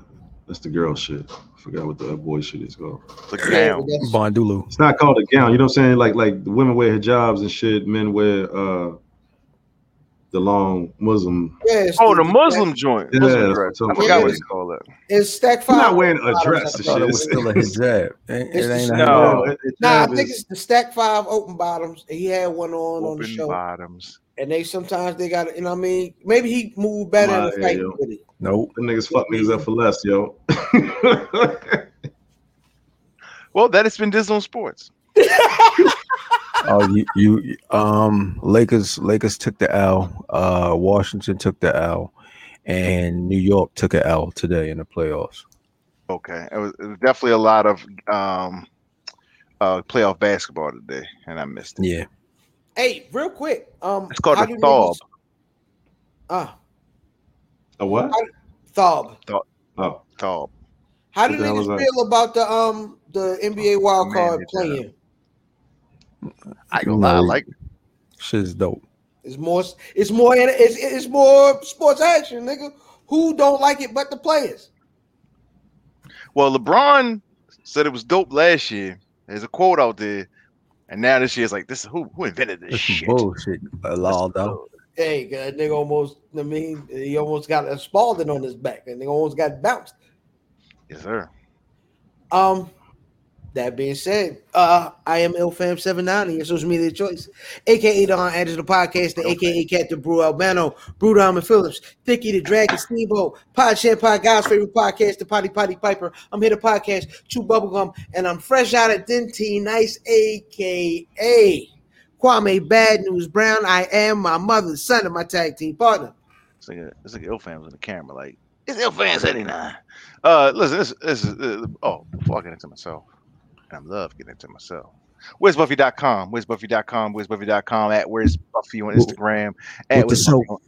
[SPEAKER 3] That's the girl shit. I forgot what the that boy shit is called.
[SPEAKER 4] Look
[SPEAKER 1] Yeah,
[SPEAKER 4] down.
[SPEAKER 1] but that's-
[SPEAKER 7] Bondulu.
[SPEAKER 3] It's not called a gown. You know what I'm saying? Like like the women wear hijabs and shit. Men wear uh, the long Muslim.
[SPEAKER 1] Yeah, it's,
[SPEAKER 4] Oh, the Muslim joint.
[SPEAKER 3] Yeah,
[SPEAKER 4] Muslim
[SPEAKER 3] that's
[SPEAKER 4] dress.
[SPEAKER 3] what
[SPEAKER 4] I
[SPEAKER 3] I'm
[SPEAKER 4] forgot what
[SPEAKER 1] talking
[SPEAKER 4] they call that.
[SPEAKER 1] It's stack
[SPEAKER 3] You're
[SPEAKER 1] five.
[SPEAKER 3] not wearing a dress.
[SPEAKER 7] I
[SPEAKER 3] and
[SPEAKER 7] thought
[SPEAKER 3] shit.
[SPEAKER 7] it was still a hijab. Ain't-
[SPEAKER 1] It's
[SPEAKER 7] It ain't a
[SPEAKER 1] just-
[SPEAKER 7] hijab.
[SPEAKER 4] No.
[SPEAKER 3] it- it
[SPEAKER 1] Nah, I
[SPEAKER 3] is-
[SPEAKER 1] think it's the stack five open bottoms. He had one on on the
[SPEAKER 4] Open
[SPEAKER 1] show,
[SPEAKER 4] bottoms.
[SPEAKER 1] and they sometimes they got. You know what I mean? Maybe he moved better
[SPEAKER 3] Nah,
[SPEAKER 1] in the
[SPEAKER 3] yeah,
[SPEAKER 1] fight
[SPEAKER 3] yo.
[SPEAKER 1] with it.
[SPEAKER 7] Nope.
[SPEAKER 3] Them niggas fuck niggas up for less, yo.
[SPEAKER 4] Well, that has been Disney on Sports.
[SPEAKER 7] Oh, you, you um Lakers Lakers took the L. Uh Washington took the L and New York took an L today in the playoffs.
[SPEAKER 4] Okay, it was, it was definitely a lot of um, uh, playoff basketball today, and I missed it.
[SPEAKER 7] Yeah.
[SPEAKER 1] Hey, real quick. Um,
[SPEAKER 4] It's called
[SPEAKER 1] how
[SPEAKER 4] a
[SPEAKER 1] do you
[SPEAKER 4] thob.
[SPEAKER 1] niggas- Ah,
[SPEAKER 3] a what?
[SPEAKER 1] thob.
[SPEAKER 3] Oh,
[SPEAKER 4] Thob.
[SPEAKER 1] How do
[SPEAKER 3] What the hell
[SPEAKER 1] niggas
[SPEAKER 3] is that?
[SPEAKER 1] feel about the um the NBA wild
[SPEAKER 4] Man,
[SPEAKER 1] card
[SPEAKER 4] they did that.
[SPEAKER 1] playing?
[SPEAKER 4] I ain't gonna
[SPEAKER 1] Uh,
[SPEAKER 4] lie, I
[SPEAKER 7] No.
[SPEAKER 4] like
[SPEAKER 7] Shit's dope.
[SPEAKER 1] It's more. It's more. It's it's more sports action, nigga. Who don't like it but the players?
[SPEAKER 4] Well, LeBron said it was dope last year. There's a quote out there, and now this year it's like this. Who who invented this
[SPEAKER 7] That's some
[SPEAKER 4] shit?
[SPEAKER 7] bullshit. Laldo.
[SPEAKER 4] So,
[SPEAKER 1] Hey, that nigga almost. I mean, he almost got a Spalding on his back, and they almost got bounced.
[SPEAKER 4] yes, sir.
[SPEAKER 1] Um, that being said, uh, I am IlFam79, your social media choice, aka Don Andrews, the podcast, the aka Cat the Brew Albano, Brew Diamond Phillips, Thicky the Dragon, Steve O, Pod Shed Pod, God's favorite podcast, the Potty Potty Piper. I'm here to podcast, chew bubblegum, and I'm fresh out of Dentine Nice, aka Kwame Bad News Brown. I am my mother's son and my tag team partner.
[SPEAKER 4] It's like a, it's like ill fans in the camera. Like it's ill fans eighty nine. Uh, listen, this this is uh, oh before I get into myself, and I love getting into myself. Where's Buffy.com? Where's Buffy.com? Where's Buffy.com? At Where's Buffy on Instagram? At
[SPEAKER 7] With the
[SPEAKER 4] Where's Buffy on,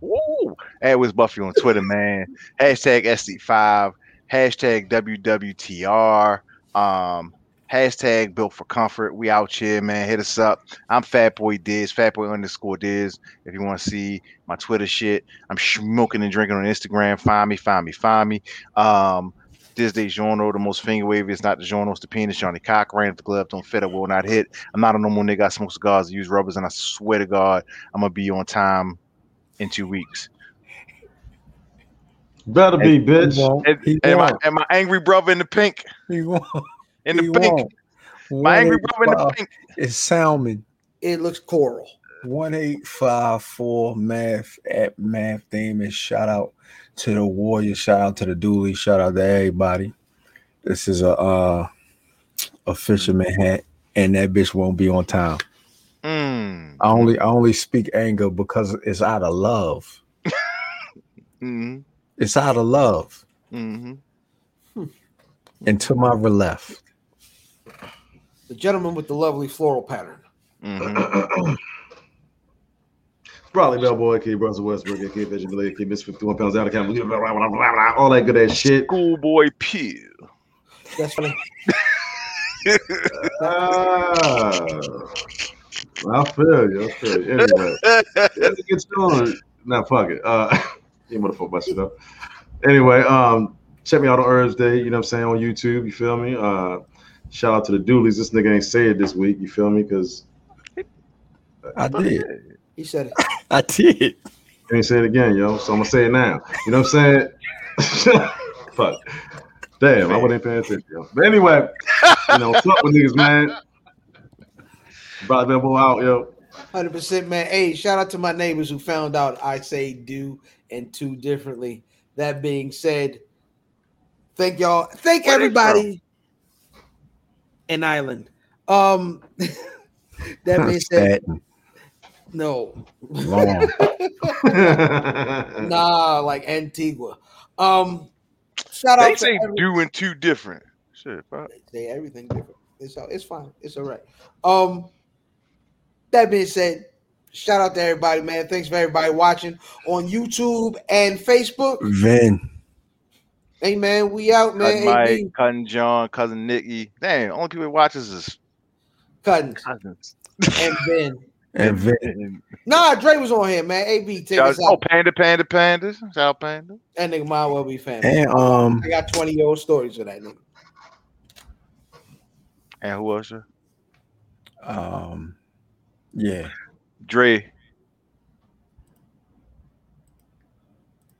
[SPEAKER 4] Woo! At Where's Buffy on Twitter, man. Hashtag SC5. Hashtag WWTR. Um, hashtag built for comfort. We out here, man. Hit us up. I'm Fatboy Diz, Fatboy underscore Diz. If you want to see my Twitter shit, I'm smoking and drinking on Instagram. Find me, find me, find me. Um, this day genre, the most finger wavy is not the genre, it's the penis. Johnny Cochran, if the glove don't fit, I will not hit. I'm not a normal nigga. I smoke cigars, I use rubbers, and I swear to God, I'm gonna be on time in two weeks.
[SPEAKER 3] better be, bitch.
[SPEAKER 7] won't.
[SPEAKER 4] And,
[SPEAKER 7] He
[SPEAKER 4] and my,
[SPEAKER 7] won't.
[SPEAKER 4] and my angry brother in the pink,
[SPEAKER 7] He won't.
[SPEAKER 4] in the
[SPEAKER 7] He
[SPEAKER 4] pink,
[SPEAKER 7] won't.
[SPEAKER 4] my angry
[SPEAKER 7] 185
[SPEAKER 4] brother in the pink.
[SPEAKER 7] It's Salmon.
[SPEAKER 1] It looks coral.
[SPEAKER 7] 1854 math at math Damon. Shout out to the Warrior. Shout out to the Dooley. Shout out to everybody. This is a uh a fisherman hat, and that bitch won't be on time.
[SPEAKER 4] Mm,
[SPEAKER 7] I only I only speak anger because it's out of love.
[SPEAKER 4] mm,
[SPEAKER 7] It's out of love.
[SPEAKER 4] mm,
[SPEAKER 7] And to my left.
[SPEAKER 1] The gentleman with the lovely floral pattern.
[SPEAKER 4] mm
[SPEAKER 3] Probably Bellboy, K. Russell Westbrook, K. Vision Blade, K. Miss 51 pounds out of camera, blah, blah, blah, blah, blah, all that good ass shit.
[SPEAKER 4] Schoolboy Pew.
[SPEAKER 1] That's what
[SPEAKER 3] Ah, I feel you. I feel you. Anyway, let's get started. Nah, fuck it. Uh, you motherfucker, my shit up. Anyway, um, check me out on Herbs Day. You know what I'm saying on YouTube. You feel me? Uh, shout out to the Doolies. This nigga ain't say it this week. You feel me? Because
[SPEAKER 7] I did.
[SPEAKER 1] he said. It.
[SPEAKER 7] I did.
[SPEAKER 3] I ain't say it again, yo. So I'm gonna say it now. You know what I'm saying? Fuck. Damn, I wouldn't pay attention, yo. But anyway, you know, what's up with niggas, man? About that boy out, yo.
[SPEAKER 1] Hundred percent, man. Hey, shout out to my neighbors who found out I say do and two differently. That being said, thank y'all, thank
[SPEAKER 4] Where they
[SPEAKER 1] everybody in Ireland. Um, that being said,
[SPEAKER 7] Statin.
[SPEAKER 1] no,
[SPEAKER 7] Long.
[SPEAKER 1] nah, like Antigua. Um, shout
[SPEAKER 4] They
[SPEAKER 1] out
[SPEAKER 4] say
[SPEAKER 1] to every-
[SPEAKER 4] do and two different. Shit, fuck.
[SPEAKER 1] say everything different. It's all, it's fine. It's all right. Um, that being said, shout out to everybody, man. Thanks for everybody watching on YouTube and Facebook.
[SPEAKER 7] Vin.
[SPEAKER 1] Hey man, we out, man.
[SPEAKER 4] Cousin
[SPEAKER 1] AB
[SPEAKER 4] Mike, cousin John, cousin Nicky. Damn, only people that watches is
[SPEAKER 1] Cutting
[SPEAKER 4] cousins.
[SPEAKER 1] and Ben.
[SPEAKER 7] And Vin.
[SPEAKER 1] Nah, Dre was on here, man. AB, take us
[SPEAKER 4] Oh,
[SPEAKER 1] out.
[SPEAKER 4] panda, panda, pandas. Shout out, panda.
[SPEAKER 1] That nigga might well be family.
[SPEAKER 7] And um
[SPEAKER 1] I got 20 year old stories for that nigga.
[SPEAKER 4] And who else? uh, sir?
[SPEAKER 7] um yeah.
[SPEAKER 4] Dre,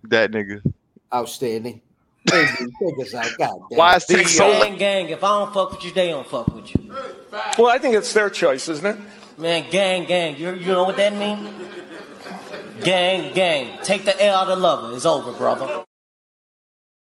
[SPEAKER 4] That nigga.
[SPEAKER 1] Outstanding. Thank you. Take us out. God damn.
[SPEAKER 4] Why is
[SPEAKER 8] The uh,
[SPEAKER 4] Tech so?
[SPEAKER 8] man gang, if I don't fuck with you, they don't fuck with you.
[SPEAKER 9] Well, I think it's their choice, isn't it?
[SPEAKER 8] Man, gang, gang. You, you know what that mean? Gang, gang. Take the L out of lover. It's over, brother.